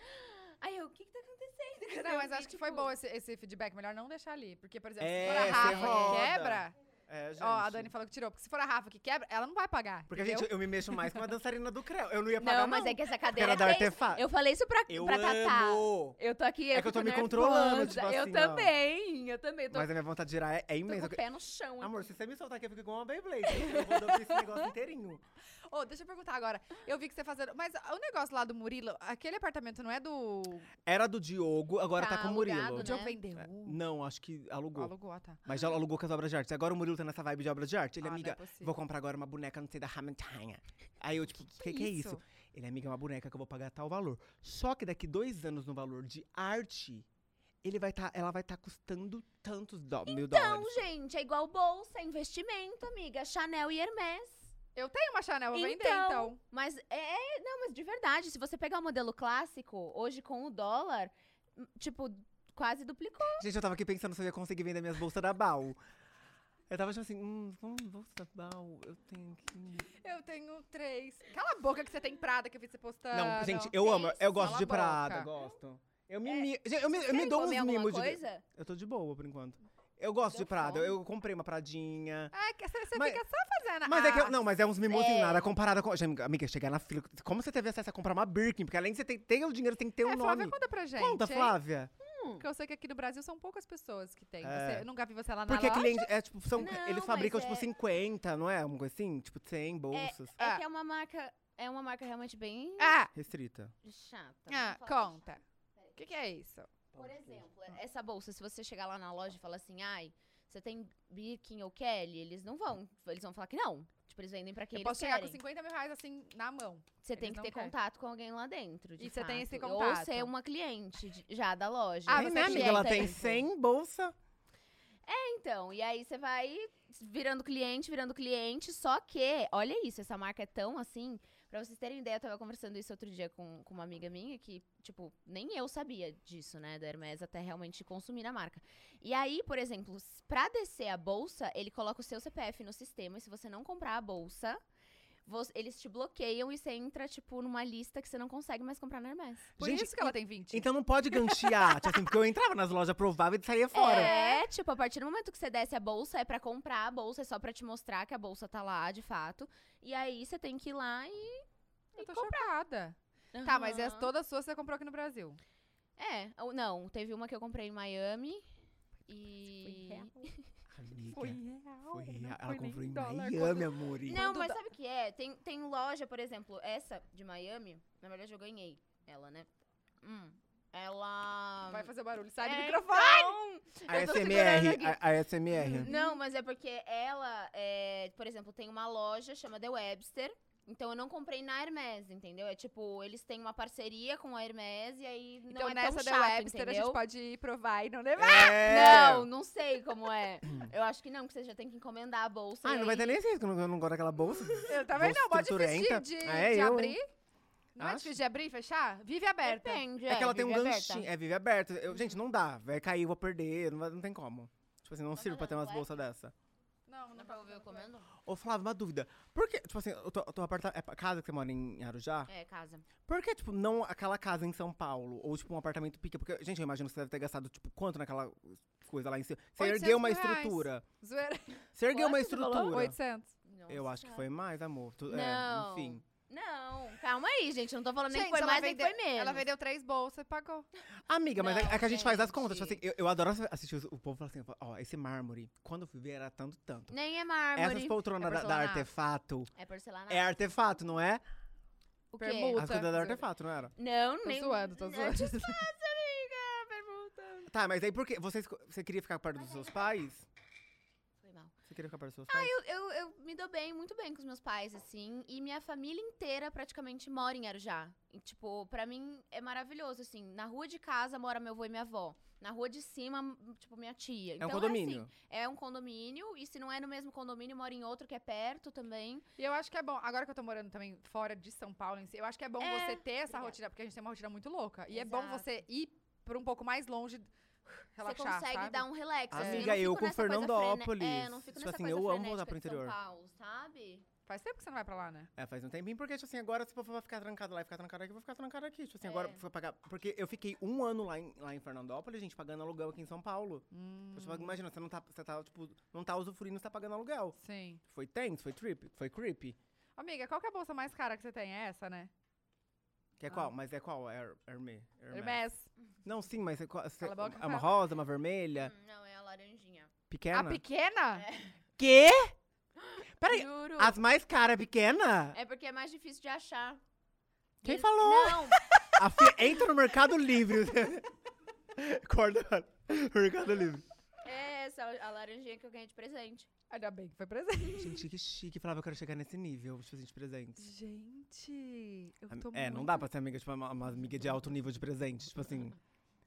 Aí eu, o que que tá
ó.
acontecendo?
Não,
Eu
mas
vi,
acho que foi
tipo,
bom esse, esse feedback. Melhor não deixar ali. Porque, por exemplo,
É,
se for a
você
Rafa
roda.
que quebra...
É, gente.
Ó, a Dani falou que tirou. Porque se for a Rafa que quebra, ela não vai pagar,
Porque,
entendeu?
gente, eu me mexo mais com a dançarina do Creu. Eu não ia pagar,
Não,
não.
mas é que essa
tá Porque
cadeira
era da
tem-
artefato.
Eu falei isso pra,
Eu
pra Tatá.
amo!
Eu tô aqui.
É que
fico
eu tô me
nervosa.
controlando, tipo
Eu
assim, ó.
também, eu também. Eu tô,
Mas a minha vontade de girar é,
Então,
é
tô com
imensa.
o pé no chão.
Amor, se você me soltar aqui, eu fico igual uma Beyblade. Eu vou dobrar esse negócio inteirinho.
Ô, deixa eu perguntar agora. Eu vi que você fazendo. Mas o negócio lá do Murilo, aquele apartamento não é do.
Era do Diogo, agora tá,
Tá
com o Murilo. É.
alugado,
O
né?
Diogo vendeu.
Não, acho que alugou.
Alugou, ah, tá.
Mas já alugou com as obras de arte. Agora o Murilo tá nessa vibe de obra de arte. Ele,
Ah, não é
amiga,
possível.
vou comprar agora uma boneca, não sei, da Hamantanha. Aí eu, tipo, o que, que é isso? Ele, amiga, é uma boneca que eu vou pagar tal valor. Só que daqui dois anos no valor de arte, ele vai tá, ela vai estar custando tantos dó, mil
Então,
dólares.
gente, é igual bolsa, é investimento, amiga. Chanel e Hermès.
Eu tenho uma Chanel, eu vender,
Então.
então.
Mas é, é- não, mas de verdade, se você pegar o modelo clássico, hoje com o dólar, m- tipo, quase duplicou.
Gente, eu tava aqui pensando se eu ia conseguir vender minhas bolsas da Bal. Eu tava tipo assim, hum, hum, bolsa da Bal, eu tenho que...
então. Eu tenho três. Cala a boca que você tem Prada que eu vi você postando.
Não, gente, eu amo. Eu gosto de
Cala a
Prada,
boca.
gosto. Eu me, mi- gente, eu me, eu me
Quer
dou
né, comer
uns
alguma
mimos de...
coisa?
Eu tô de boa, por enquanto. Eu gosto
Deu
de Prada.
fome.
Eu comprei uma Pradinha.
É, que você, você
Mas-
fica só fazendo. Ah,
Mas é que. eu-
a-
Não, mas é uns mimosinhos
É.
nada comparado com. Gente, Amiga, chegar na fila. Como você teve acesso a comprar uma Birkin? Porque além de você ter, ter o dinheiro, tem que ter um
É, Flávia,
nome.
conta pra gente.
Conta,
hein?
Flávia.
Porque eu sei que aqui no Brasil são poucas pessoas que têm.
É.
Você- eu nunca vi você lá na
Porque
loja.
cliente. É, tipo, são,
Não,
eles
mas
fabricam, tipo,
é-
50, não é? Uma coisa assim? Tipo, 100 bolsas.
É
Ah.
que é uma marca, é uma marca realmente bem
Ah,
Restrita.
chata.
ah
Vamos falar que é
conta. O que, que é isso?
Por exemplo,
Ah.
essa bolsa, se você chegar lá na loja e falar assim, ai, você tem Birkin ou Kelly, eles não vão. Eles vão falar que não. Tipo, eles vendem pra quem
Eu
eles
posso chegar
querem.
com 50 mil reais assim na mão.
Você tem
eles
que
não
ter
querem.
contato com alguém lá dentro, de
E você tem esse
fato. Ou
contato.
ser uma cliente de- já da loja.
Ah,
Aí,
você
né,
que
amiga? Ela
Cliente,
tem
tipo,
100 bolsa.
Então, e aí você vai virando cliente, virando cliente, só que, olha isso, essa marca é tão assim, pra vocês terem ideia, eu tava conversando isso outro dia com, com uma amiga minha que, tipo, nem eu sabia disso, né, da Hermes, até realmente consumir a marca. E aí, por exemplo, s- pra descer a bolsa, ele coloca o seu CPF no sistema e se você não comprar a bolsa, vo- eles te bloqueiam e você entra, tipo, numa lista que você não consegue mais comprar na Hermes.
Por
Gente,
isso que ela tem 20.
Então não pode ganchear. tipo assim, porque eu entrava nas lojas prováveis e saía fora.
É, tipo, a partir do momento que você desce a bolsa, é pra comprar a bolsa, é só pra te mostrar que a bolsa tá lá, de fato. E aí você tem que ir lá e.
eu tô chocada. Tá, mas as,
Aham.
todas as suas você comprou aqui no Brasil.
É, ou- não, teve uma que eu comprei em Miami. E. é?
real.
Amiga, foi
não
real.
foi
Ela
nem
comprou em
dólar.
Miami, amor.
Não,
Quando
mas
dá-
sabe o que é? Tem, tem loja, por exemplo, essa de Miami, na verdade eu ganhei ela, né? Hum, ela.
Vai fazer barulho. Sai do
É,
microfone.
então,
A
eu tô segurando
SMR,
aqui.
a, a SMR.
Não, mas é porque ela, é, por exemplo, tem uma loja chama The Webster. Então eu não comprei na Hermes, entendeu? É tipo, eles têm uma parceria com a Hermes e aí não
Então
é
nessa
tão
da
chato,
Webster a
entendeu?
gente pode ir provar e não levar.
É.
Ah, Não, não sei como é. Eu acho que não, que você já tem que encomendar a bolsa.
Ah,
e
não vai
aí-
ter nem ciência que eu não, eu não gosto daquela bolsa.
Eu também
Bolsa
não. Pode
estruturenta.
difícil de,
É,
de
eu,
abrir. Não é
Acho.
difícil de abrir e fechar? Vive aberta.
Depende,
É que ela tem um
vive aberta.
ganchinho. É, vive aberto. Eu- gente, não dá. Vai cair, eu vou perder. Não, vai- não tem como. Tipo assim, não
Tá
sirvo pra ter
valendo,
umas
é?
bolsas dessa.
Não,
Dá pra ouvir eu comendo?
Ô, Flávio, uma dúvida. Por que, tipo assim, eu tô, eu tô aparta- É pa- casa que você mora em Arujá?
É, casa.
Por que, tipo, não aquela casa em São Paulo? Ou, tipo, um apartamento pica? Porque, gente, eu imagino que você deve ter gastado, tipo, quanto naquela coisa lá em cima? Você
800
ergueu uma
mil reais.
estrutura.
Zoeira.
Você ergueu uma
Quanto que falou?
estrutura.
800.
Eu
Nossa
acho que
senhora.
foi mais, amor. Tu- É,
Não.
enfim.
Não, calma aí, gente. eu Não tô falando nem
Gente,
que foi
ela
mais,
vendeu-
nem que foi menos.
Ela vendeu três bolsas e pagou.
Amiga, mas é-
Não,
é que a gente faz as
gente.
contas. Tipo assim, eu, eu adoro assistir os- o povo falar assim, ó, esse mármore, quando eu fui ver, era tanto, tanto.
Nem é
Essas
mármore.
poltronas
É
da- da,
porcelanato.
artefato.
É porcelanato.
É artefato, não é?
o quê?
bermuda. Puta,
As coisas da
zoeira.
artefato, não era?
Não,
Tô
nem.
zoando, tô
Não,
zoando.
Ah, pergunta.
Tá, mas aí por quê? Você, esco- você queria ficar perto dos seus pais?
Foi mal.
Você queria ficar perto dos seus pais?
Ah, Eu, eu, eu me dou bem, muito bem com os meus pais, assim. E minha família inteira praticamente mora em Arujá. E, tipo, pra mim é maravilhoso, assim. Na rua de casa mora meu avô e minha avó. Na rua de cima, m- tipo, minha tia.
é
Então,
um
É,
condomínio.
assim, é um condomínio. E se não é no mesmo condomínio, mora em outro que é perto também.
E eu acho que é bom, agora que eu tô morando também fora de São Paulo, em si, eu acho que é bom
É,
você ter essa
obrigada.
rotina, porque a gente tem uma rotina muito louca. E é
Exato.
bom você ir pra um pouco mais longe, relaxar,
Você consegue
sabe?
dar um relax. assim,
Amiga,
eu,
eu
não fico
com
nessa coisa
Fernandópolis.
Frene... É, eu não fico
Tipo
nessa
assim,
coisa
eu amo
frenética
voltar pro
de São
interior.
Paulo, sabe?
Faz tempo que você não vai pra lá, né?
É, faz um tempinho, porque, tipo assim, agora se for pra ficar trancado lá e ficar trancado aqui, eu vou ficar trancado aqui. Tipo assim, agora
É.
foi pagar. Porque eu fiquei um ano lá em, lá em Fernandópolis, gente, pagando aluguel aqui em São Paulo.
Hum,
Então,
Uhum.
tipo, imagina, você não tá, você tá, tipo, não tá usufruindo, você tá pagando aluguel.
Sim.
Foi tenso, foi trip, foi creepy.
Amiga, qual que é a bolsa mais cara que você tem? É essa, né?
Que é qual? Mas é qual? É Her- Hermé. Hermé.
Hermes.
Não, sim, mas é, qual- se-
Cala a boca,
é uma
fala.
rosa, uma vermelha,
Hum, Não, é a laranjinha.
A
pequena.
pequena?
Quê? Peraí,
Juro.
as mais caras é pequena?
É porque é mais difícil de achar.
Quem
Eles-
falou?
Não,
A fi- entra no Mercado Livre. Acorda, Mercado Livre.
É essa, a laranjinha que eu ganhei de presente.
Ainda bem que foi presente.
Gente, que chique. Falava, eu quero chegar nesse nível, tipo assim, de presente.
Gente, eu tô
É, não
muito-
dá pra ser amiga, tipo, uma, uma amiga de alto nível de presente. Tipo assim,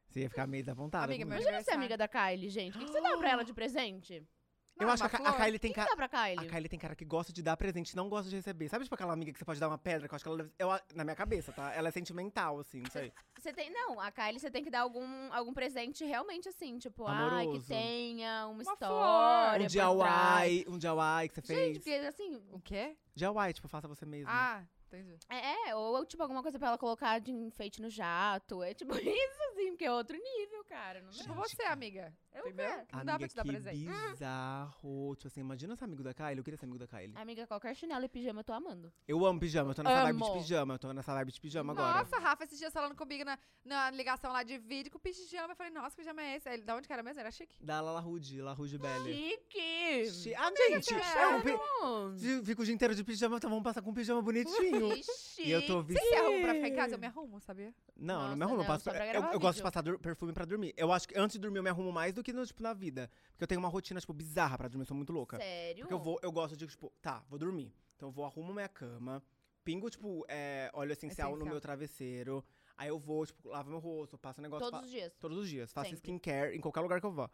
você ia ficar meio desapontada.
Amiga,
comigo.
meu
Imagina ser
aniversário.
amiga da Kylie, gente. O que, que você dá pra ela de presente? O
Não,
Eu acho
uma
que a, a
flor.
Kylie tem
que, que
cara...
dá pra Kylie?
A Kylie tem cara que gosta de dar presente, não gosta de receber. Sabe, tipo, aquela amiga que você pode dar uma pedra, que eu acho que ela deve... eu a- na minha cabeça, tá? Ela é sentimental, assim, não sei.
Você tem, não, a Kylie você tem que dar algum, algum presente realmente assim, tipo, ai, que
Amoroso.
tenha uma,
Uma flor.
história.
Um
por trás.
DIY, um DIY que você
Gente,
fez.
porque assim,
O quê?
DIY, tipo, faça você mesmo.
Ah, entendi.
é, é, ou tipo, alguma coisa pra ela colocar de enfeite no jato. É tipo isso, assim, porque é outro nível, cara. Não dá.
Tipo você, amiga.
Eu
Primeiro,
quero.
que não dá pra te dar
que
presente. Ah.
bizarro. Tipo assim, imagina esse amigo da Kylie. Eu queria ser amigo da Kylie.
Amiga, qualquer chinelo e pijama eu tô amando.
Eu amo pijama, eu tô nessa vibe de
Amo.
pijama. Eu tô nessa vibe de pijama agora.
Nossa, Rafa, esses dias falando comigo na, na ligação lá de vídeo com o pijama. Eu falei, nossa, que pijama é esse? Aí Ele, da onde que era mesmo? Era chique.
Da Lala Rude, La Rude Belly.
Chique!
Chi- Ah, gente,
Tá
é um pi-
achando?
fi- fico o dia inteiro de pijama, então vamos passar com um pijama bonitinho. arrumo.
Ixi.
E eu tô
Você se
viciado.
arruma pra ficar em casa? Eu me arrumo, sabia?
Não, eu não me
Nossa,
arrumo. eu
não,
passo-
só pra
eu- eu,
gravar
gosto de
vídeo.
passar dur- perfume pra dormir. Eu acho que antes de dormir eu me arrumo mais do que, no, tipo, na vida. Porque eu tenho uma rotina, tipo, bizarra pra dormir. Eu sou muito louca.
Sério?
Porque eu vou, eu gosto de, tipo, tá, vou dormir. Então eu vou, arrumo minha cama, pingo, tipo, é, óleo essencial, no
Essencial.
meu travesseiro. Aí eu vou, tipo, lavo meu rosto, passo um negócio.
Todos
pa-
os dias.
Todos os dias. Faço
Sempre. Hum.
skincare em qualquer lugar que eu vá.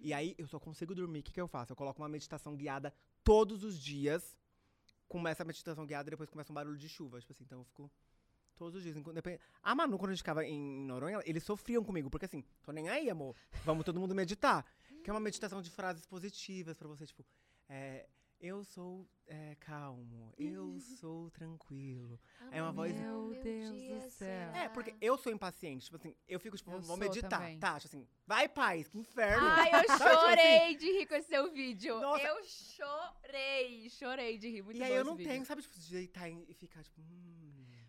E aí eu só consigo dormir. O que, que eu faço? Eu coloco uma meditação guiada todos os dias. Começa a meditação guiada e depois começa um barulho de chuva. Tipo assim, então eu fico. Todos os dias. enquanto- depende- A Manu, quando a gente ficava em Noronha, ela- eles sofriam comigo, porque assim, tô nem aí, amor. Vamos todo mundo meditar. Que é uma meditação de frases positivas pra você, tipo, é, eu sou é, calmo,
Uhum.
eu sou tranquilo. É uma voz-
Meu Deus do céu.
Ah.
É, porque
Então,
eu sou impaciente, tipo assim, eu fico, tipo,
Eu
vou
sou
meditar.
também.
Tá, tipo assim, vai, paz, que inferno.
Ai, eu
Sabe, tipo
chorei de rir com esse seu vídeo.
Nossa.
Eu chorei, chorei de rir. Muito
e aí
bom
eu
esse
não
vídeo.
tenho, sabe, tipo, de deitar em- e ficar, tipo. hum.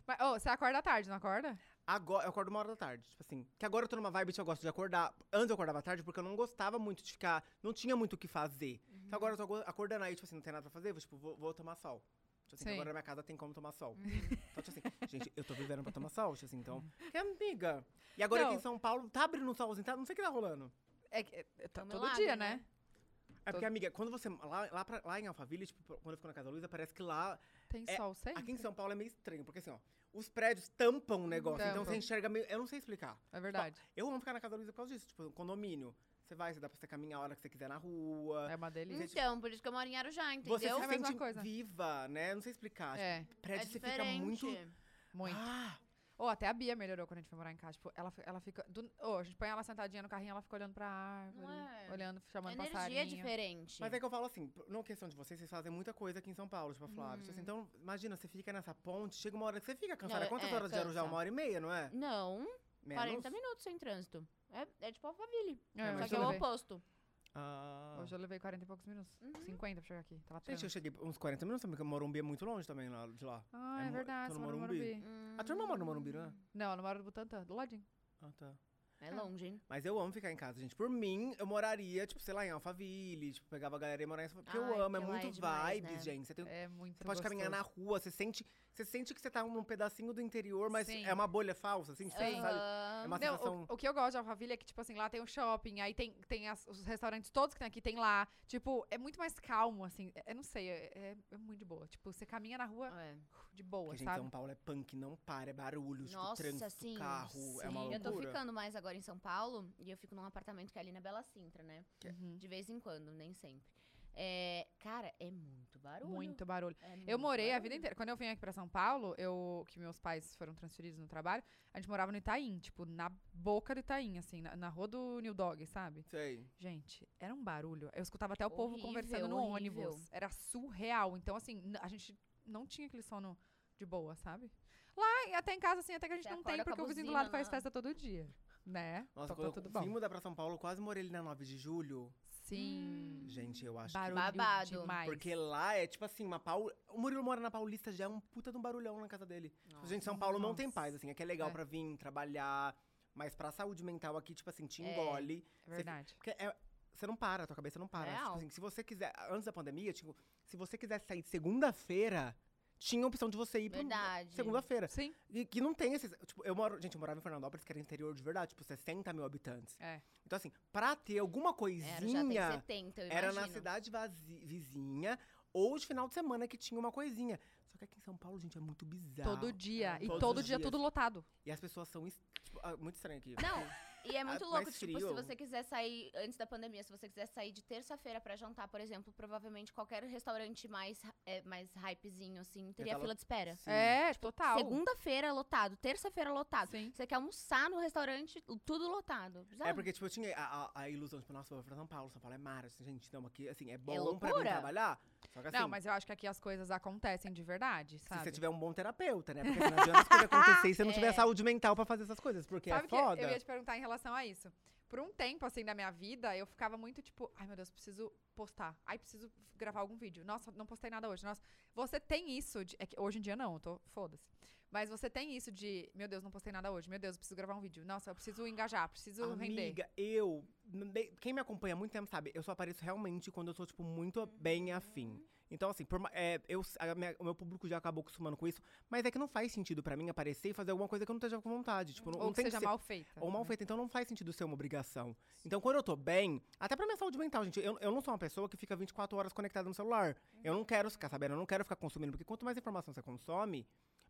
Mas, ô, você acorda à tarde, não acorda?
Agora, eu acordo uma hora da tarde, tipo assim. Que agora eu tô numa vibe que eu gosto de acordar. Antes eu acordava à tarde porque eu não gostava muito de ficar. Não tinha muito o que fazer. Então agora eu tô go- acordando aí, tipo assim, não tem nada pra fazer, vou, tipo, vou, vou tomar sol. Tipo assim, que
Sim.
agora na minha casa tem como tomar sol. Então, tipo assim, gente, eu tô vivendo pra tomar sol, tipo assim, então. Que amiga. E agora aqui
Não.
em São Paulo, tá abrindo um solzinho, tá? Não sei o que tá rolando.
É, que- é, tá
um
todo
milagre,
dia,
né?
né?
É porque, amiga, quando você. Lá, lá, pra- lá em Alphaville, tipo, quando eu fico na Casa da Luísa, parece que lá
Tem
É,
sol sempre.
Aqui em São Paulo é meio estranho, porque assim, ó, os prédios tampam o negócio, então
Tampam.
você enxerga meio. Eu não sei explicar.
É verdade.
Eu amo ficar na casa da Luísa por causa disso, tipo, condomínio. Você vai, você dá pra você caminhar a hora que você quiser na rua.
É uma delícia.
Então, por isso que eu moro em Arujá,
Você
entendeu?
se
É a mesma
sente
coisa.
viva, né? Não sei explicar.
É,
Tipo, prédio você fica muito.
muito.
Ah,
Ou até a Bia melhorou quando a gente foi morar em casa. Tipo, ela, fi- ela fica. Do, ô, a gente põe ela sentadinha no carrinho, ela fica olhando pra árvore.
Não é?
Olhando,
A
chamando
energia é
passarinho.
diferente.
mas é que eu falo assim, não é questão de vocês, vocês fazem muita coisa aqui em São Paulo, tipo, a Flávia. tipo assim,
Hum.
então, imagina, você fica nessa ponte, chega uma hora que você fica cansada.
é-
Quantas
é,
horas de Arujá?
cansa.
Uma hora e meia, não é?
Não,
Menos?
40 minutos sem trânsito. É, é tipo Alphaville.
É,
mas
só
hoje,
que é
eu
o
levei,
oposto.
Ah.
hoje eu levei 40 e poucos minutos.
Uhum.
50 pra chegar aqui. Tava
Gente, eu
trânsito.
cheguei uns 40 minutos, porque Morumbi é muito longe também lá, de lá.
Ah,
é
é,
mo-
verdade, você
tô no
mora no
Morumbi.
Morumbi.
A tua irmã mora no Morumbi, não é?
Não, ela mora no Butantã, do ladinho.
Ah, tá.
É longe, hein?
Mas eu amo ficar em casa, gente. Por mim, eu moraria, tipo, sei lá, em Alphaville, tipo, pegava a galera e morar em Porque
Ai,
eu amo, é
porque lá
muito
é demais,
vibes,
né?
gente. Você, tem- um
É muito
você pode caminhar na
gostoso.
rua, você sente, você sente que você tá num pedacinho do interior, mas
Sim.
é uma bolha falsa, assim, você
Sim.
sabe? É
Não,
uma sensação.
o, o que eu gosto de Alphaville é que, tipo assim, lá tem o shopping, aí tem, tem as- os restaurantes todos que tem aqui, tem lá. Tipo, é muito mais calmo, assim. é- Eu não sei, é, é- é muito de boa. Tipo, você caminha na rua
É.
de boa,
Porque, Ah, gente,
sabe?
São Paulo é punk, não para, é barulho, tipo,
Nossa,
trânsito,
sim.
carro, é uma
sim. Eu tô
loucura.
ficando mais agora em São Paulo e eu fico num apartamento que é ali na Bela Sintra, né?
Uhum.
De vez em quando, nem sempre. É, cara, é muito barulho.
Muito barulho.
É
Eu
muito
morei a
barulho.
vida inteira. Quando eu vim aqui pra São Paulo, eu que meus pais foram transferidos no trabalho, a gente morava no Itaim, tipo, na boca do Itaim, assim, na, na rua do New Dog, sabe?
Sei.
Gente, era um barulho. Eu escutava até o povo
Horrível,
conversando no
horrível.
ônibus. Era surreal. Então, assim, n- a gente não tinha aquele sono de boa, sabe? Lá, e até em casa, assim, até que a gente
Você
não tem,
acorda com a
porque o vizinho do
buzina
lado faz
lá.
festa todo dia. Né? então
Nossa, quando
tá
eu
tudo
vim
bom.
mudar pra São Paulo, eu quase morei ali na 9 de julho.
Sim.
Gente, eu Hum. acho
Barulho
Babado.
demais.
Porque lá é tipo assim, uma pau. O Murilo mora na Paulista, já é um puta de um barulhão na casa dele. Tipo,
Nossa.
Gente, São Paulo não tem
Nossa.
paz, assim. Aqui é legal
É.
pra vir trabalhar, mas pra saúde mental aqui, tipo assim, te
É.
engole.
É verdade.
Porque é- você não para, tua cabeça não para.
É Real.
Tipo assim, se você quiser. Antes da pandemia, tipo, se você quisesse sair segunda-feira, tinha a opção de você ir pra um-
Verdade.
Segunda-feira.
Sim.
E que não tem esses. Tipo, eu moro. Gente, eu morava em Fernandópolis, que era interior de verdade, tipo, 60 mil habitantes.
É.
Então, assim, pra ter alguma coisinha.
Era, já tem 70, eu
Era na
imagino.
cidade vazi- vizinha ou de final de semana que tinha uma coisinha. Só que aqui em São Paulo, gente, é muito bizarro. É,
Todo dia. E
Todos
todo
os
dia
dias.
tudo lotado.
E as pessoas são es- tipo, ah, muito estranho aqui.
Não, e é muito
Ah,
louco,
mais
tipo, se
frio.
você quiser sair antes da pandemia, se você quiser sair de terça-feira pra jantar, por exemplo, provavelmente qualquer restaurante mais, é, mais hypezinho, assim, teria
tá
fila de espera.
Sim.
É, total.
Segunda-feira lotado, terça-feira lotado.
Sim.
Você quer almoçar no restaurante, tudo lotado. sabe?
É porque, tipo, eu tinha a, a- a ilusão, tipo, nossa, eu vou pra São Paulo, São Paulo é mar. assim, gente, não, aqui, assim, é bom pra mim
loucura.
trabalhar. Só que, assim,
Não, mas eu acho que aqui as coisas acontecem de verdade,
se
sabe?
você tiver um bom terapeuta, né? Porque assim, não adianta as coisas acontecer se você não tiver
É.
saúde mental pra fazer essas coisas, porque
sabe
é
que
foda.
eu ia te perguntar em relação a isso. Por um tempo, assim, da minha vida, eu ficava muito tipo, ai meu Deus, preciso postar. Ai, preciso gravar algum vídeo. Nossa, não postei nada hoje. Nossa, você tem isso de. É que hoje em dia não, eu tô. Foda-se. Mas você tem isso de, meu Deus, não postei nada hoje. Meu Deus, eu preciso gravar um vídeo. Nossa, eu preciso engajar, preciso render.
Amiga,
Uhum.
eu. n- de- Quem me acompanha há muito tempo sabe, eu só apareço realmente quando eu sou, tipo, muito bem afim. Então, assim, por ma- é, eu, a minha- o meu público já acabou acostumando com isso, mas é que não faz sentido pra mim aparecer e fazer alguma coisa que eu não esteja com vontade. Tipo, não,
Ou
não
que
tem
seja
que ser-
mal feita.
Ou mal
né?
feita, então não faz sentido ser uma obrigação. Então, quando eu tô bem, até pra minha saúde mental, gente, eu, eu não sou uma pessoa que fica 24 horas conectada no celular. Eu não quero ficar sabendo, eu não quero ficar consumindo, porque quanto mais informação você consome,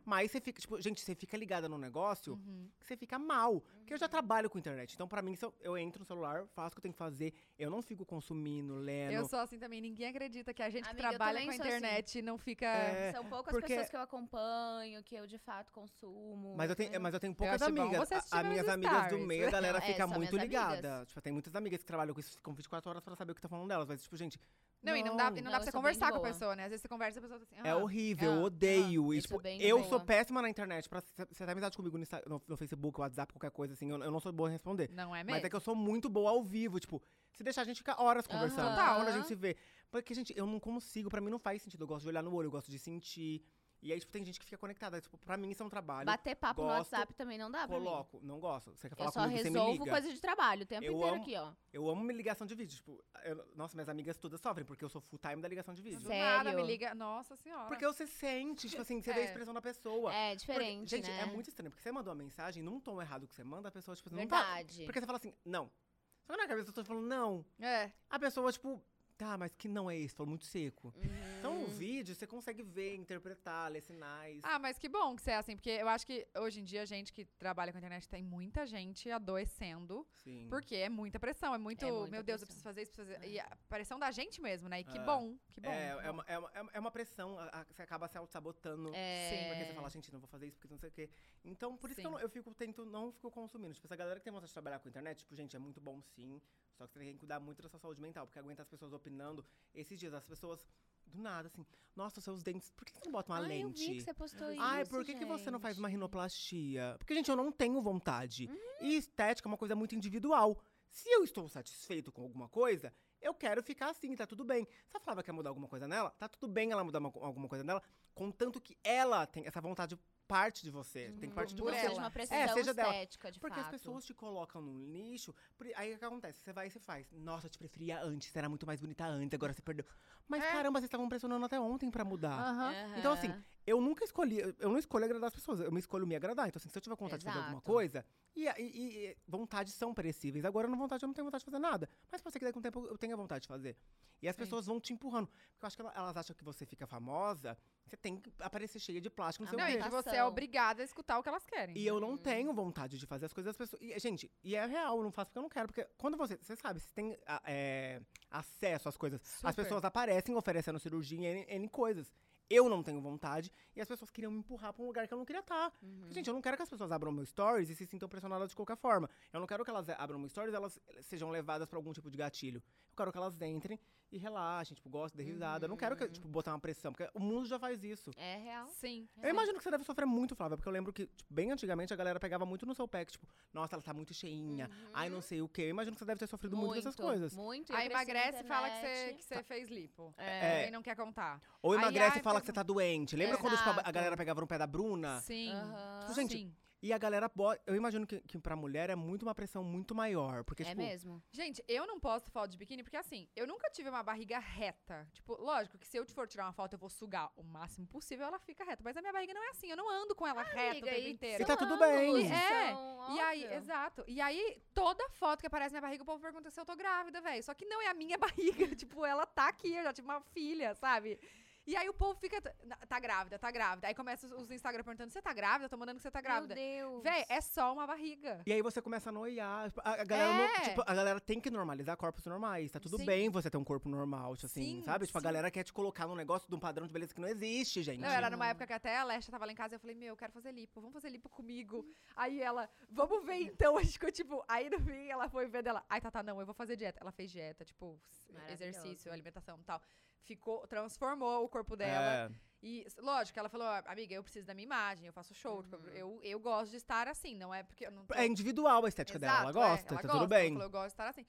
mais você fica. Tipo, gente, você fica ligada num negócio
Uhum.
que você fica mal. Porque eu já trabalho com internet. Então, pra mim, se eu, eu entro no celular, faço o que eu tenho que fazer. Eu não fico consumindo, lendo.
Eu sou assim também. Ninguém acredita que a gente que
Amiga, eu
trabalha
também
com a
sou assim.
internet não fica.
É,
São poucas
porque-
pessoas que eu acompanho, que eu de fato consumo. É,
Mas eu tenho, é,
entendeu?
mas eu tenho poucas
acho bom
amigas.
você
A-
assistir
As minhas
meus
amigas do
stories.
meio, a galera
É,
fica
são
muito
minhas
ligada.
amigas.
Tipo, tem muitas amigas que trabalham com isso, ficam 24 horas pra saber o que tá falando delas. Mas, tipo, gente.
Não, e não dá, e não dá
Não, eu
pra você
sou bem de
conversar com a
boa.
pessoa, né? Às vezes você conversa e a pessoa tá assim.
É
"Ah,
horrível,
ah,
eu odeio.
ah,
e,
eu
tipo,
sou bem de
eu
boa.
sou péssima na internet. Pra, se você tá amizade comigo no, Insta- no, no Facebook, WhatsApp, qualquer coisa assim, eu, eu não sou boa em responder.
Não é mesmo?
Mas é que eu sou muito boa ao vivo, tipo, se deixar a gente fica horas conversando,
Aham.
tá? Hora a gente se vê. Porque, gente, eu não consigo, pra mim não faz sentido. Eu gosto de olhar no olho, eu gosto de sentir. E aí, tipo, tem gente que fica conectada. Tipo, pra mim isso é um trabalho.
Bater papo no
gosto,
WhatsApp também não dá pra mim.
Coloco, não gosto. Você quer falar
Eu só
comigo, você me
resolvo
liga.
coisa de trabalho o tempo
Eu
inteiro
amo-
aqui, ó.
Eu amo minha ligação de vídeo. Tipo, eu- nossa, minhas amigas todas sofrem, porque eu sou full time da ligação de
Do
vídeo.
Sério?
nada me liga. Nossa senhora.
é Porque você sente, tipo assim, você vê a
É.
expressão da pessoa.
É
Porque,
diferente,
gente,
né?
é muito estranho, porque você mandou uma mensagem num tom errado que você manda, a pessoa, tipo, não tá.
Verdade.
Porque você fala assim, não. Só que na cabeça eu tô falando, não.
É.
A pessoa, tipo, tá, mas que não é esse, falou muito seco.
Uhum.
Então, o vídeo, você consegue ver, interpretar, ler sinais.
Ah, mas que bom que você é assim, porque eu acho que hoje em dia a gente que trabalha com a internet tem muita gente adoecendo,
Sim.
porque é muita pressão, é muito,
É muita
meu Deus, eu
pressão. É.
preciso fazer isso, preciso fazer. E a pressão da gente mesmo, né? E que
É.
bom, que bom.
é,
que
é,
bom.
uma, é, uma, é uma pressão, a- a- você acaba se auto-sabotando.
É.
Sim,
Porque você fala, gente, não vou fazer isso, porque não sei o quê. Então, por isso que eu,
Sim.
não- eu fico, tento, não fico consumindo. Tipo, essa galera que tem vontade de trabalhar com internet, tipo, gente, é muito bom sim. Só que você tem que cuidar muito da sua saúde mental, porque aguenta as pessoas opinando. Esses dias, as pessoas, do nada, assim, nossa, seus dentes, por que você não bota uma
Ai,
lente?
eu vi que você postou isso,
Ai, por que, que você não faz uma
gente?
rinoplastia? Porque, gente, eu não tenho vontade. E estética é uma coisa muito individual. Se eu estou satisfeito com alguma coisa, eu quero ficar assim, tá tudo bem. Se a Flávia quer mudar alguma coisa nela, tá tudo bem ela mudar uma- alguma coisa nela, contanto que ela tem essa vontade parte de você. Tem que partir de
Por
Uhum. Ou
você.
seja,
ela.
uma
É,
precisão
seja dela.
estética, de
Porque
fato.
as pessoas te colocam no lixo. por- Aí o que acontece? Você vai e você faz. Nossa, eu te preferia antes, você era muito mais bonita antes, agora você perdeu. Mas
É.
caramba, vocês estavam pressionando até ontem pra mudar.
Aham.
Então, assim,
Aham.
eu nunca escolhi, eu- eu não escolho agradar as pessoas, eu me escolho me agradar. Então, assim, se eu tiver vontade de fazer alguma
Exato.
coisa, e, a- e- e vontades são perecíveis. Agora, na vontade, eu não tenho vontade de fazer nada. Mas pode ser que daqui a um tempo eu tenha vontade de fazer. E as
Sim.
pessoas vão te empurrando. Porque eu acho que ela- elas acham que você fica famosa, você tem que aparecer cheia de plástico, não sei
Não,
o
e Uhum.
quê.
que
Alimentação.
você é obrigada a escutar o que elas querem.
E eu não tenho vontade de fazer as coisas das pessoas. E, gente, e é real, eu não faço porque eu não quero. Porque quando você. Você sabe, você tem a- é, acesso às coisas. As
Super.
pessoas aparecem oferecendo cirurgia e N, N coisas. Eu não tenho vontade e as pessoas queriam me empurrar pra um lugar que eu não queria estar.
Uhum.
Gente, eu não quero que as pessoas abram meu stories e se sintam pressionadas de qualquer forma. Eu não quero que elas abram meu stories e elas sejam levadas pra algum tipo de gatilho. Eu quero que elas entrem e relaxem, tipo, gostem, dê risada. Eu não quero que, tipo, botar uma pressão, porque o mundo já faz isso.
É real.
Sim.
Eu imagino que você deve sofrer muito, Flávia, porque eu lembro que, tipo, bem antigamente, a galera pegava muito no seu pack, tipo, nossa, ela tá muito cheinha, ai, não sei o quê. Eu imagino que você deve ter sofrido muito, com essas coisas.
Uhum. Muito. eu
Aí
cresci na
emagrece e fala que você,
internet.
que você fez lipo.
É.
Quem não quer contar.
Ou
Aí,
emagrece
ai,
e fala
pegou-
que você tá doente. Lembra quando tipo, a- a
Exato.
galera pegava no pé da Bruna?
Sim.
Aham.
Ah. Tipo, gente,
Sim.
E a galera, bo- eu imagino que, que pra mulher é muito uma pressão muito maior. Porque,
É
tipo,
mesmo.
Gente, eu não posto foto de biquíni porque assim, eu nunca tive uma barriga reta. Tipo, lógico que se eu te for tirar uma foto, eu vou sugar o máximo possível, ela fica reta. Mas a minha barriga não é assim, eu não ando com ela reta o
Amiga,
tempo
e
inteiro.
E tá
são
tudo bem.
ângulos,
É,
são
E aí,
óbvio.
exato. E aí, toda foto que aparece na minha barriga, o povo pergunta se eu tô grávida, velho. Só que não é a minha barriga. tipo, ela tá aqui, eu já tive uma filha, sabe? E aí o povo fica. t- "Na- Tá grávida, tá grávida. Aí começa os- os Instagram perguntando: você tá grávida? Eu tô mandando que você tá grávida.
Meu Deus.
Véi, é só uma barriga.
E aí você começa a noiar. Tipo, A, a galera
É.
não- tipo, a galera tem que normalizar corpos normais. Tá tudo
Sim.
bem você ter um corpo normal, tipo assim,
Sim,
sabe? Tipo, a
sim.
galera quer te colocar num negócio de um padrão de beleza que não existe, gente.
Não, é era numa época que até a Lesha tava lá em casa e eu falei, meu, eu quero fazer lipo, vamos fazer lipo comigo. Aí ela, vamos ver então. A gente ficou tipo, aí no fim ela foi vendo ela, ai, tá, tá, não, eu vou fazer dieta. Ela fez dieta, tipo, s-
Maravilhosa.
exercício, alimentação e tal. Ficou, transformou o corpo dela.
É.
E, s- lógico, ela falou, "Ah, amiga, eu preciso da minha imagem, eu faço show, tipo, eu, eu gosto de estar assim, não é porque eu não tô...
É individual a estética dela. Ela
Exato, é,
gosta,
ela gosta,
tá tudo
ela
bem.
falou, eu gosto de estar assim.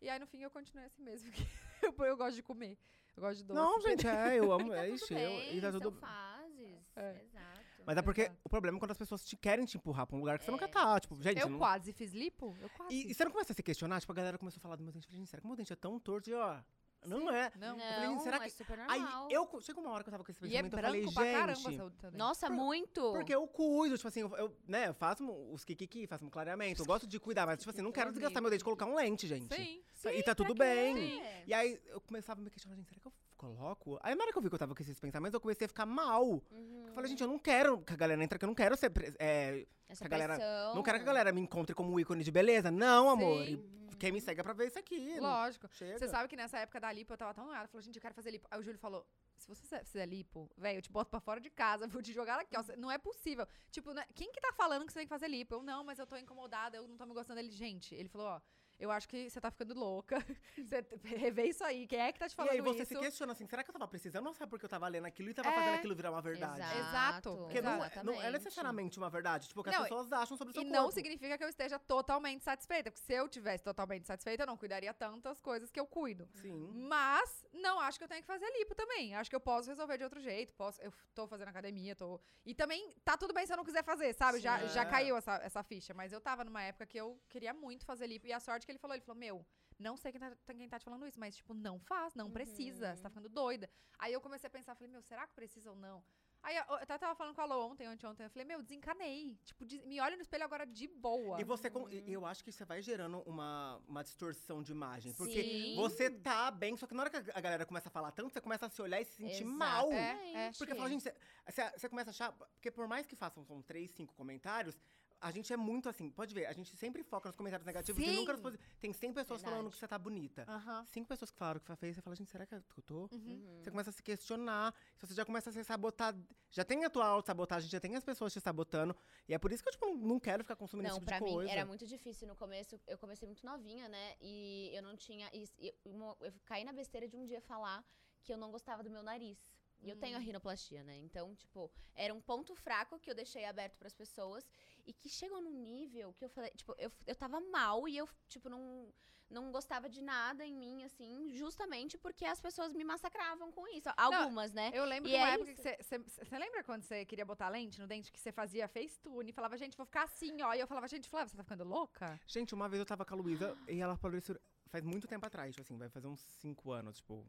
E aí, no fim, eu continuei assim mesmo, porque eu, eu gosto de comer, eu gosto de doce.
Não, gente, é, eu amo.
E tá
é
tudo
isso. Eu,
bem,
e tá
são
tudo.
fases.
É.
Exato.
Mas é porque
então. Exato.
o problema é quando as pessoas te querem te empurrar pra um lugar que você nunca
É.
tá. Tipo, gente.
Eu
não...
quase fiz lipo, eu quase. Assim.
E, e você não começa a se questionar? Tipo, a galera começou a falar do meu dente. Eu falei, gente, será que meu dente é tão torto? E ó, Não é.
Não.
Eu falei, será
é
que-
super
Aí
normal.
eu. Chegou uma hora que eu tava com esse
E é
pensamento. eu
branco
falei,
pra
gente.
caramba, saúde também.
Nossa, muito.
Porque eu cuido, tipo assim, eu, eu, né, eu faço os kikiki, faço um clareamento. Eu gosto de cuidar, mas, tipo assim, não quero desgastar meu dedo de colocar um lente, gente.
Sim.
e tá tudo
pra
bem.
quê?
É.
E aí eu começava a me questionar, gente, será que eu coloco? Aí na hora que eu vi que eu tava com esses pensamentos, eu comecei a ficar mal.
Uhum.
Eu falei, gente, eu não quero que a galera entre, que eu não quero ser. pres- é,
Essa
que a galera-
pressão.
não quero que a galera me encontre como um ícone de beleza. Não, amor.
Uhum. Sim.
E Quem me segue é pra ver isso aqui. não
Lógico.
Chega.
Você sabe que nessa época da lipo eu tava tão nada, falou, gente, eu quero fazer lipo. Aí o Júlio falou: se você fizer- fizer lipo, velho, eu te boto pra fora de casa, vou te jogar aqui, ó. cê- Não é possível. Tipo, né, quem que tá falando que você tem que fazer lipo? Eu, não, mas eu tô incomodada, eu não tô me gostando dele. Gente, ele falou, ó. Eu acho que você tá ficando louca. Você t- revê isso aí. Quem é que tá te
E
falando
aí você
isso?
se questiona assim, será que eu tava precisando ou será porque eu tava lendo aquilo e tava
É.
fazendo aquilo virar uma verdade?
Exato.
Porque não, é- não é
Exatamente.
necessariamente uma verdade, tipo, o que
Não,
as pessoas acham sobre o seu
E
corpo.
não significa que eu esteja totalmente satisfeita. Porque se eu tivesse totalmente satisfeita, eu não cuidaria tantas coisas que eu cuido.
Sim.
Mas não acho que eu tenho que fazer lipo também. Acho que eu posso resolver de outro jeito. Posso, eu f- tô fazendo academia, tô. E também tá tudo bem se eu não quiser fazer, sabe? Já,
Sim.
já
É.
caiu essa, essa ficha. Mas eu tava numa época que eu queria muito fazer lipo. E a sorte que ele falou, ele falou, meu. Não sei quem tá, tá- quem tá te falando isso, mas, tipo, não faz, não precisa,
Uhum.
você tá ficando doida. Aí eu comecei a pensar, falei, meu, será que precisa ou não? Aí eu, eu até tava falando com a Lô ontem, anteontem, eu falei, meu, desencanei. Tipo, des- me olha no espelho agora de boa.
E você, com- e- eu acho que você vai gerando uma, uma distorção de imagem. Porque
Sim.
você tá bem, só que na hora que a a galera começa a falar tanto, você começa a se olhar e se sentir mal.
É, é.
Porque fala, gente, você- você você começa a achar. Porque por mais que façam são três, cinco comentários, a gente é muito assim. Pode ver, a gente sempre foca nos comentários negativos e nunca nos
Sim.
positivos. Tem 100 pessoas falando
Verdade.
que você tá bonita.
Aham.
Cinco pessoas que falaram que foi feia, você fala, gente, será que eu tô?
Uhum.
Você começa a se questionar, você já começa a se sabotar. Já tem a tua auto-sabotagem, já tem as pessoas te sabotando. E é por isso que eu, tipo, não quero ficar consumindo
Não,
esse tipo
pra
de coisa.
mim era muito difícil no começo. Eu comecei muito novinha, né? E eu não tinha. E, e uma- eu caí na besteira de um dia falar que eu não gostava do meu nariz. E eu tenho a rinoplastia, né? Então, tipo, era um ponto fraco que eu deixei aberto pras pessoas e que chegou num nível que eu falei, tipo, eu, eu tava mal e eu, tipo, não, não gostava de nada em mim, assim, justamente porque as pessoas me massacravam com isso. Algumas, né?
Eu lembro
E
de uma
é
época que você. Você lembra quando você queria botar lente no dente? Que você fazia FaceTune e falava, gente, vou ficar assim, ó. E eu falava, gente, Flávia, você tá ficando louca?
Gente, uma vez eu tava com a Luísa e ela falou isso faz muito tempo atrás, tipo assim, vai fazer uns cinco anos, tipo.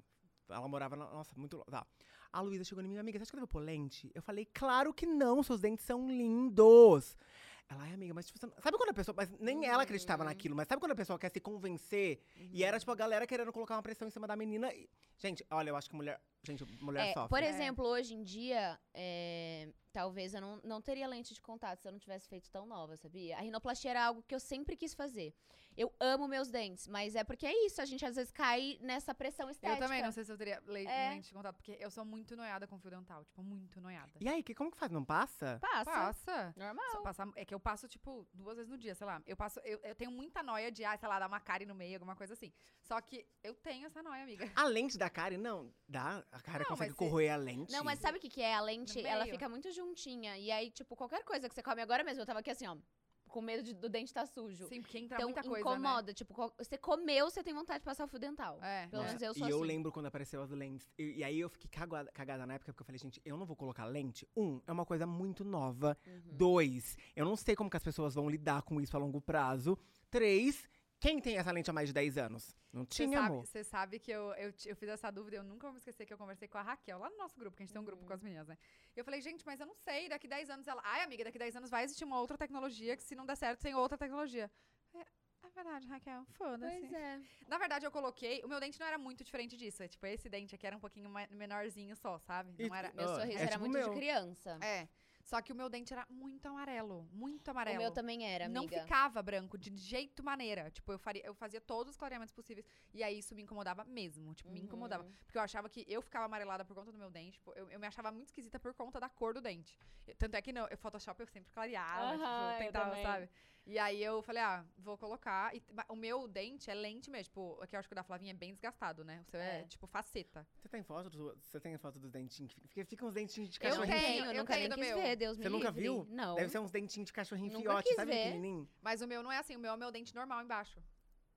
Ela morava na. Nossa, muito. lo- Tá. A Luísa chegou em mim, amiga, você acha que eu devo pôr lente? Eu falei, claro que não, seus dentes são lindos. Ela, ai, amiga, mas tipo, você não- sabe quando a pessoa. Mas nem ela acreditava
Uhum.
naquilo, mas sabe quando a pessoa quer se convencer? E era, tipo, a galera querendo colocar uma pressão em cima da menina. e- Gente, olha, eu acho que mulher. Gente, mulher
É,
sofre.
por
É.
exemplo, hoje em dia, é, talvez eu não, não teria lente de contato se eu não tivesse feito tão nova, sabia? A rinoplastia era algo que eu sempre quis fazer. Eu amo meus dentes, mas é porque é isso, a gente às vezes cai nessa pressão estética.
Eu também não sei se eu teria le-
É.
lente de contato, porque eu sou muito noiada com fio dental. Tipo, muito noiada.
E aí, que, como que faz? Não passa?
Passa.
Passa. Só
Normal.
passar- é que eu passo, tipo, duas vezes no dia, sei lá. Eu passo, eu, eu tenho muita noia de, ah, sei lá, dar uma cara no meio, alguma coisa assim. Só que eu tenho essa noia, amiga.
A lente da cara, não. Dá. A cara
Não,
consegue
mas se-
corroer a lente.
Não, mas sabe o que, que é? A lente,
No
ela
meio.
fica muito juntinha. E aí, tipo, qualquer coisa que você come agora mesmo, eu tava aqui assim, ó, com medo de- do dente estar sujo.
Sim, porque entra
então
muita coisa. né?
incomoda. Tipo, co- você comeu, você tem vontade de passar o fio dental.
Né?
Pelo
É.
Nossa,
menos eu
e
sou
eu
assim.
lembro quando apareceu as lentes. E, e aí eu fiquei cagada, cagada na época, porque eu falei, gente, eu não vou colocar lente. Um, é uma coisa muito nova.
Hum.
É.
Uhum.
Dois, eu não sei como que as pessoas vão lidar com isso a longo prazo. Três, quem tem essa lente há mais de 10 anos? Não
Você
tinha,
sabe,
amor.
você sabe que eu, eu, ti- eu fiz essa dúvida, eu nunca vou me esquecer que eu conversei com a Raquel lá no nosso grupo, que a gente tem um grupo com as meninas, né? Eu falei, gente, mas eu não sei, daqui 10 anos ela. Ai, amiga, daqui 10 anos vai existir uma outra tecnologia que se não der certo tem outra tecnologia. É, é verdade, Raquel,
Pois
foda-se.
é.
Na verdade, eu coloquei. O meu dente não era muito diferente disso. É, tipo, esse dente aqui era um pouquinho ma- menorzinho só, sabe?
E-
Não era.
Meu
Ah,
sorriso
é
era
tipo
muito
meu.
de criança.
É. Só que o meu dente era muito amarelo. Muito
O
amarelo.
meu também era, amiga.
Não ficava branco de jeito maneira. Tipo, eu, faria, eu fazia todos os clareamentos possíveis. E aí isso me incomodava mesmo. Tipo,
Hum.
me incomodava.
Uhum.
Porque eu achava que eu ficava amarelada por conta do meu dente. Tipo, eu, eu me achava muito esquisita por conta da cor do dente. E- Tanto é que no eu, Photoshop eu sempre clareava,
Aham,
tipo,
eu
tentava,
também.
sabe? E aí eu falei, ah, vou colocar. E, mas o meu dente é lente mesmo. Tipo, aqui eu acho que o da Flavinha é bem desgastado, né? O seu é,
É.
tipo faceta.
Você tem foto do, você tem foto dos dentinhos? que Fica, fica uns dentinhos de
Eu
cachorrinho.
tenho,
fi-
eu
nunca
tenho
nem
do
quis
meu.
ver, Deus me
Você nunca
livre.
viu?
Não.
Deve ser uns dentinhos de cachorrinho
Nunca
fiote,
quis
sabe?
ver.
Pequenininho.
Mas o meu não é assim, o meu é o meu dente normal embaixo.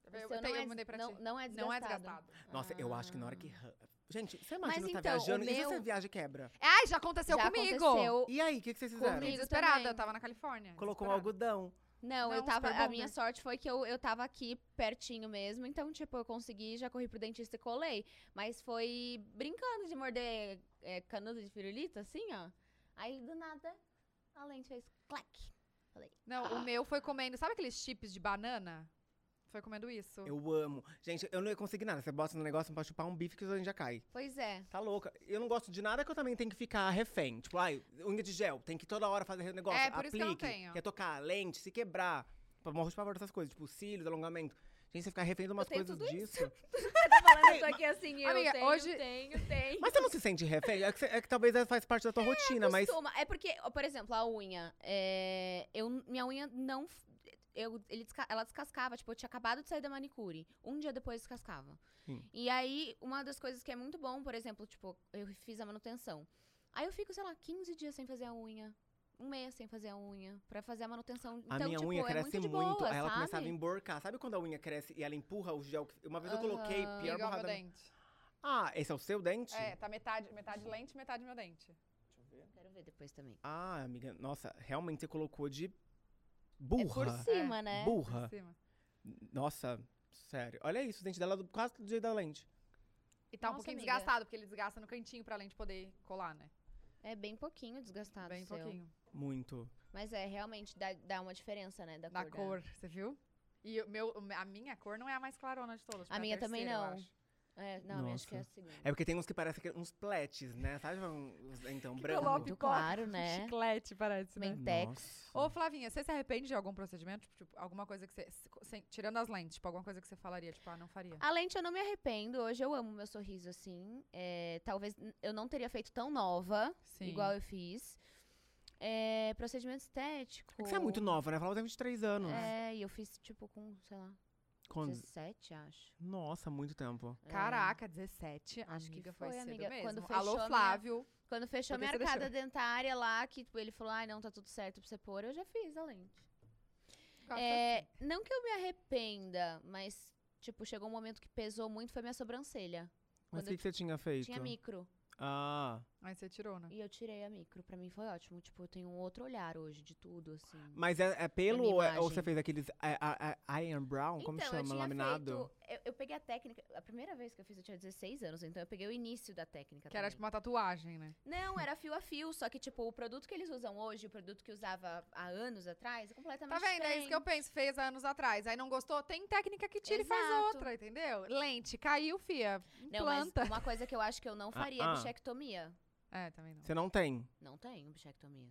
O
Eu, eu,
seu
tenho-
não
eu mandei pra
não,
ti.
Não é desgastado. Ah.
Não é desgastado.
Nossa, eu acho que na hora que. arran- Gente, você
Mas
imagina você tá
então, o
viajando e se
meu-
você viaja e quebra.
Ai, já aconteceu
Já
comigo!
aconteceu
E aí, o que, que vocês fizeram?
Comigo
Desesperada,
também.
eu tava na Califórnia.
Colocou um
desesperada.
algodão.
Não, eu
Não,
tava.
super
A
bonder.
minha sorte foi que eu, eu tava aqui pertinho mesmo. Então, tipo, eu consegui, já corri pro dentista e colei. Mas foi brincando de morder é, canudo de pirulito, assim, ó. Aí, do nada, a lente fez clac.
Não, o meu foi comendo. Sabe aqueles chips de banana? Foi comendo isso.
Eu amo. Gente, eu não ia conseguir nada. Você bota no negócio, não pode chupar um bife que a gente já cai.
Pois é.
Tá louca. Eu não gosto de nada que eu também tenho que ficar refém. Tipo, ai, unha de gel, tem que toda hora fazer negócio.
É, por isso que eu não
aplique,
tenho.
Quer tocar lente, se quebrar. Pra morrer de pavor dessas coisas. Tipo, cílios, alongamento. Gente, você ficar refém de umas
tenho
coisas
tudo
disso.
Tá falando isso aqui assim, eu
Amiga,
tenho,
hoje-
tenho, tenho.
Mas você não se sente refém? É que, você- é que talvez essa faz parte da tua rotina, mas.
Costuma. É porque, ó, por exemplo, a unha. é, eu, minha unha não. f- Eu, ele desca- ela descascava, tipo, eu tinha acabado de sair da manicure. Um dia depois descascava.
Sim.
E aí, uma das coisas que é muito bom, por exemplo, tipo, eu fiz a manutenção. Aí eu fico, sei lá, 15 dias sem fazer a unha. Um mês sem fazer a unha. Pra fazer a manutenção.
A
então,
minha
tipo,
unha
é
cresce
muito. De
muito,
boa,
aí ela
sabe?
começava a emborcar. Sabe quando a unha cresce e ela empurra o gel? que- Uma vez eu coloquei,
Aham.
pior
Igual meu
borrada. minha.
dente.
Ah, esse é o seu dente?
É, tá metade, metade lente, metade meu dente.
Quero ver depois também.
Ah, amiga, nossa, realmente você colocou de
É por
burra.
cima,
É.
né?
Por
burra.
cima.
Nossa, sério. Olha isso, o dente dela é do- quase do jeito da lente.
E tá um
Nossa,
pouquinho
amiga.
desgastado, porque ele desgasta no cantinho pra lente poder colar, né?
É bem pouquinho desgastado.
Bem
o Tá seu.
pouquinho.
Muito.
Mas é, realmente dá, dá uma diferença, né? Da,
Da
cor.
cor, você viu? E o meu, a minha cor não é a mais clarona de todas. tipo,
A
é
minha também
terceira, eu
não.
acho.
É, não, eu acho que é a
Nossa.
segunda.
É porque tem uns que parecem que- uns pletes, né? Sabe? um- uns- Então,
Que
branco.
coloca-
Muito
cola.
claro, né?
Chiclete, parece, né?
Mentex.
Ô, Flavinha, você se arrepende de algum procedimento? Tipo, tipo, alguma coisa que você. se- sem- tirando as lentes, tipo, alguma coisa que você falaria, tipo, ah, não faria.
A lente eu não me arrependo. Hoje eu amo meu sorriso, assim. É, talvez n- eu não teria feito tão nova,
Sim.
igual eu fiz. É, procedimento estético.
É que você é muito nova, né? Falou tem 23 anos.
É, e eu fiz, tipo, com, sei lá,
Quando-
17, acho. É.
Nossa, muito tempo.
Caraca, 17. Acho
Acho
que,
que
É. foi,
foi,
cedo
amiga.
mesmo.
Quando fechou a
Alô,
minha-
Flávio.
Quando fechou
Porque
minha
você deixou.
arcada dentária lá, que tipo, ele falou, ai, não, tá tudo certo pra você pôr, eu já fiz a lente.
Tá,
É, não que eu me arrependa, mas, tipo, chegou um momento que pesou muito, foi minha sobrancelha.
Mas
Quando
o que,
eu
que você tinha feito?
Tinha micro.
Ah.
Aí você tirou, né?
E eu tirei a micro, pra mim foi ótimo. Tipo, eu tenho um outro olhar hoje de tudo, assim.
Mas é, é pelo
É minha
ou, é- ou
imagem.
você fez aqueles é, a- a- Iron Brown? Como
então, eu
chama?
tinha
Laminado?
feito... Eu, eu peguei a técnica... A primeira vez que eu fiz, eu tinha 16 anos, então eu peguei o início da técnica
Que era
também.
tipo uma tatuagem, né?
Não, era fio a fio, só que, tipo, o produto que eles usam hoje, o produto que usava há anos atrás, é completamente
Tá vendo? É isso que eu
diferente.
penso. Fez anos atrás. Aí não gostou? Tem técnica que tira e faz
Exato.
outra, entendeu? Lente, caiu, fia.
Não, mas
Implanta.
uma coisa que eu acho que eu não faria é
ah.
bichectomia.
É, também não.
Você não tem.
Não tenho bichectomia.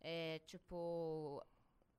É, tipo...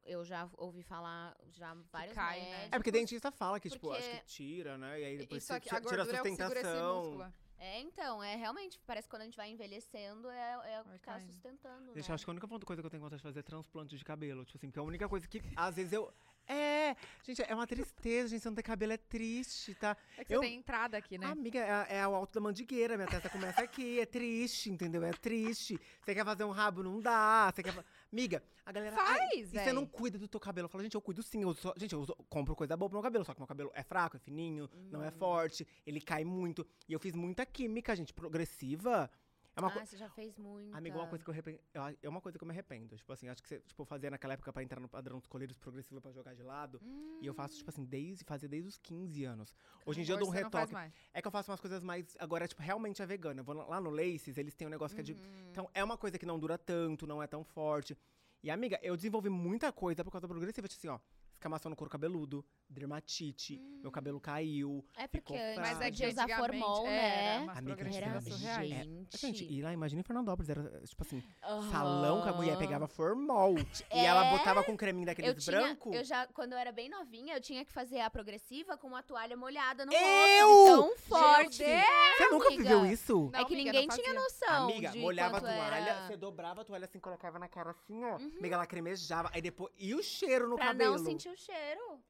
Eu já ouvi falar, já vários
cai, né?
médicos...
É porque dentista fala que, tipo,
Porque-
acho que tira, né? E aí depois
Isso
você
aqui,
tira-
a
tira a
gordura é o que segura esse
sustentação.
músculo. né?
É, então, é realmente, parece que quando a gente vai envelhecendo, é, é o
Vai
que tá
caindo.
sustentando,
Gente,
né?
eu acho que a única coisa que eu tenho vontade de fazer é transplante de cabelo. Tipo assim, porque é a única coisa que, às vezes, eu. É! Gente, é uma tristeza, gente. Você não ter cabelo é triste, tá?
É que você
Eu-
tem entrada aqui, né?
Amiga, é, é o alto da mandigueira. Minha testa começa aqui. É triste, entendeu? É triste. Você quer fazer um rabo, não dá. Você quer. fa- Amiga, a galera. "Ai,
faz!
E você
véi.
não cuida do teu cabelo. Eu falo, gente, eu cuido sim. Eu só, gente, eu uso- compro coisa boa pro meu cabelo. Só que meu cabelo é fraco, é fininho, não
Hum.
é forte. Ele cai muito. E eu fiz muita química, gente, progressiva. É uma
ah,
coisa.
você já fez muito.
tá.
Amigo, uma coisa que eu arrependo. É uma coisa que eu me arrependo. Tipo assim, acho que você, tipo, eu fazia naquela época pra entrar no padrão dos coleiros progressiva pra jogar de lado.
Uhum.
E eu faço,
Hum.
tipo assim, desde fazia desde os 15 anos. Hoje em dia eu dou um
Hoje você não faz
retoque.
mais.
É que eu faço umas coisas mais. Agora, tipo, realmente é vegana. Eu vou lá no Laces, eles têm um negócio que é de. Então, é uma coisa que não dura tanto, não é tão forte. E, amiga, eu desenvolvi muita coisa por causa da progressiva. Tipo assim, ó, escamação no couro cabeludo, dermatite,
Hum.
meu cabelo caiu.
É porque
ficou
antes
fraco.
Mas é
de
que
usar
antigamente
formol,
era,
né?
mas
Amiga,
progressivas
Era
antigamente
surreais.
É,
gente.
Gente, e lá, imagina em Fernandópolis, era tipo assim,
Aham.
salão que a mulher pegava formol. E ela
É.
botava com um creminho
eu
daqueles
tinha,
branco.
eu já, quando eu era bem novinha, eu tinha que fazer a progressiva com uma toalha molhada no
Eu!
rosto, de tão forte.
Você nunca
amiga.
viveu isso?
Não,
é que
amiga,
ninguém
não
tinha
fazia.
noção
Amiga,
de
molhava a
quanto
toalha,
era... Uhum.
você dobrava a toalha assim, colocava na cara assim, ó. Amiga, ela cremejava. Aí depois. E o cheiro no
Pra
cabelo?
não sentir o cheiro.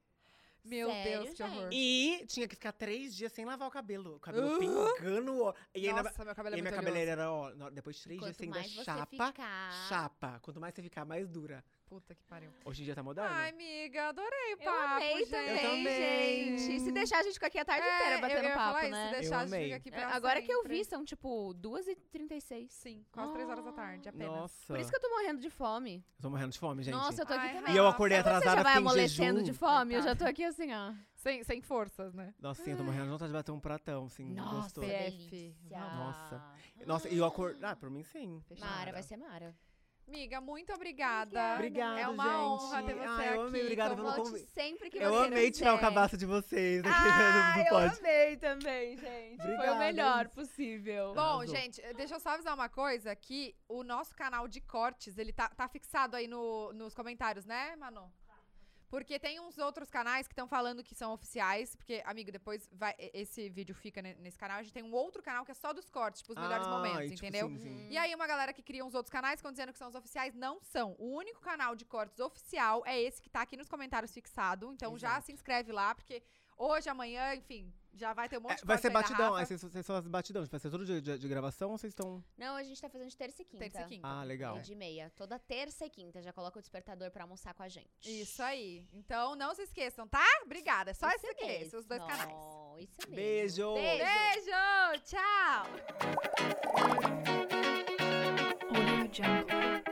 Meu
Sério,
Deus, que horror.
E tinha que ficar três dias sem lavar o cabelo. O cabelo
Uh!
pingando. ó. E ainda,
Nossa, meu cabelo é
e minha
muito
cabeleira
oleoso.
era, ó, na- depois de três dias
Quanto
você ainda
mais você
assim, chapa,
ficar...
chapa. Quanto mais você ficar, mais dura.
Puta que pariu.
Hoje em dia tá moderno.
Ai, amiga, adorei o
Eu
papo,
amei
gente.
também,
Eu também.
gente. Se deixar, a gente fica aqui a tarde
É,
inteira
eu-
batendo
eu ia falar
papo,
isso,
né?
Se deixar, a gente
amei.
fica aqui
É,
pra
Agora que eu
sempre.
vi, são tipo 2h36.
Sim, quase três horas da
Ah.
tarde, apenas.
Nossa.
Por isso que eu tô morrendo de fome.
eu tô morrendo de fome, gente.
Nossa, eu tô aqui
Ai,
também.
E eu acordei
Nossa,
Você
atrasada,
já vai
fiquei em
amolecendo
jejum.
de fome? Eu já tô aqui assim, ó.
Sem, sem forças, né?
Nossa, sim, eu tô morrendo de vontade de bater um pratão, assim,
Nossa,
gostoso.
é-
delícia.
Nossa. Nossa, e eu acordei... Ah, pra mim, sim.
Fechado.
Mara, vai ser Mara.
Amiga, muito obrigada.
Obrigado,
É uma
gente.
honra ter você
Ah, eu
aqui.
amei, obrigado
Então,
pelo
volte-
convite.
Volte
convi-
sempre que
Eu
você
amei tirar o
quiser.
cabaço de vocês aqui né,
Ah,
no
eu
podcast.
amei também, gente. Foi o
Obrigado,
melhor
hein?
possível.
Bom,
Arrasou.
gente, eh, deixa eu só avisar uma coisa, que o nosso canal de cortes, ele tá, tá fixado aí no, nos comentários, né, Manu? Porque tem uns outros canais que estão falando que são oficiais, porque, amigo, depois vai, e- esse vídeo fica ne- nesse canal, a gente tem um outro canal que é só dos cortes, tipo, os melhores
Ah,
momentos,
e, tipo,
entendeu?
sim, sim.
E aí, uma galera que cria uns outros canais estão dizendo que são os oficiais. Não são. O único canal de cortes oficial é esse que tá aqui nos comentários fixado. Então já
Exato.
se inscreve lá, porque hoje, amanhã, enfim, já vai ter um monte
É,
de
vai
corte
ser
aí da
batidão, aí
Rafa.
vocês vocês são as batidão. Tipo, Vai ser todo dia de, de gravação ou vocês estão.
Não, a gente tá fazendo de terça e quinta.
Terça e quinta.
Ah, legal.
Meio de meia. Toda terça e quinta. Já coloca o despertador pra almoçar com a gente.
Isso aí. Então não se esqueçam, tá? Obrigada. É só esse aqui,
mesmo.
esses dois canais.
Não, Isso é mesmo.
Beijo!
Beijo!
Beijo! Tchau!
Audio Jungle.